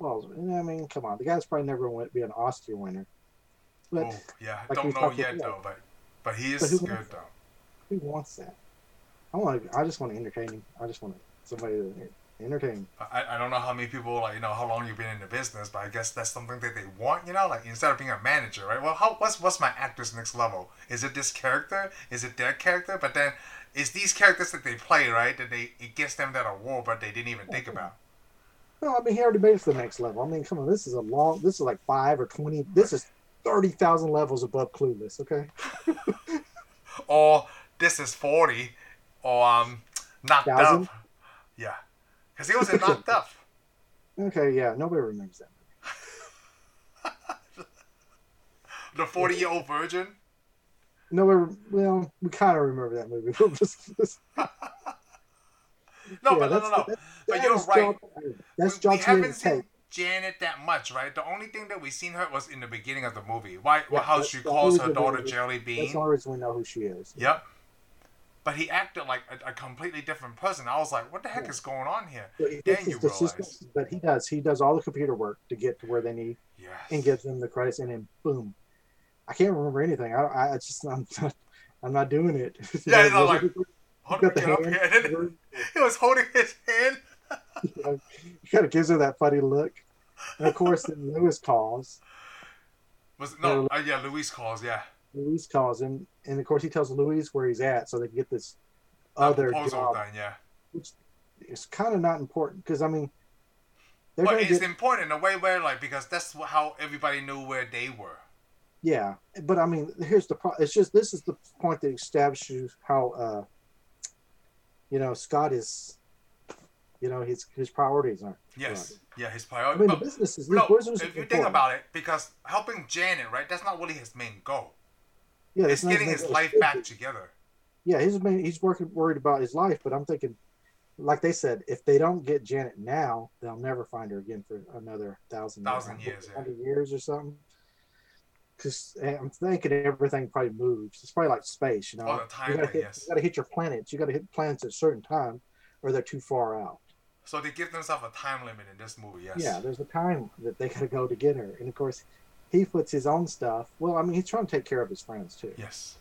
Well, I mean, come on, the guy's probably never going to be an Oscar winner. But
oh, yeah,
like we
don't know
talked
yet
before.
though, but but he
But
is
who
good
wants-
though.
who wants that? I want. to I just want to entertain him. I just want somebody to entertain. him.
I, I don't know how many people like you know how long you've been in the business, but I guess that's something that they want, you know, like instead of being a manager, right? Well, how what's what's my actor's next level? Is it this character? Is it their character? But then, it's these characters that they play, right? That they it gets them that award, but they didn't even think about.
No, I mean, he already made it to the next level. I mean, come on, this is a long. This is like five or twenty. This is thirty thousand levels above Clueless. Okay, Mm-hmm.
Or this is forty, or um, knocked
Thousand?
up. Yeah, because he was in knocked up.
okay, yeah, nobody remembers that.
The forty-year-old virgin.
No, we well, we kind of remember that movie. We'll just- just-
No,
yeah,
but no, no, no.
that's- that's-
But
that
you're
is
right.
John- that's
we,
John
we haven't
Cena's
seen
take.
Janet that much, right? The only thing that we seen her was in the beginning of the movie. Why?
Yeah,
how
that's
she
the
calls
only
her
thing
daughter
we-
Jelly
That's
Bean.
the only reason we know who she is.
Yep. But he acted like a, a completely different person. I was like, what the heck
Yeah.
is going on here?
But he
Then
fixes
you
the system,
realize.
but he does. He does all the computer work to get to where they need
Yes.
and gives them the credits, and then boom. I can't remember anything. I, I I just I'm not, I'm not doing it.
Yeah, you know, like, Hold on,
got the
get up
hand.
here. And then he was holding his hand.
He kind of gives her that funny look. And of course, then Lewis calls.
Was no, uh, yeah, Luis calls. Yeah,
Louise calls him, and of course, he tells Louise where he's at so they can get this
That
other
proposal
job.
done. Yeah,
It's kind of not important because I mean, they're
but
gonna
it's
get
important in a way where like because that's wh- how everybody knew where they were.
yeah. But I mean, here's the pro- it's just this is the point that establishes how uh, you know Scott is, you know, his his priorities aren't.
Yes,
Right.
yeah, his
I
priority.
mean, the
but-
business is
No,
the business
if
is
you think
important.
about it, because helping Janet, right, that's not really his main goal.
yeah,
it's
not-
getting
not-
his
it's-
life
it's-
back together.
yeah, he's been, he's working worried about his life, but I'm thinking, like they said, if they don't get Janet now, they'll never find her again for another thousand
Thousand years, yeah.
hundred years or something. Because I'm thinking everything probably moves. It's probably like space, you know.
Oh, the time
you gotta
thing,
hit,
yes.
you gotta hit your planets. You gotta hit planets at a certain time, or they're too far out.
So they give themselves a time limit in this movie, yes.
Yeah, there's a time that they gotta go to get her, and of course, he puts his own stuff. Well, I mean, he's trying to take care of his friends too,
Yes.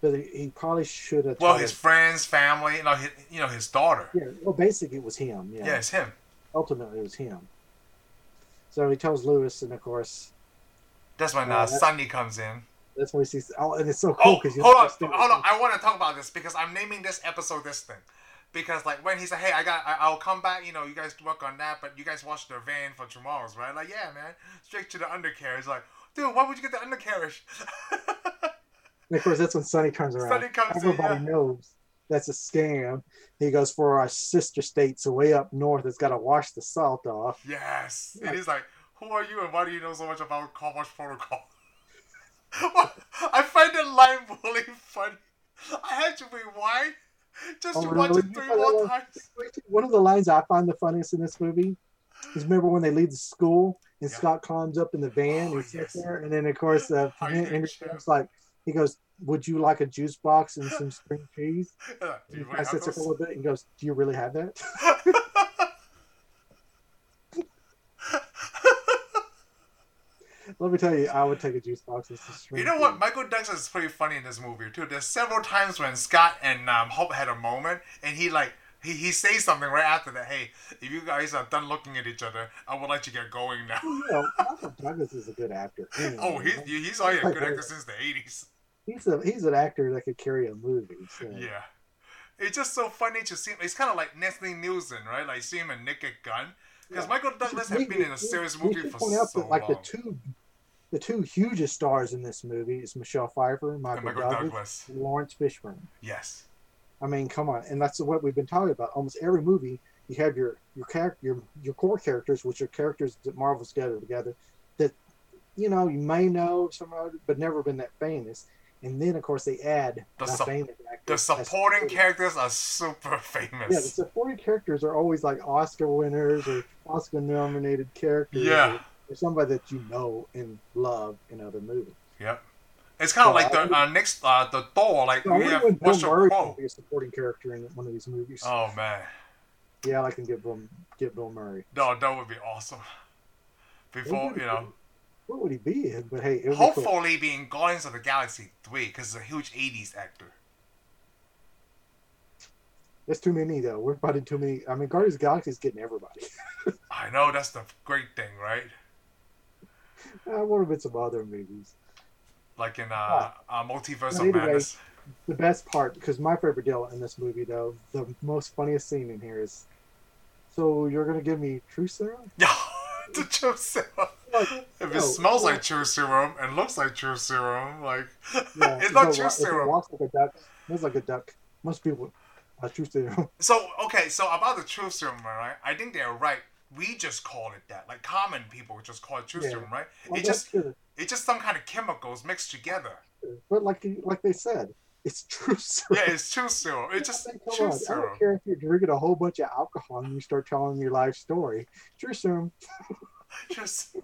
but he, he probably should have.
Well,
tried
his
to-
friends, family, you know, his, you know, his daughter.
yeah. Well, basically, it was him.
Yeah, it's him.
ultimately it was him. So he tells Lewis, and of course,
That's when uh,
Uh, that-
Sunny comes in.
that's when he sees. Oh, and it's so
Oh,
cool because
hold on, hold on. I want to talk about this because I'm naming this episode this thing. because like when he said, "Hey, I got, I, I'll come back," you know, you guys work on that, but you guys watch the van for tomorrow's, right? Like, yeah, man, straight to the undercarriage. Like, dude, why would you get the undercarriage?
And of course, that's when Sonny turns around.
Sonny comes in,
Everybody
yeah.
knows that's a scam. He goes for our sister states way up north that's got to wash the salt off.
yes, and he's like, "Who are you, and why do you know so much about car wash protocol?" I find that line really funny. I had to rewind just
Oh,
to watch
really?
it
You
three
thought
more
that
times.
One of the lines I find the funniest in this movie is remember when they leave the school and
Yeah.
Scott climbs up in the van
Oh,
and sits
yes.
there, and then of course uh,
I hate
Henry
you.
Jones, like he goes, "Would you like a juice box and some string cheese?"
Yeah, do
And
you
he
really
kind of
have
sits there for a
those?
little bit and goes, "Do you really have that?" Let me tell you, I would take a juice box and some string.
You know
cheese.
what? Michael Douglas is pretty funny in this movie too. There's several times when Scott and um, Hope had a moment, and he like he, he says something right after that. Hey, if you guys are done looking at each other, I would like to get going now.
You know, Michael Douglas is a good actor.
Oh, he,
he's
he's already a good actor since the '80s.
he's a he's an actor that could carry a movie. So.
Yeah. It's just so funny to see him. It's kind of like Nestle Nielsen, right? Like see him and Nick at Gun. Because
Yeah.
Michael Douglas has
We-
been in a
we-
serious
we
movie
should
for
point out
so
that, like
long.
the two, the two hugest stars in this movie is Michelle Pfeiffer, and
And
Michael,
Michael
Douglas,
Douglas.
and Lawrence Fishburne.
Yes.
I mean, come on, and that's what we've been talking about. Almost every movie, you have your your character, your your core characters, which are characters that Marvel's gathered together, that you know you may know somehow, but never been that famous. And then, of course, they add
The
my
sup-
famous
The
actors. That's
supporting
true.
characters are super
Yeah, the
famous.
supporting characters are always like Oscar winners or Oscar nominated characters.
Yeah.
Or, or somebody that you know and love in other movies.
Yep. It's kind of like
Yeah, I
the
would-
uh, next uh, the Thor. Like
So I
we
wonder
have
when Bill
Russell
Murray will
Crowe.
be a supporting character in one of these movies.
Oh man,
yeah, I can get Bill, get Bill Murray.
no, that would be awesome. Before
What would
you
he
know,
be- What would he be in? But hey, it would be cool.
hopefully being Guardians of the Galaxy three because he's a huge '80s actor.
That's too many, though. We're fighting too many. I mean, Guardians of the Galaxy is getting everybody.
I know that's the great thing, right?
I want to bit some other movies.
Like in uh,
Yeah.
uh Multiverse
But
of
anyway,
Madness.
The best part, because my favorite deal in this movie, though, the most funniest scene in here is so you're going to give me true serum?
Yeah, the chip serum.
Like,
If
no,
it smells
well-
like true serum and looks like true serum, like
Yeah,
it's not
if it
true
wa- If
serum.
it walks like a duck, moves like a duck. Most people are true serum.
So okay, so about the truth serum, right? I think they're right. We just call it that. Like common people just call it truth
Yeah.
serum, right?
Well,
It just-
that's true.
It's just some kind of chemicals mixed together.
But like you- like they said, it's true serum.
Yeah, it's truth serum. It's just
I mean, come
truth
on, I
serum.
don't care if you're drinking a whole bunch of alcohol and you start telling your life story. True serum.
Just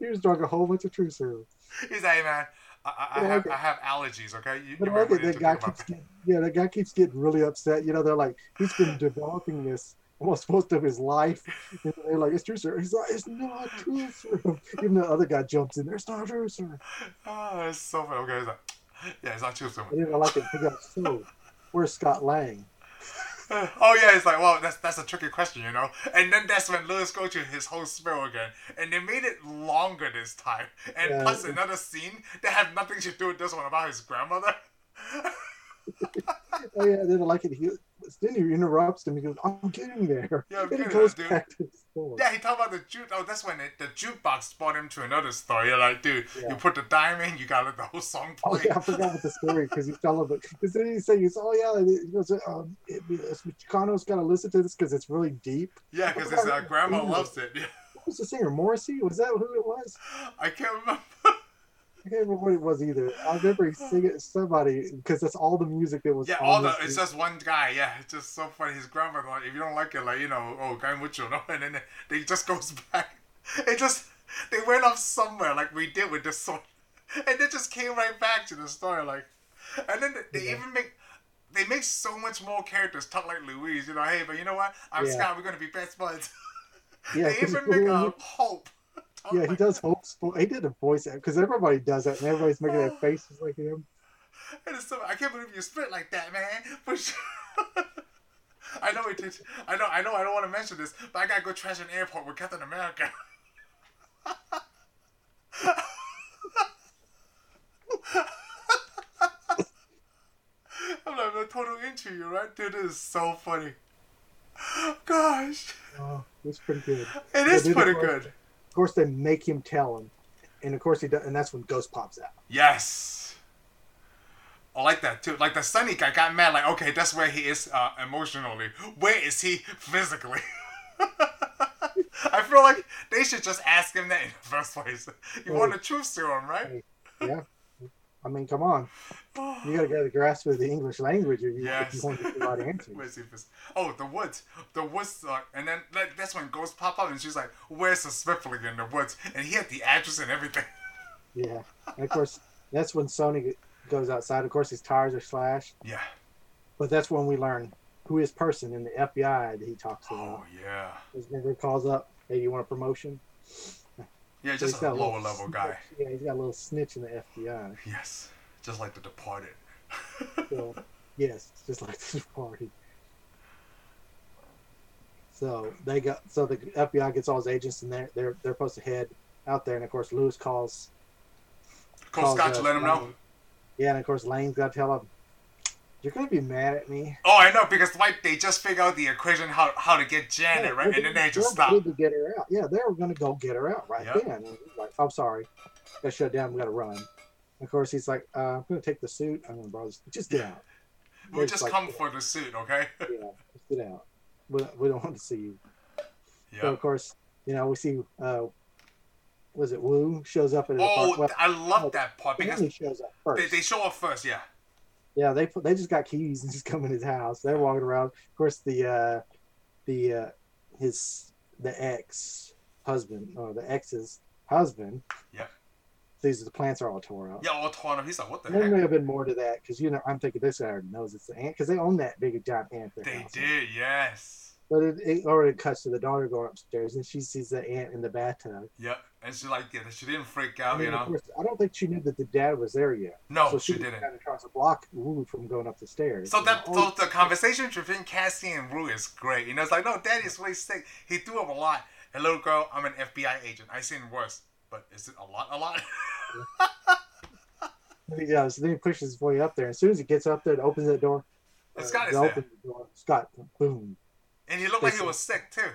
You just drunk a whole bunch of true serum.
he's like, "Hey, man, I, I, I
But I
have
get-
I have allergies. Okay, you,
But
you
I
might
like it.
really need
That
to
guy
think about
keeps
that.
getting, yeah, that guy keeps getting really upset. You know, they're like, he's been developing this almost most of his life. And they're like, it's true serum. He's like, it's not true serum. Even the other guy jumps in there, it's not true serum.
Oh, it's so funny. Okay, he's like, yeah, it's not truth serum.
And then I like it. He goes, so, where's Scott Lang?
Oh yeah, it's like, well, that's that's a tricky question, you know. And then that's when Lewis goes to his whole spill again, and they made it longer this time, and
Yeah.
plus another scene that had nothing to do with this one about his grandmother.
Oh, yeah. Then I like it. He, then he interrupts him. He goes, I'm getting there.
Yeah, I'm
and he
getting
goes
there, dude.
back to the store.
yeah, he talked about the juke. Oh, that's when it, the jukebox brought him to another story. You're like, dude,
Yeah.
you put the dime in, you gotta let the whole song
Oh
play.
yeah, I forgot what the story because he's telling about. Because then he says, "Oh yeah," and he goes, um, it, it's- "Chicano's got to listen to this because it's really deep."
Yeah, because his uh, grandma
Yeah.
loves it.
What was the singer? Morrissey? Was that who it was?
I can't remember.
I can't remember what it was either. I remember he singing somebody because that's all the music that was.
Yeah,
on
all the
this
it's
thing.
just one guy. Yeah, it's just so funny. His grandmother, like, if you don't like it, like you know, oh, guy mucho, no, and then they- they just goes back. It just they went off somewhere like we did with this one, and it just came right back to the story. Like, and then they
Yeah.
even make. They make so much more characters talk like Louise, you know. Hey, but you know what? I'm
Yeah.
Scott. We're gonna be best buds.
yeah,
they
'cause
even
he-
make um, Hope. talk
yeah, he
like-
does hope. He did a voice because everybody does that, and everybody's making their faces like him.
It is so, I can't believe you spit like that, man. For sure. I know it did. I know. I know. I don't want to mention this, but I gotta go trash an airport with Captain America. I'm like a total to you, right? Dude, it is so funny. Gosh.
Oh, it's pretty good.
It
Yeah,
is
dude,
pretty
of course.
good.
Of course, they make him tell him, and of course he does, and that's when Ghost pops out.
Yes. I like that too. Like the Sunny guy got mad. Like, okay, that's where he is uh, emotionally. Where is he physically? I feel like they should just ask him that in the first place. You want the truth serum, right?
I mean, come on, you got to get a grasp of the English language if you, if you
Yes.
want to get the right answer.
Where's he phys- Oh, the woods. The woods. Uh, and then like, that's when ghosts pop up, and she's like, "Where's the Smithling in the woods?" And he had the address and everything.
Yeah, and of course that's when Sony goes outside. Of course, his tires are slashed,
Yeah.
but that's when we learn who his person in the FBI that he talks
Oh
about.
yeah.
His member calls up, "Hey, you want a promotion?"
Yeah,
So
just
he's
a
got little
lower level
snitch-
guy.
Yeah, he's got a little snitch in the FBI.
Yes. Just like the Departed.
So, yes, just like this party. So they got so the FBI gets all his agents and they're they're they're supposed to head out there and of course Lewis calls
Coach Scott,
uh,
you let him know.
Lane. yeah and of course Lane's got to tell him you're gonna be mad at me
Oh, I know because like they just figure out the equation how how to get Janet
Yeah,
right, and then they just
they're
stop.
good to get her out yeah they were gonna go get her out right
Yeah.
then And he's like I'm sorry got shut down we gotta run And of course he's like uh, I'm gonna take the suit I'm gonna borrow this just get out
We'll
It's
just
like-
come for the suit, okay?
yeah just get out we, we don't want to see you So
yeah.
of course, you know we see uh, was it Wu shows up at his
Oh,
apartment.
I love that part
Well,
because
Manny shows up first.
they, they show up first, yeah.
yeah, they put, they just got keys and just come in his house. They're walking around. Of course, the uh, the uh, his the ex husband or the ex's husband.
Yeah.
These the plants are all tore up.
Yeah, all torn up. He's like, what the
There may
heck?
have been more to that because you know I'm thinking this guy already knows it's the ant because they own that big giant ant. at their
They
house.
did, yes.
but it, it already cuts to the daughter going upstairs and she sees the ant in the bathtub.
Yep. And she like, yeah, she didn't freak
I
out,
mean,
you
of
know.
course, I don't think she knew that the dad was there yet.
No,
so
she,
she, was
didn't.
Kind of tries to block Wu from going up the stairs.
So
You
that
know,
so
oh,
the conversation between Cassie and Rue is great. You know, it's like, no, Daddy's really sick. He threw up a lot. And little girl, I'm an FBI agent. I seen worse. But is it a lot? A lot?
he does. Then he pushes his way up there. As soon as he gets up there, it opens that door.
And Scott
they
is there.
open the door. Scott, boom.
And he looked like he
Listen.
was sick too.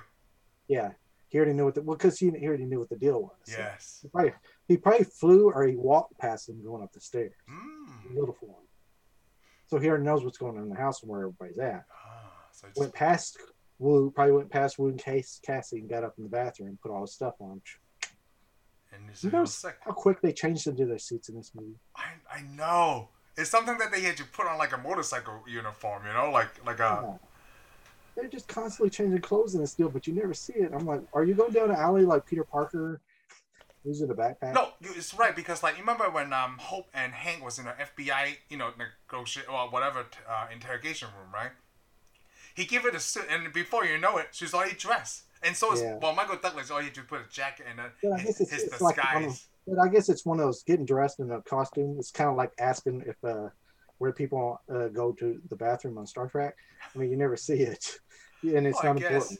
Yeah, he already knew what the well, because he, he already knew what the deal was.
Yes.
he probably, he probably flew or he walked past him going up the stairs.
Mm.
Little for him. So he already knows what's going on in the house and where everybody's at.
Ah, so it's-
Went past Wu, probably went past Wu and Case Cassie and got up in the bathroom, put all his stuff on.
and he said he
No.
was sick.
How quick they changed into their suits in this movie.
I, I know. It's something that they had you put on like a motorcycle uniform, you know, like like a
Yeah. They're just constantly changing clothes in this deal, but you never see it. I'm like, are you going down an alley like Peter Parker, who's in a backpack?
no. you- It's right because like you remember when um Hope and Hank was in the FBI, you know, negotiate or whatever t- uh, interrogation room, right? He gave her the suit, and before you know it, she's already dressed. And so is
Yeah.
well, Michael Douglas. All you do put a jacket and
Yeah,
then
I
his,
guess it's-
his
it's like, I don't
disguise.
But I guess it's one of those getting dressed in a costume. It's kind of like asking if uh, where people uh, go to the bathroom on Star Trek. I mean, you never see it, and it's
Oh, I
not
guess
important.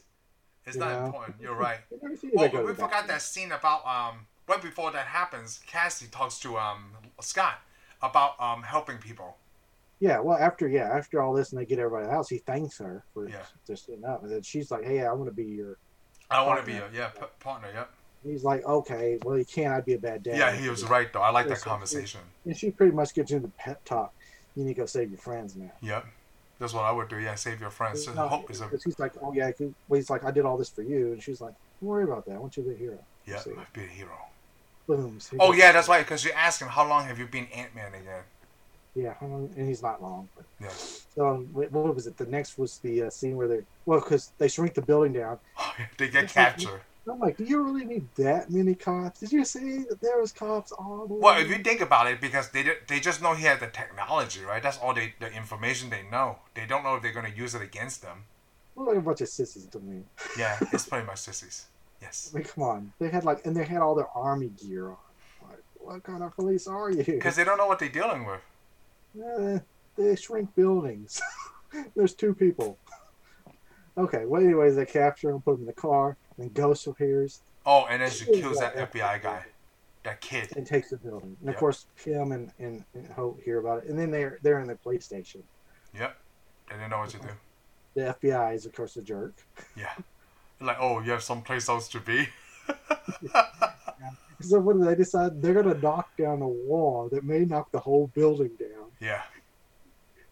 it's
you
not
know?
important. You're right.
You never see
Oh,
they go to
we
the
forgot
bathroom.
that scene about um right before that happens, Cassie talks to um Scott about um helping people.
Yeah, well, after yeah, after all this, and they get everybody out the house. He thanks her for
Yeah.
just sitting up, and then she's like, "Hey, I want to be your."
I want to be a
Partner.
yeah p- partner. Yep.
and he's like, "Okay, well, you can't. I'd be a bad dad."
Yeah. he was right though. I like that
Listen,
conversation.
And she pretty much gives him the pep talk. You need to go save your friends now.
Yep. That's what I would do. Yeah, save your friends. Just hope is a
Because he's like, oh yeah, I can- well, he's like, I did all this for you, and she's like, don't worry about that. I want you to be a hero.
yeah,
see.
be a hero.
Boom. So he
Oh
goes-
yeah, that's why. Because you ask him how long have you been Ant Man again?
Yeah, and he's not long. But.
Yeah.
So um, wh- what was it? The next was the uh, scene where they well, because they shrink the building down.
Oh, they get
It's like-
captured.
I'm like, do you really need that many cops? Did you see that there was cops all the
Well,
way?
if you think about it, because they ju- they just know he has the technology, right? That's all they the information they know. They don't know if they're gonna use it against them.
Look like a bunch of sissies to me.
Yeah, it's pretty much sissies. Yes.
I mean, come on. They had like, and they had all their army gear on. Like, what kind of police are you?
Because they don't know what they're dealing with.
Eh, they shrink buildings. There's two people. Okay, well, anyways, they capture him, put him in the car, and Ghost appears
Oh, and then she kills that FBI guy, that kid.
and takes the building. And
Yep.
of course, Kim and, and, and Hope hear about it. And then they're, they're in the police station.
Yep. They didn't know what to do.
The FBI is, of course, a jerk.
Yeah. Like, oh, you have someplace else to be?
So what do they decide? They're going to knock down a wall that may knock the whole building down
yeah.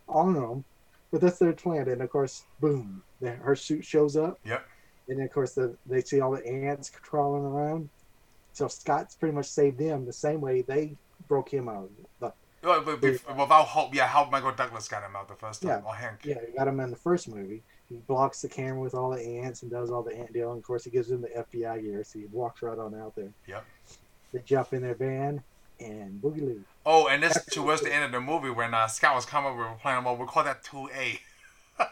on them. But that's their plan. And, of course, boom, the- her suit shows up.
Yep.
And, of course, the, they see all the ants crawling around. So Scott's pretty much saved them the same way they broke him out. But,
Well, but bef- without Hope, yeah, how Michael Douglas got him out the first time.
Yeah.
Or Hank.
yeah, they got him in the first movie. He blocks the camera with all the ants and does all the ant deal. And, of course, he gives them the FBI gear. So he walks right on out there.
Yep.
They jump in their van and boogaloo.
Oh, and this towards the end of the movie when uh, Scott was coming up with a plan. Well, we call that two A,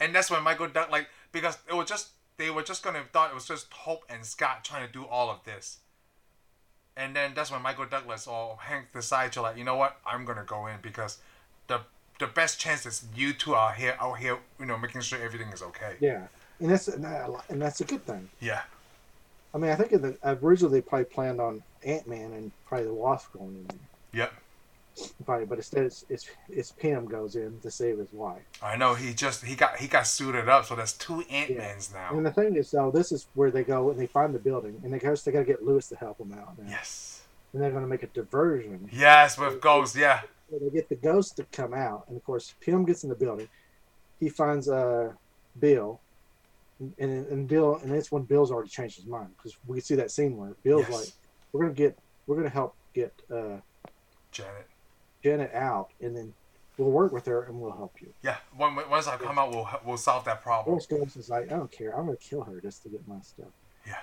and that's when Michael Doug like because it was just they were just gonna have thought it was just Hope and Scott trying to do all of this, and then that's when Michael Douglas or Hank decide to like you know what I'm gonna go in because the the best chance is you two are here out here you know making sure everything is okay.
Yeah, and that's and that's a good thing.
Yeah,
I mean, I think in the, originally they probably planned on Ant Man and probably the Wasp going in there,
yep.
probably, but instead it's it's, it's Pym goes in to save his wife.
I know he just he got he got suited up, so there's two Ant Mans now.
And the thing is, though, this is where they go and they find the building, and they guess they got to get Lewis to help them out, now.
Yes,
and they're going to make a diversion.
yes, with ghosts, yeah.
So they get the ghost to come out, and of course Pym gets in the building. He finds uh Bill, and and Bill, and that's when Bill's already changed his mind because we see that scene where Bill's
Yes.
like. we're gonna get we're gonna help get uh,
Janet.
Janet out, and then we'll work with her and we'll help you.
Yeah, when, when- once I come out, we'll we'll solve that problem.
Forrest Gump is like, I don't care, I'm gonna kill her just to get my stuff.
Yeah.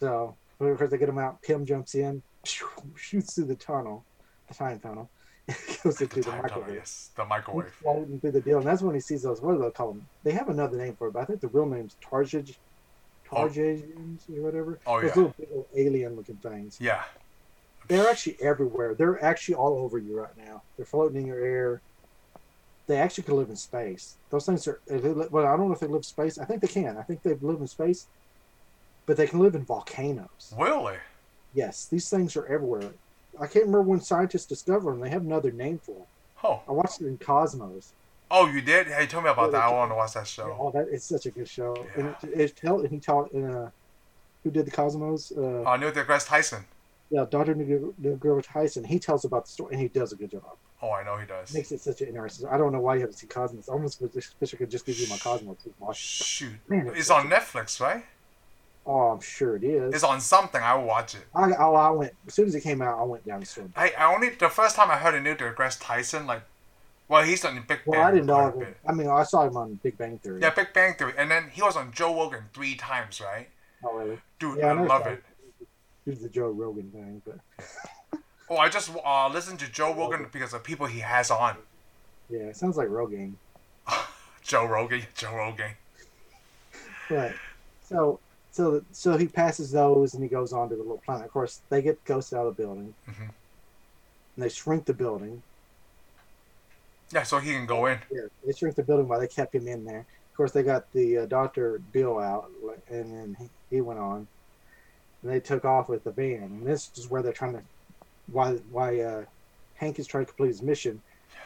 So but of course they get him out. Pim jumps in, shoots through the tunnel, the time tunnel, and goes
The
into the
time tunnel,
microwave.
yes, the
He's
microwave.
floating through the deal, and that's when he sees those. What do they call them? They have another name for it, but I think the real name's Tarjage,
Oh.
Tarjagins or whatever.
Oh
those
yeah,
little big old alien-looking things.
yeah,
They're actually everywhere. They're actually all over you right now. They're floating in your air. They actually could live in space. Those things are. if they li- Well, I don't know if they live in space. I think they can. I think they've lived in space, but they can live in volcanoes.
really.
Yes, these things are everywhere. I can't remember when scientists discovered them. They have another name for them.
Oh,
I watched it in Cosmos.
oh, you did? Hey, tell me about
Yeah,
that. I
they-
want to watch that
Yeah,
show.
Oh, that it's such a good show. And it, it tell and he taught in uh, who did the Cosmos? Uh,
Uh, Neil deGrasse Tyson.
yeah, Doctor Neil Tyson. He tells about the story and he does a good job.
Oh, I know he does.
makes it such an interesting. I don't know why you haven't seen Cosmos. I almost wish wish I could just give you my Cosmos and watch it.
Shoot,
Man,
it's on Netflix, right?
Oh, I'm sure it is.
It's on something. I will watch it.
I, oh, I went as soon as it came out. I went down the swim.
I, I only the first time I heard of Neil deGrasse Tyson, like, well, he's on Big Bang.
Well, I didn't know.
quite a
of him.
bit.
I mean, I saw him on Big Bang Theory.
Yeah, Big Bang Theory, and then he was on Joe Rogan three times, right?
however.
Dude,
Yeah, I
I
know
love
that.
it.
did the Joe Rogan thing, but
Oh, I just uh, listened to Joe Rogan because of people he has on.
yeah, it sounds like Rogan.
Joe Rogan, Joe Rogan.
But so so so he passes those and he goes on to the little planet. Of course, they get ghosts out of the building.
Mhm.
And they shrink the building.
Yeah, so he can go in.
Yeah, they shrunk the building while they kept him in there. Of course, they got the uh, Doctor Bill out, like, and then he, he went on, and they took off with the van. And this is where they're trying to, why why uh, Hank is trying to complete his mission.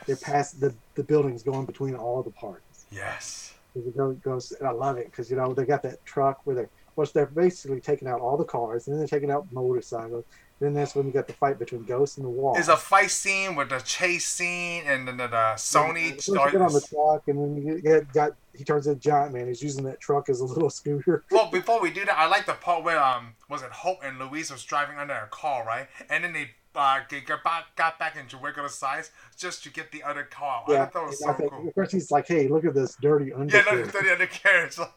They're past the the building's going between all the parts.
Yes.
'Cause It goes, goes, and I love it because you know they got that truck where they're, which they're basically taking out all the cars, and then they're taking out motorcycles. Then that's when you got the fight between Ghost and the Wall.
There's a fight scene with the chase scene and then the, the Sony.
First you get on the truck, and then you get, got he turns into giant man. He's using that truck as a little scooter.
well, before we do that, I like the part where um was it Hope and Louise was driving under a car, right? And then they uh they got back, got back into regular size just to get the other car. I thought that was
and I
so
think-
cool.
Of course, he's like, "Hey, look at this dirty
Yeah,
undercarriage."
look at the other carriage.
of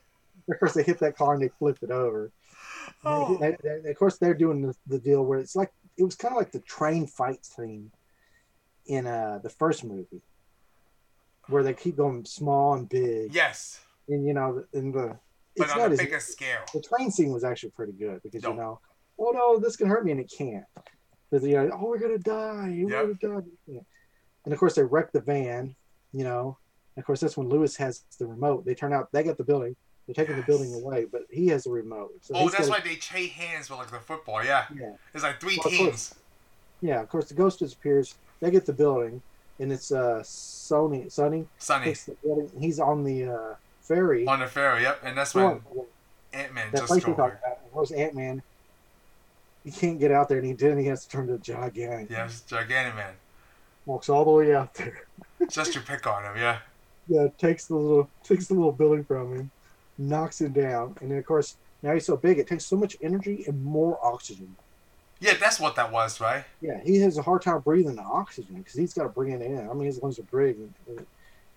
course, they hit that car and they flip it over.
Oh.
And they- they- of course, they're doing the, the deal where it's like it was kind of like the train fight scene in uh the first movie, where they keep going small and big,
Yes,
and you know, in the
but
it's
on
not
the
as
bigger scale.
the train scene was actually pretty good because
No.
you know, oh no, this can hurt me and it can't. Because you know, oh we're gonna die, we're
Yep.
gonna die, Yeah. and of course they wreck the van, you know. And of course that's when Lewis has the remote. They turn out they got the building, they're taking
Yes.
the building away, but he has the remote. So
Oh,
he's
that's
gotta-
why they trade hands with like the football. Yeah,
Yeah.
it's like three
Well, of course.
teams.
Yeah, of course the ghost disappears. They get the building. and it's uh Sony Sonny.
Sunny
He's on the uh, ferry.
on the ferry. Yep, and that's when Ant Man
that
just
place
goes.
we talked about. Where's Ant Man? He can't get out there, and he did. He has to turn to Gigantic.
Yes, Gigantic Man.
Walks all the way out there.
Just to pick on him. Yeah.
Yeah, takes the little takes the little building from him, knocks him down, and then of course now he's so big it takes so much energy and more oxygen.
Yeah, that's what that was, right?
Yeah, he has a hard time breathing the oxygen because he's got to bring it in. I mean, his lungs are big.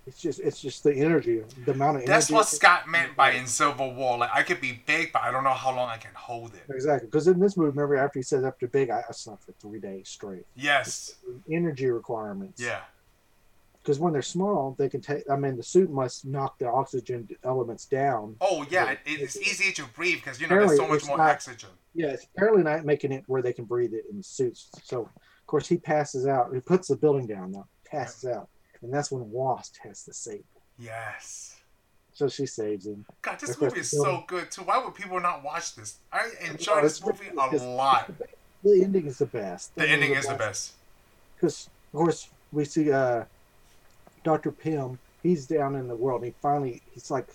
It's just it's just the energy, the amount of
That's
energy.
what Scott meant by in Civil War. Like I could be big, but I don't know how long I can hold it.
exactly because in this movie, remember after he says after big, I, I slept for three days straight.
Yes.
Energy requirements.
Yeah.
because when they're small, they can take. I mean, the suit must knock the oxygen elements down.
Oh yeah, it, it's easier to breathe because you know there's so
Apparently,
much
it's
more
not-
oxygen.
Yeah, it's apparently not making it where they can breathe it in the suits. So, of course, he passes out. He puts the building down though, passes out, and that's when Wasp has to save. Him.
Yes.
So she saves him.
God, this
Of course,
movie is
the film-
so good too. Why would people not watch this? I enjoy
know,
this
it's
movie a
ridiculous.
lot.
The ending is the best.
The ending is the best.
because, of course, we see uh, Doctor Pym. He's down in the world, and he finally he's like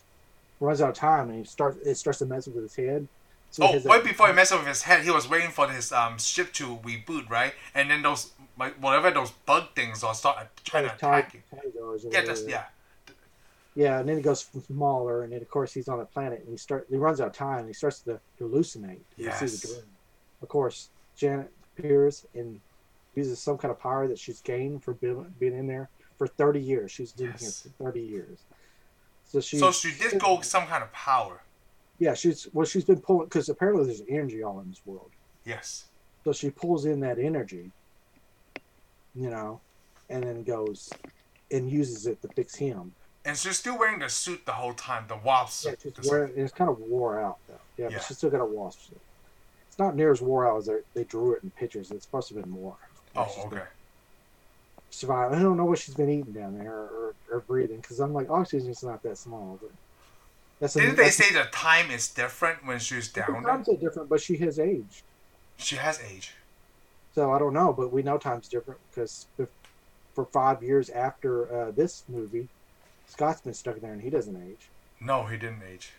runs out of time, and he starts it starts to mess with his head. So he
Oh,
has that-
right before he messed up with his head, he was waiting for his um ship to reboot, right? And then those like whatever those bug things are start uh, trying to attack you. Yeah, just yeah.
Yeah, and then it goes smaller, and then of course he's on a planet, and he start he runs out of time, and he starts to hallucinate. You see the
Yes.
dream. Of course, Janet appears and uses some kind of power that she's gained for being, being in there for thirty years. She's been
Yes.
here for thirty years, so she.
So she did go some kind of power.
Yeah, she's well, she's been pulling because apparently there's energy all in this world,
Yes.
so she pulls in that energy, you know, and then goes and uses it to fix him.
And she's still wearing the suit the whole time, the wasp
Yeah,
suit.
she's
The suit.
wearing, it's kind of wore out though. Yeah,
Yeah.
but she's still got a wasp. suit. It's not near as wore out as they- they drew it in pictures. It's supposed to have been more.
Oh,
She's been
okay.
Survive. I don't know what she's been eating down there or, or breathing because I'm like oxygen's not that small. But that's
Didn't they say the time is different when she's down there?
times are different, but she has aged.
She has age.
So I don't know, but we know times different because for five years after uh, this movie, Scott's been stuck in there and he doesn't age.
No, he didn't age.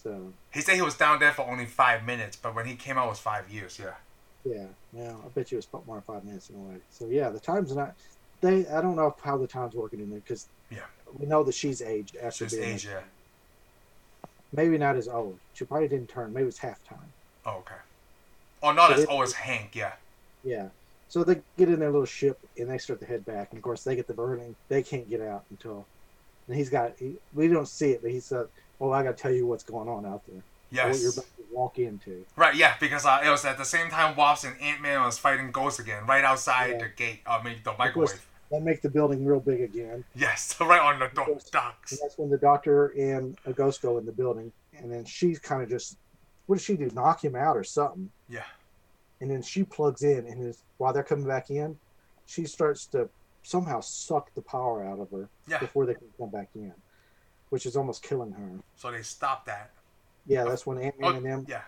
So
He said he was down there for only five minutes, but when he came out, it was five years. Yeah.
Yeah, yeah. I bet you it's about more than five minutes in a way. So yeah, the time's not. They, I don't know how the time's working in there because
Yeah.
we know that she's aged after
She's
being
age. Yeah.
maybe not as old. She probably didn't turn. Maybe it's half time.
Oh, okay. Oh, not
So
as
it-
old as Hank. Yeah.
Yeah. So they get in their little ship and they start to head back. And of course, they get the burning. They can't get out until. And he's got. He, we don't see it, but he said, "Oh, I got to tell you what's going on out there. or What
Yes.
you're about to walk into."
Right, yeah, because uh, it was at the same time Wasp and Ant Man was fighting ghosts again, right outside
Yeah.
the gate. I mean, the
course.
microwave.
They make the building real big again.
Yes, right on the dock.
course. And
docks.
that's when the doctor and a ghost go in the building, and then she kind of just, what does she do? Knock him out or something?
Yeah.
And then she plugs in, and is, while they're coming back in, she starts to somehow suck the power out of her
Yeah.
before they can come back in, which is almost killing her.
So they stopped that.
Yeah, that's when Ant Man
Oh,
and them,
yeah.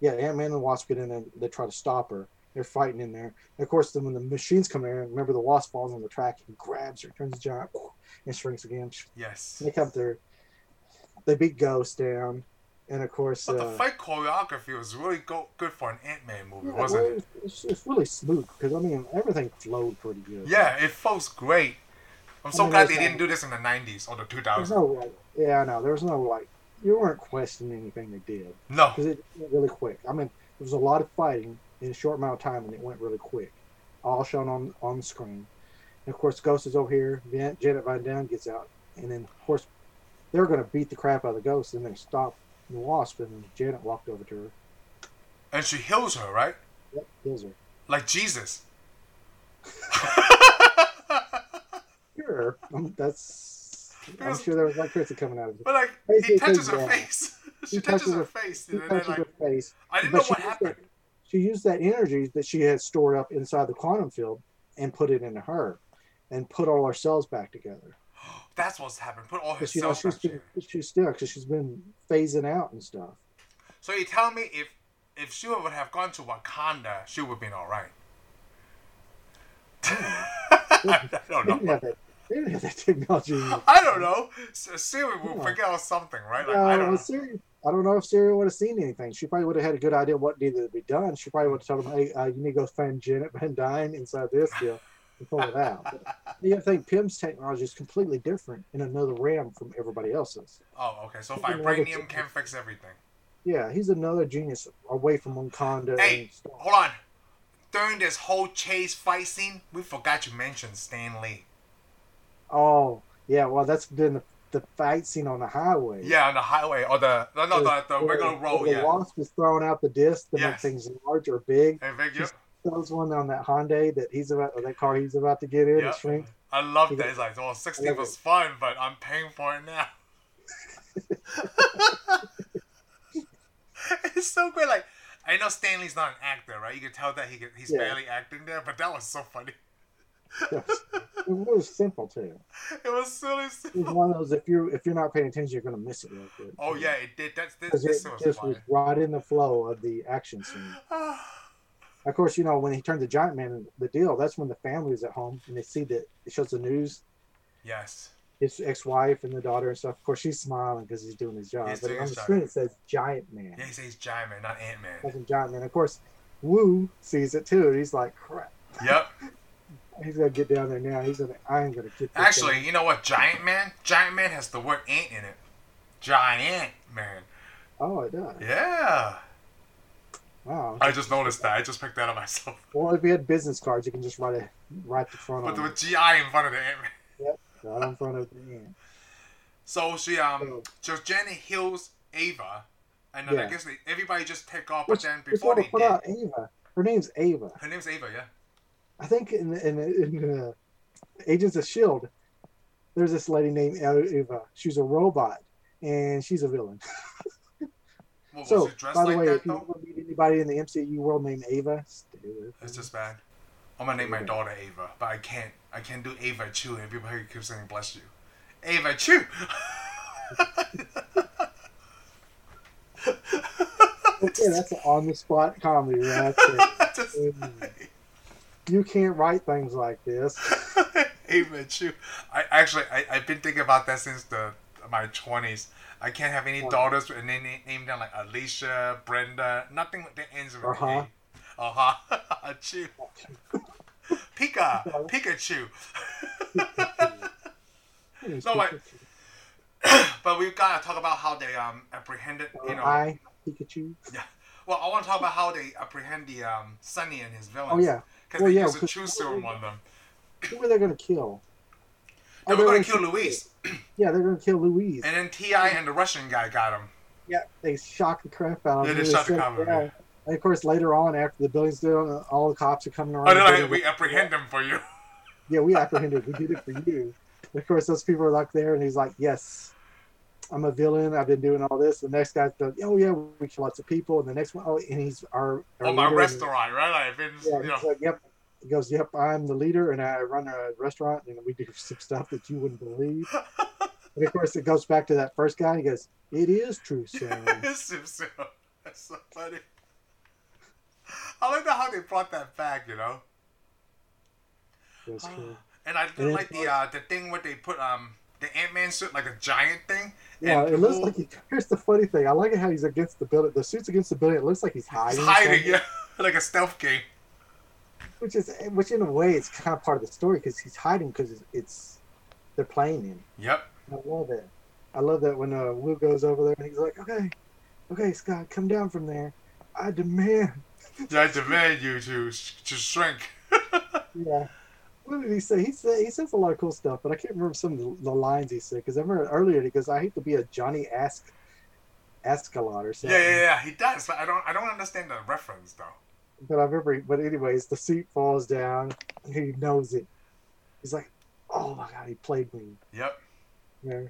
yeah, Ant Man and the Wasp get in, and they try to stop her. They're fighting in there. And of course, then when the machines come in, remember the Wasp falls on the track and grabs her, turns giant, and shrinks again.
Yes.
They come through. They beat Ghost down, and of course,
But the
uh,
fight choreography was really go- good for an Ant Man movie,
yeah,
wasn't
well,
it?
It's, it's really smooth because I mean everything flowed pretty good.
Yeah, it feels great. I'm so
mean,
glad they
there's
didn't
that-
do this in the 90s or the
there's
2000s.
no like, yeah, I know. There was no like, you weren't questioning anything they did
No.
because it went really quick. I mean, there was a lot of fighting in a short amount of time, and it went really quick, all shown on on screen. And of course, Ghost is over here. Jan- Janet Van Down gets out, and then of course, they're going to beat the crap out of the Ghost, and they stop the Wasp, and Janet walked over to her,
And she heals her, right?
yep, kills her.
Like Jesus.
Sure. Um, that's. I'm
Because-
sure there was electricity coming out of it.
but like, he
Basically,
touches her
yeah.
face. she
He
touches
touches
her
her-
face.
She
And then,
touches
like,
her face.
I didn't know
but she
what
used
happened.
that- She used that energy that she had stored up inside the quantum field and put it into her and put all our cells back together.
That's what's happened. Put all her
Because, you know,
cells
she's
back in.
been, she's still, because she's been phasing out and stuff.
So you tell me if if she would have gone to Wakanda, she would have been all right. I don't
They didn't
know.
have that. They didn't have that technology.
I don't know. S- Siri will
Yeah.
figure out something, right? Like,
Uh,
I don't know.
Siri, I don't know if Siri would have seen anything. She probably would have had a good idea what needed to be done. She probably would have told him, "Hey, uh, you need to go find Janet Van Dyne inside this deal and pull it out." But you got to think Pim's technology is completely different in another realm from everybody else's.
Oh, okay. So
Another
vibranium
tip.
can fix everything.
Yeah, he's another genius away from Wakanda.
Hey,
and stuff.
Hold on. During this whole chase fight scene, we forgot to mention Stan Lee.
Oh, yeah. Well, that's been the, the fight scene on the highway.
Yeah, on the highway or the no, no, the, the regular road.
The
Yeah.
wasp is throwing out the disc to
Yes.
make things large or big.
Hey, Vic, you-
That was one on that Hyundai that he's about, or that car he's about to get in.
Yeah.
It shrinks.
I love that. It's like, well, 16 was fun, but I'm paying for it now. it's so great. Like, I know Stanley's not an actor, right? You can tell that he could, he's
Yeah.
barely acting there, but that was so funny.
it was simple too.
It was silly.
It was one of those if you if you're not paying attention, you're gonna miss it. Real quick.
Oh yeah, it did. That's this.
because
This
it
was
just was
fun.
right in the flow of the action scene. Of course, you know when he turned the giant man in the deal. That's when the family is at home and they see that it shows the news.
yes.
His ex-wife and the daughter and stuff. Of course, she's smiling because he's doing his job.
He's
but
doing
on
his
the
job.
screen it says giant man.
Yeah, he says Giant Man, not Ant Man.
Fucking giant man. Of course, Wu sees it too. And he's like, crap.
yep.
He's gonna get down there now. He's gonna. I'm gonna get. This
Actually,
guy.
you know what? Giant Man. Giant Man has the word ant in it. Giant Man.
Oh, it does.
Yeah.
Wow.
I just noticed that. I just picked that up myself.
Well, if you had business cards, you can just write a write the front
But
on
with
it,
GI in front of the Ant Man.
right in front of the end.
So she um
So-
so Jenny heals Ava and then I
Yeah.
guess they, everybody just take off
Which-
but then
It's
before
what
they
I
did
put out Ava. Her name's Ava.
her name's Ava, yeah.
I think in the, in the, in the Agents of Shield, E there's this lady named Ava. She's a robot and she's a villain.
Well
so,
was she dressed
by the
like
way,
that
if you
though?
ever meet anybody in the MCU world named Ava, stay with
It's
them.
just bad. I'm gonna name my
Okay.
daughter Ava, but I can't I can't do Ava Chu and people here keep saying bless you. Ava Chu
Okay, that's an on the spot comedy right
Just-
there. you can't write things like this.
Ava Chu. I actually I, I've been thinking about that since the my twenties. I can't have any
Wow.
daughters and then name them like Alicia, Brenda, nothing that ends with
Uh-huh.
A. Uh-huh. Chu. Pika. Pikachu. No, wait. But we've gotta talk about how they um apprehended you know
I Pikachu.
Well I wanna talk about how they apprehend the um Sunny and his villains.
Oh yeah.
Because
Well,
they
yeah,
use a
'cause-
true serum on them.
Who are they gonna kill?
They were
Oh, they're
gonna kill
shoot-
Luis.
Yeah, they're gonna kill Louise.
And then T I and the Russian guy got him.
yeah, they shock the crap out of
Yeah,
him.
they shock the
sit
crap out of
down.
him.
And of course, later on, after the building's down, all the cops are coming around.
Oh no,
and
no,
doing-
we apprehend him for you.
yeah, we apprehended. we did it for you. And of course, those people are like there, and he's like, "Yes, I'm a villain. I've been doing all this." The next guy's like, "Oh yeah, we kill lots of people." And the next one, oh, and he's our, our
Oh my
leader.
restaurant, right? Like, I've been
Yeah,
you
he's
know
like, "Yep." He goes, "Yep, I'm the leader, and I run a restaurant, and we do some stuff that you wouldn't believe." and of course, it goes back to that first guy. He goes, "It is true, Sam."
It's just, you know, That's so funny. I like that how they brought that back, you know.
That's true.
And I
And
did like the
it's-
uh, the thing where they put um the Ant Man suit like a giant thing.
Yeah,
and
it looks like he, here's the funny thing. I like it how he's against the building. The suit's against the building. It looks like he's
he's
hiding,
hiding,
something,
yeah, like a stealth game.
which is which in a way it's kind of part of the story because he's hiding because it's, it's they're playing him.
Yep.
I love it. I love that when uh, Wu goes over there and he's like, "Okay, okay, Scott, come down from there. I demand."
I demand you to sh- to shrink.
Yeah. What did he say? He said he says a lot of cool stuff, but I can't remember some of the, the lines he said because I remember earlier he goes, "I hate to be a Johnny Ask, Ascalon or
Yeah,
something."
yeah, yeah, He does, but I don't I don't understand the reference though.
But I remember, but anyways, the suit falls down. He knows it. He's like, "Oh my god, he played me."
Yep.
You know?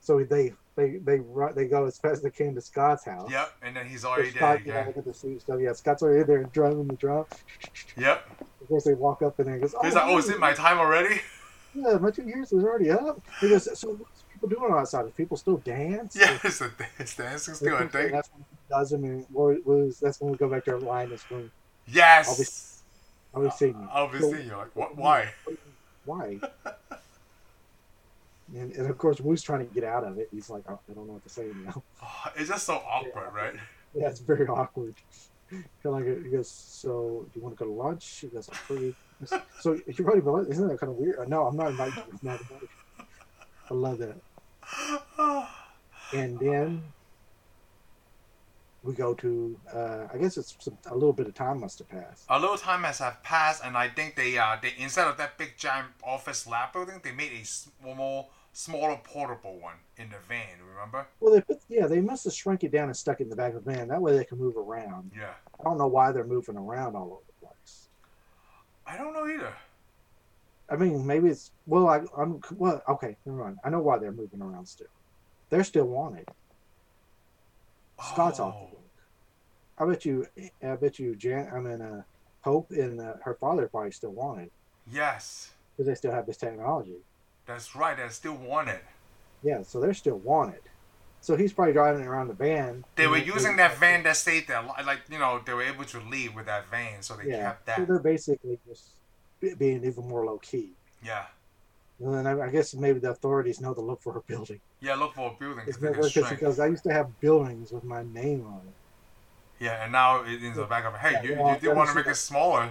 So they they they run, they go as fast as they can to Scott's house.
Yep. And then he's
So
already there
Scott, you know,
again.
look at the suit stuff. Yeah, Scott's already there drumming the drum.
Yep.
Of course, they walk up in there and goes, "Oh,
He's like, oh, is
hey."
it my time already?
Yeah, my two years was already up. He goes, so what's people doing outside? Do people still dance?
Yeah, it's a it's dancing still a thing.
That's when he does them, and Lori- Lou's- that's when we go back to our line. That's when
Yes.
I'll be- I'll be seeing you.
I'll be
So-
seeing you. Like, what? Why?
Why? and, and of course, Wu's trying to get out of it. He's like, "Oh, I, I don't know what to say now.
Oh, it's just so awkward, right?
Yeah, it's very awkward. Kinda like he goes, so do you want to go to lunch? She goes, I'm free. So you're already invited. Isn't that kind of weird? No, I'm not invited. I'm not invited. I love that. And then we go to, uh, I guess it's some, a little bit of time must have passed.
A little time has have passed, and I think they uh they instead of that big giant office lab building, they made a small, smaller portable one in the van. Remember?
Well, they put, yeah, they must have shrunk it down and stuck it in the back of the van. That way they can move around.
Yeah.
I don't know why they're moving around all over the place.
I don't know either.
I mean, maybe it's well. I, I'm well. Okay, never mind. I know why they're moving around still. They're still wanted. Scott's off the
Oh.
hook. I bet you. I bet you. Jan. I mean, uh, Hope and uh, her father are probably still wanted
Yes,
because they still have this technology.
that's right. I still want it.
Yeah, so they're still wanted. So he's probably driving around the van.
They
And
were
he-
using that van that saved their li Like you know, they were able to leave with that van, so they
Yeah.
kept
So
that.
they're basically just be- being even more low key.
Yeah.
And then I, I guess maybe the authorities know to look for a building.
Yeah, look for a building
It's
because they
never
can
because
shrink.
because I used to have buildings with my name on it.
Yeah, and now it's in the back of hey,
Yeah,
you,
well,
you did want to
that's-
make it smaller.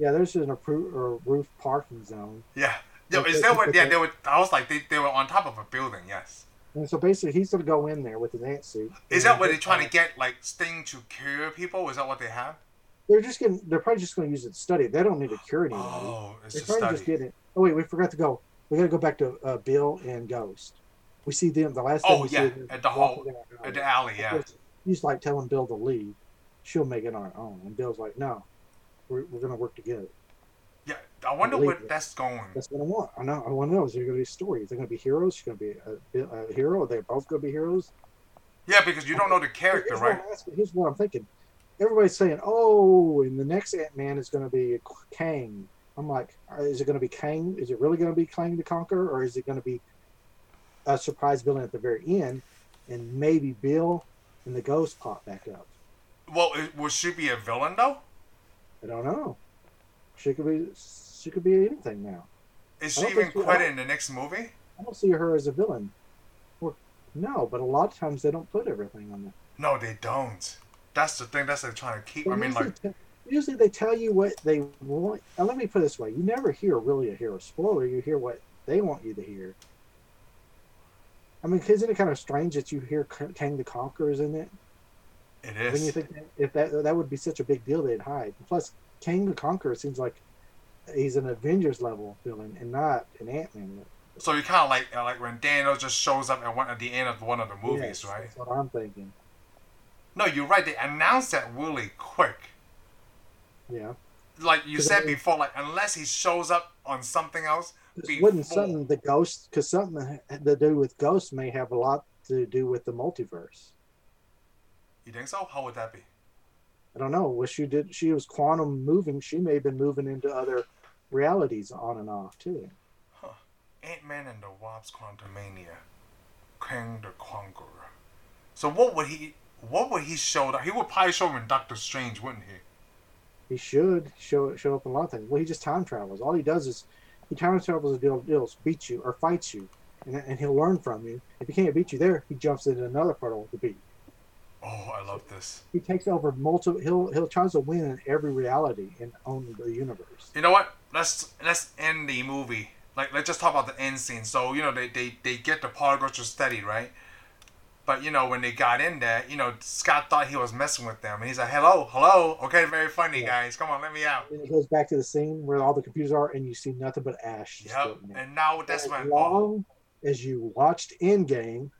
Yeah, there's just an approved or roof parking zone.
Yeah. Yeah,
Okay,
is there what?
okay.
Yeah, they were. I was like, they, they were on top of a building. Yes.
And so basically, he's going to go in there with his ant suit.
Is that what they're trying to get, like Sting to cure people? Is that what they have?
They're just going. to They're probably just going to use it to study. it. They don't need to cure anybody.
Oh, it's
they're
just
probably just
study.
getting it. Oh wait, we forgot to go. We got to go back to uh, Bill and Ghost. We see them the last.
Oh,
thing we
yeah,
see them
at the
walking
hall-
down the
At
alley.
the alley, yeah.
He's like telling Bill to leave. She'll make it on her own. And Bill's like, no, we're, we're going to work together.
Yeah, I wonder
Believe
what
it.
that's going.
That's what I want. I know. I want to know. Is there going to be a story? Is there going to be heroes? She's going to be a, a hero. Are they both going to be heroes?
Yeah, because you don't know the character,
here's what
right?
I'm asking- here's what I'm thinking. Everybody's saying, "Oh, and the next Ant Man is going to be Kang." I'm like, "Uh, "Is it going to be Kang? Is it really going to be Kang the Conqueror, or is it going to be a surprise villain at the very end, and maybe Bill and the Ghost pop back up?"
Well, it, will she be a villain though?
I don't know. She could be. She could be anything now.
Is she
I don't
even
think she- I
credited
don't-
in the next movie?
I don't see her as a villain. Or, no, but a lot of times they don't put everything on the
No, they don't. That's the thing. That's what they're trying to keep. I
Well,
mean,
usually,
like,
usually they tell you what they want. Now, let me put it this way: you never hear really a hero spoiler. You hear what they want you to hear. I mean, isn't it kind of strange that you hear K- Kang the Conqueror is in it?
it
When you
is.
think that, if that that would be such a big deal, they'd hide. Plus, Kang the Conqueror seems like he's an Avengers level villain and not an Ant Man.
So you kind of like uh, like when Daniel just shows up at one at the end of one of the movies, right?
That's what I'm thinking.
No, you're right. They announced that really quick.
Yeah,
Like you
Because
said
I-
before, like unless he shows up on something else,
'Cause
Be
wouldn't
full.
something the ghost? Because something to do with ghosts may have a lot to do with the multiverse.
you think so? How would that be?
I don't know. What she did, she was quantum moving. She may have been moving into other realities on and off too.
Ant Man and the Wasp's Quantumania, Kang the Conqueror. So what would he? What would he show? He would probably show him in Doctor Strange, wouldn't he?
He should show show up in a lot of things. Well, he just time travels. All he does is he time travels and deal, deals, beats you or fights you, and, and he'll learn from you. If he can't beat you there, he jumps into another portal to beat. you.
Oh, I love this.
He takes over multiple. He'll he'll tries to win in every reality and own the universe.
You know what? Let's let's end the movie. Like let's just talk about the end scene. So you know they they, they get the particles to study right, but you know when they got in there, you know Scott thought he was messing with them, and he's like, "Hello, hello, okay, very funny
Yeah.
guys, come on, let me out."
Then he goes back to the scene where all the computers are, and you see nothing but ash. just
Yep.
floating there.
And now that's
as
when oh,
long as you watched Endgame,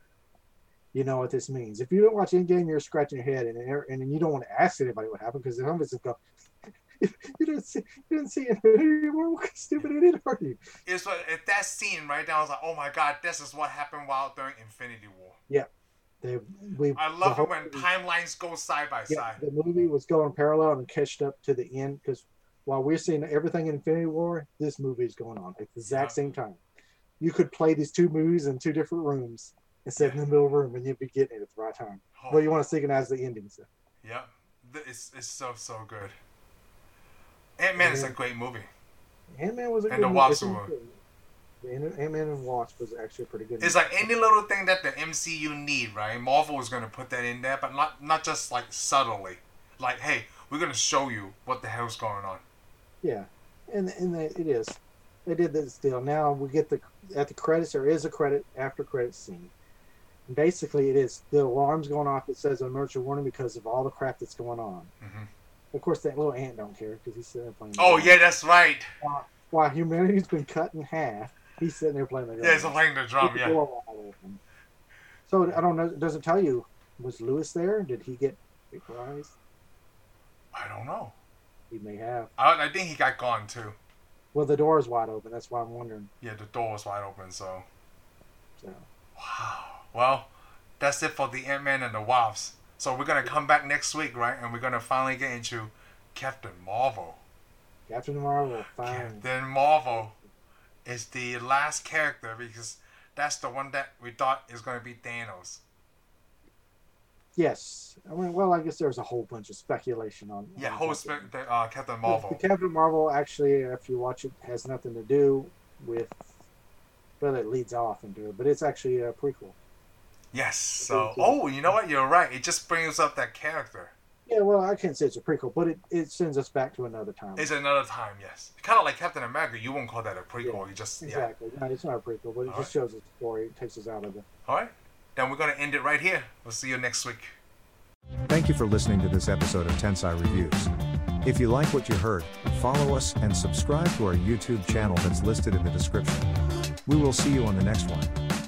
you know what this means. If you don't watch Endgame, you're scratching your head, and and, and you don't want to ask anybody what happened because some of us go, you didn't see, you didn't see it anymore. What kind of stupid idiot are you?
it's what if that scene right now I was like, "Oh my God, this is what happened while during Infinity War."
They, we,
I love
the
it when
whole-
timelines go side by
yeah,
side.
the movie was going parallel and catched up to the end because while we're seeing everything in Infinity War, this movie is going on at the exact
Yeah.
same time. You could play these two movies in two different rooms instead of in the middle room, and you'd be getting it at the right time.
Oh,
Well, you want to synchronize the endings.
yeah, Th- it's it's so so good. Ant Man is a great movie.
Ant Man was a
And
good
the Wasp
movie.
one.
Ant Man and Wasp was actually a pretty good.
It's like any little thing that the MCU need, right? Marvel was gonna put that in there, but not not just like subtly. Like, hey, we're gonna show you what the hell's going on.
Yeah, and and they, it is. They did this deal. Now we get the at the credits. There is a credit after credit scene. And basically, it is the alarm's going off. It says emergency warning because of all the crap that's going on.
Mhm.
Of course, that little ant don't care because he's sitting there playing.
Oh yeah, that's right.
While humanity's been cut in half, he's sitting there playing the
Yeah, it's playing the drum.
Keep the
Yeah.
door wide open. So I don't know. Does it tell you was Lewis there? Did he get surprised?
I don't know.
He may have.
I, I think he got gone too.
Well, the door is wide open. That's why I'm wondering.
Yeah, the door was wide open. So,
So
wow. Well, that's it for the Ant Man and the Wasps. So we're gonna come back next week, right? And we're gonna finally get into Captain Marvel.
Captain Marvel,
Um,
fine.
Captain Marvel is the last character because that's the one that we thought is going to be Thanos.
Yes. I mean, well, I guess there's a whole bunch of speculation on.
Yeah,
on
whole
Captain-
spe- uh, Captain
The-
Marvel.
The Captain Marvel actually, if you watch it, has nothing to do with. Well, it leads off into it, but it's actually a prequel.
Yes. So, oh, you know what? You're right. It just brings up that character.
Yeah, well, I can't say it's a prequel, but it, it sends us back to another time.
It's another time. Yes. Kind of like Captain America. You won't call that a prequel. You just yeah.
Exactly. No, it's not a prequel, but it
All
just shows the story. It takes us out of the.
All right. Then we're gonna end it right here. We'll see you next week.
Thank you for listening to this episode of Tensai Reviews. If you like what you heard, follow us and subscribe to our YouTube channel that's listed in the description. We will see you on the next one.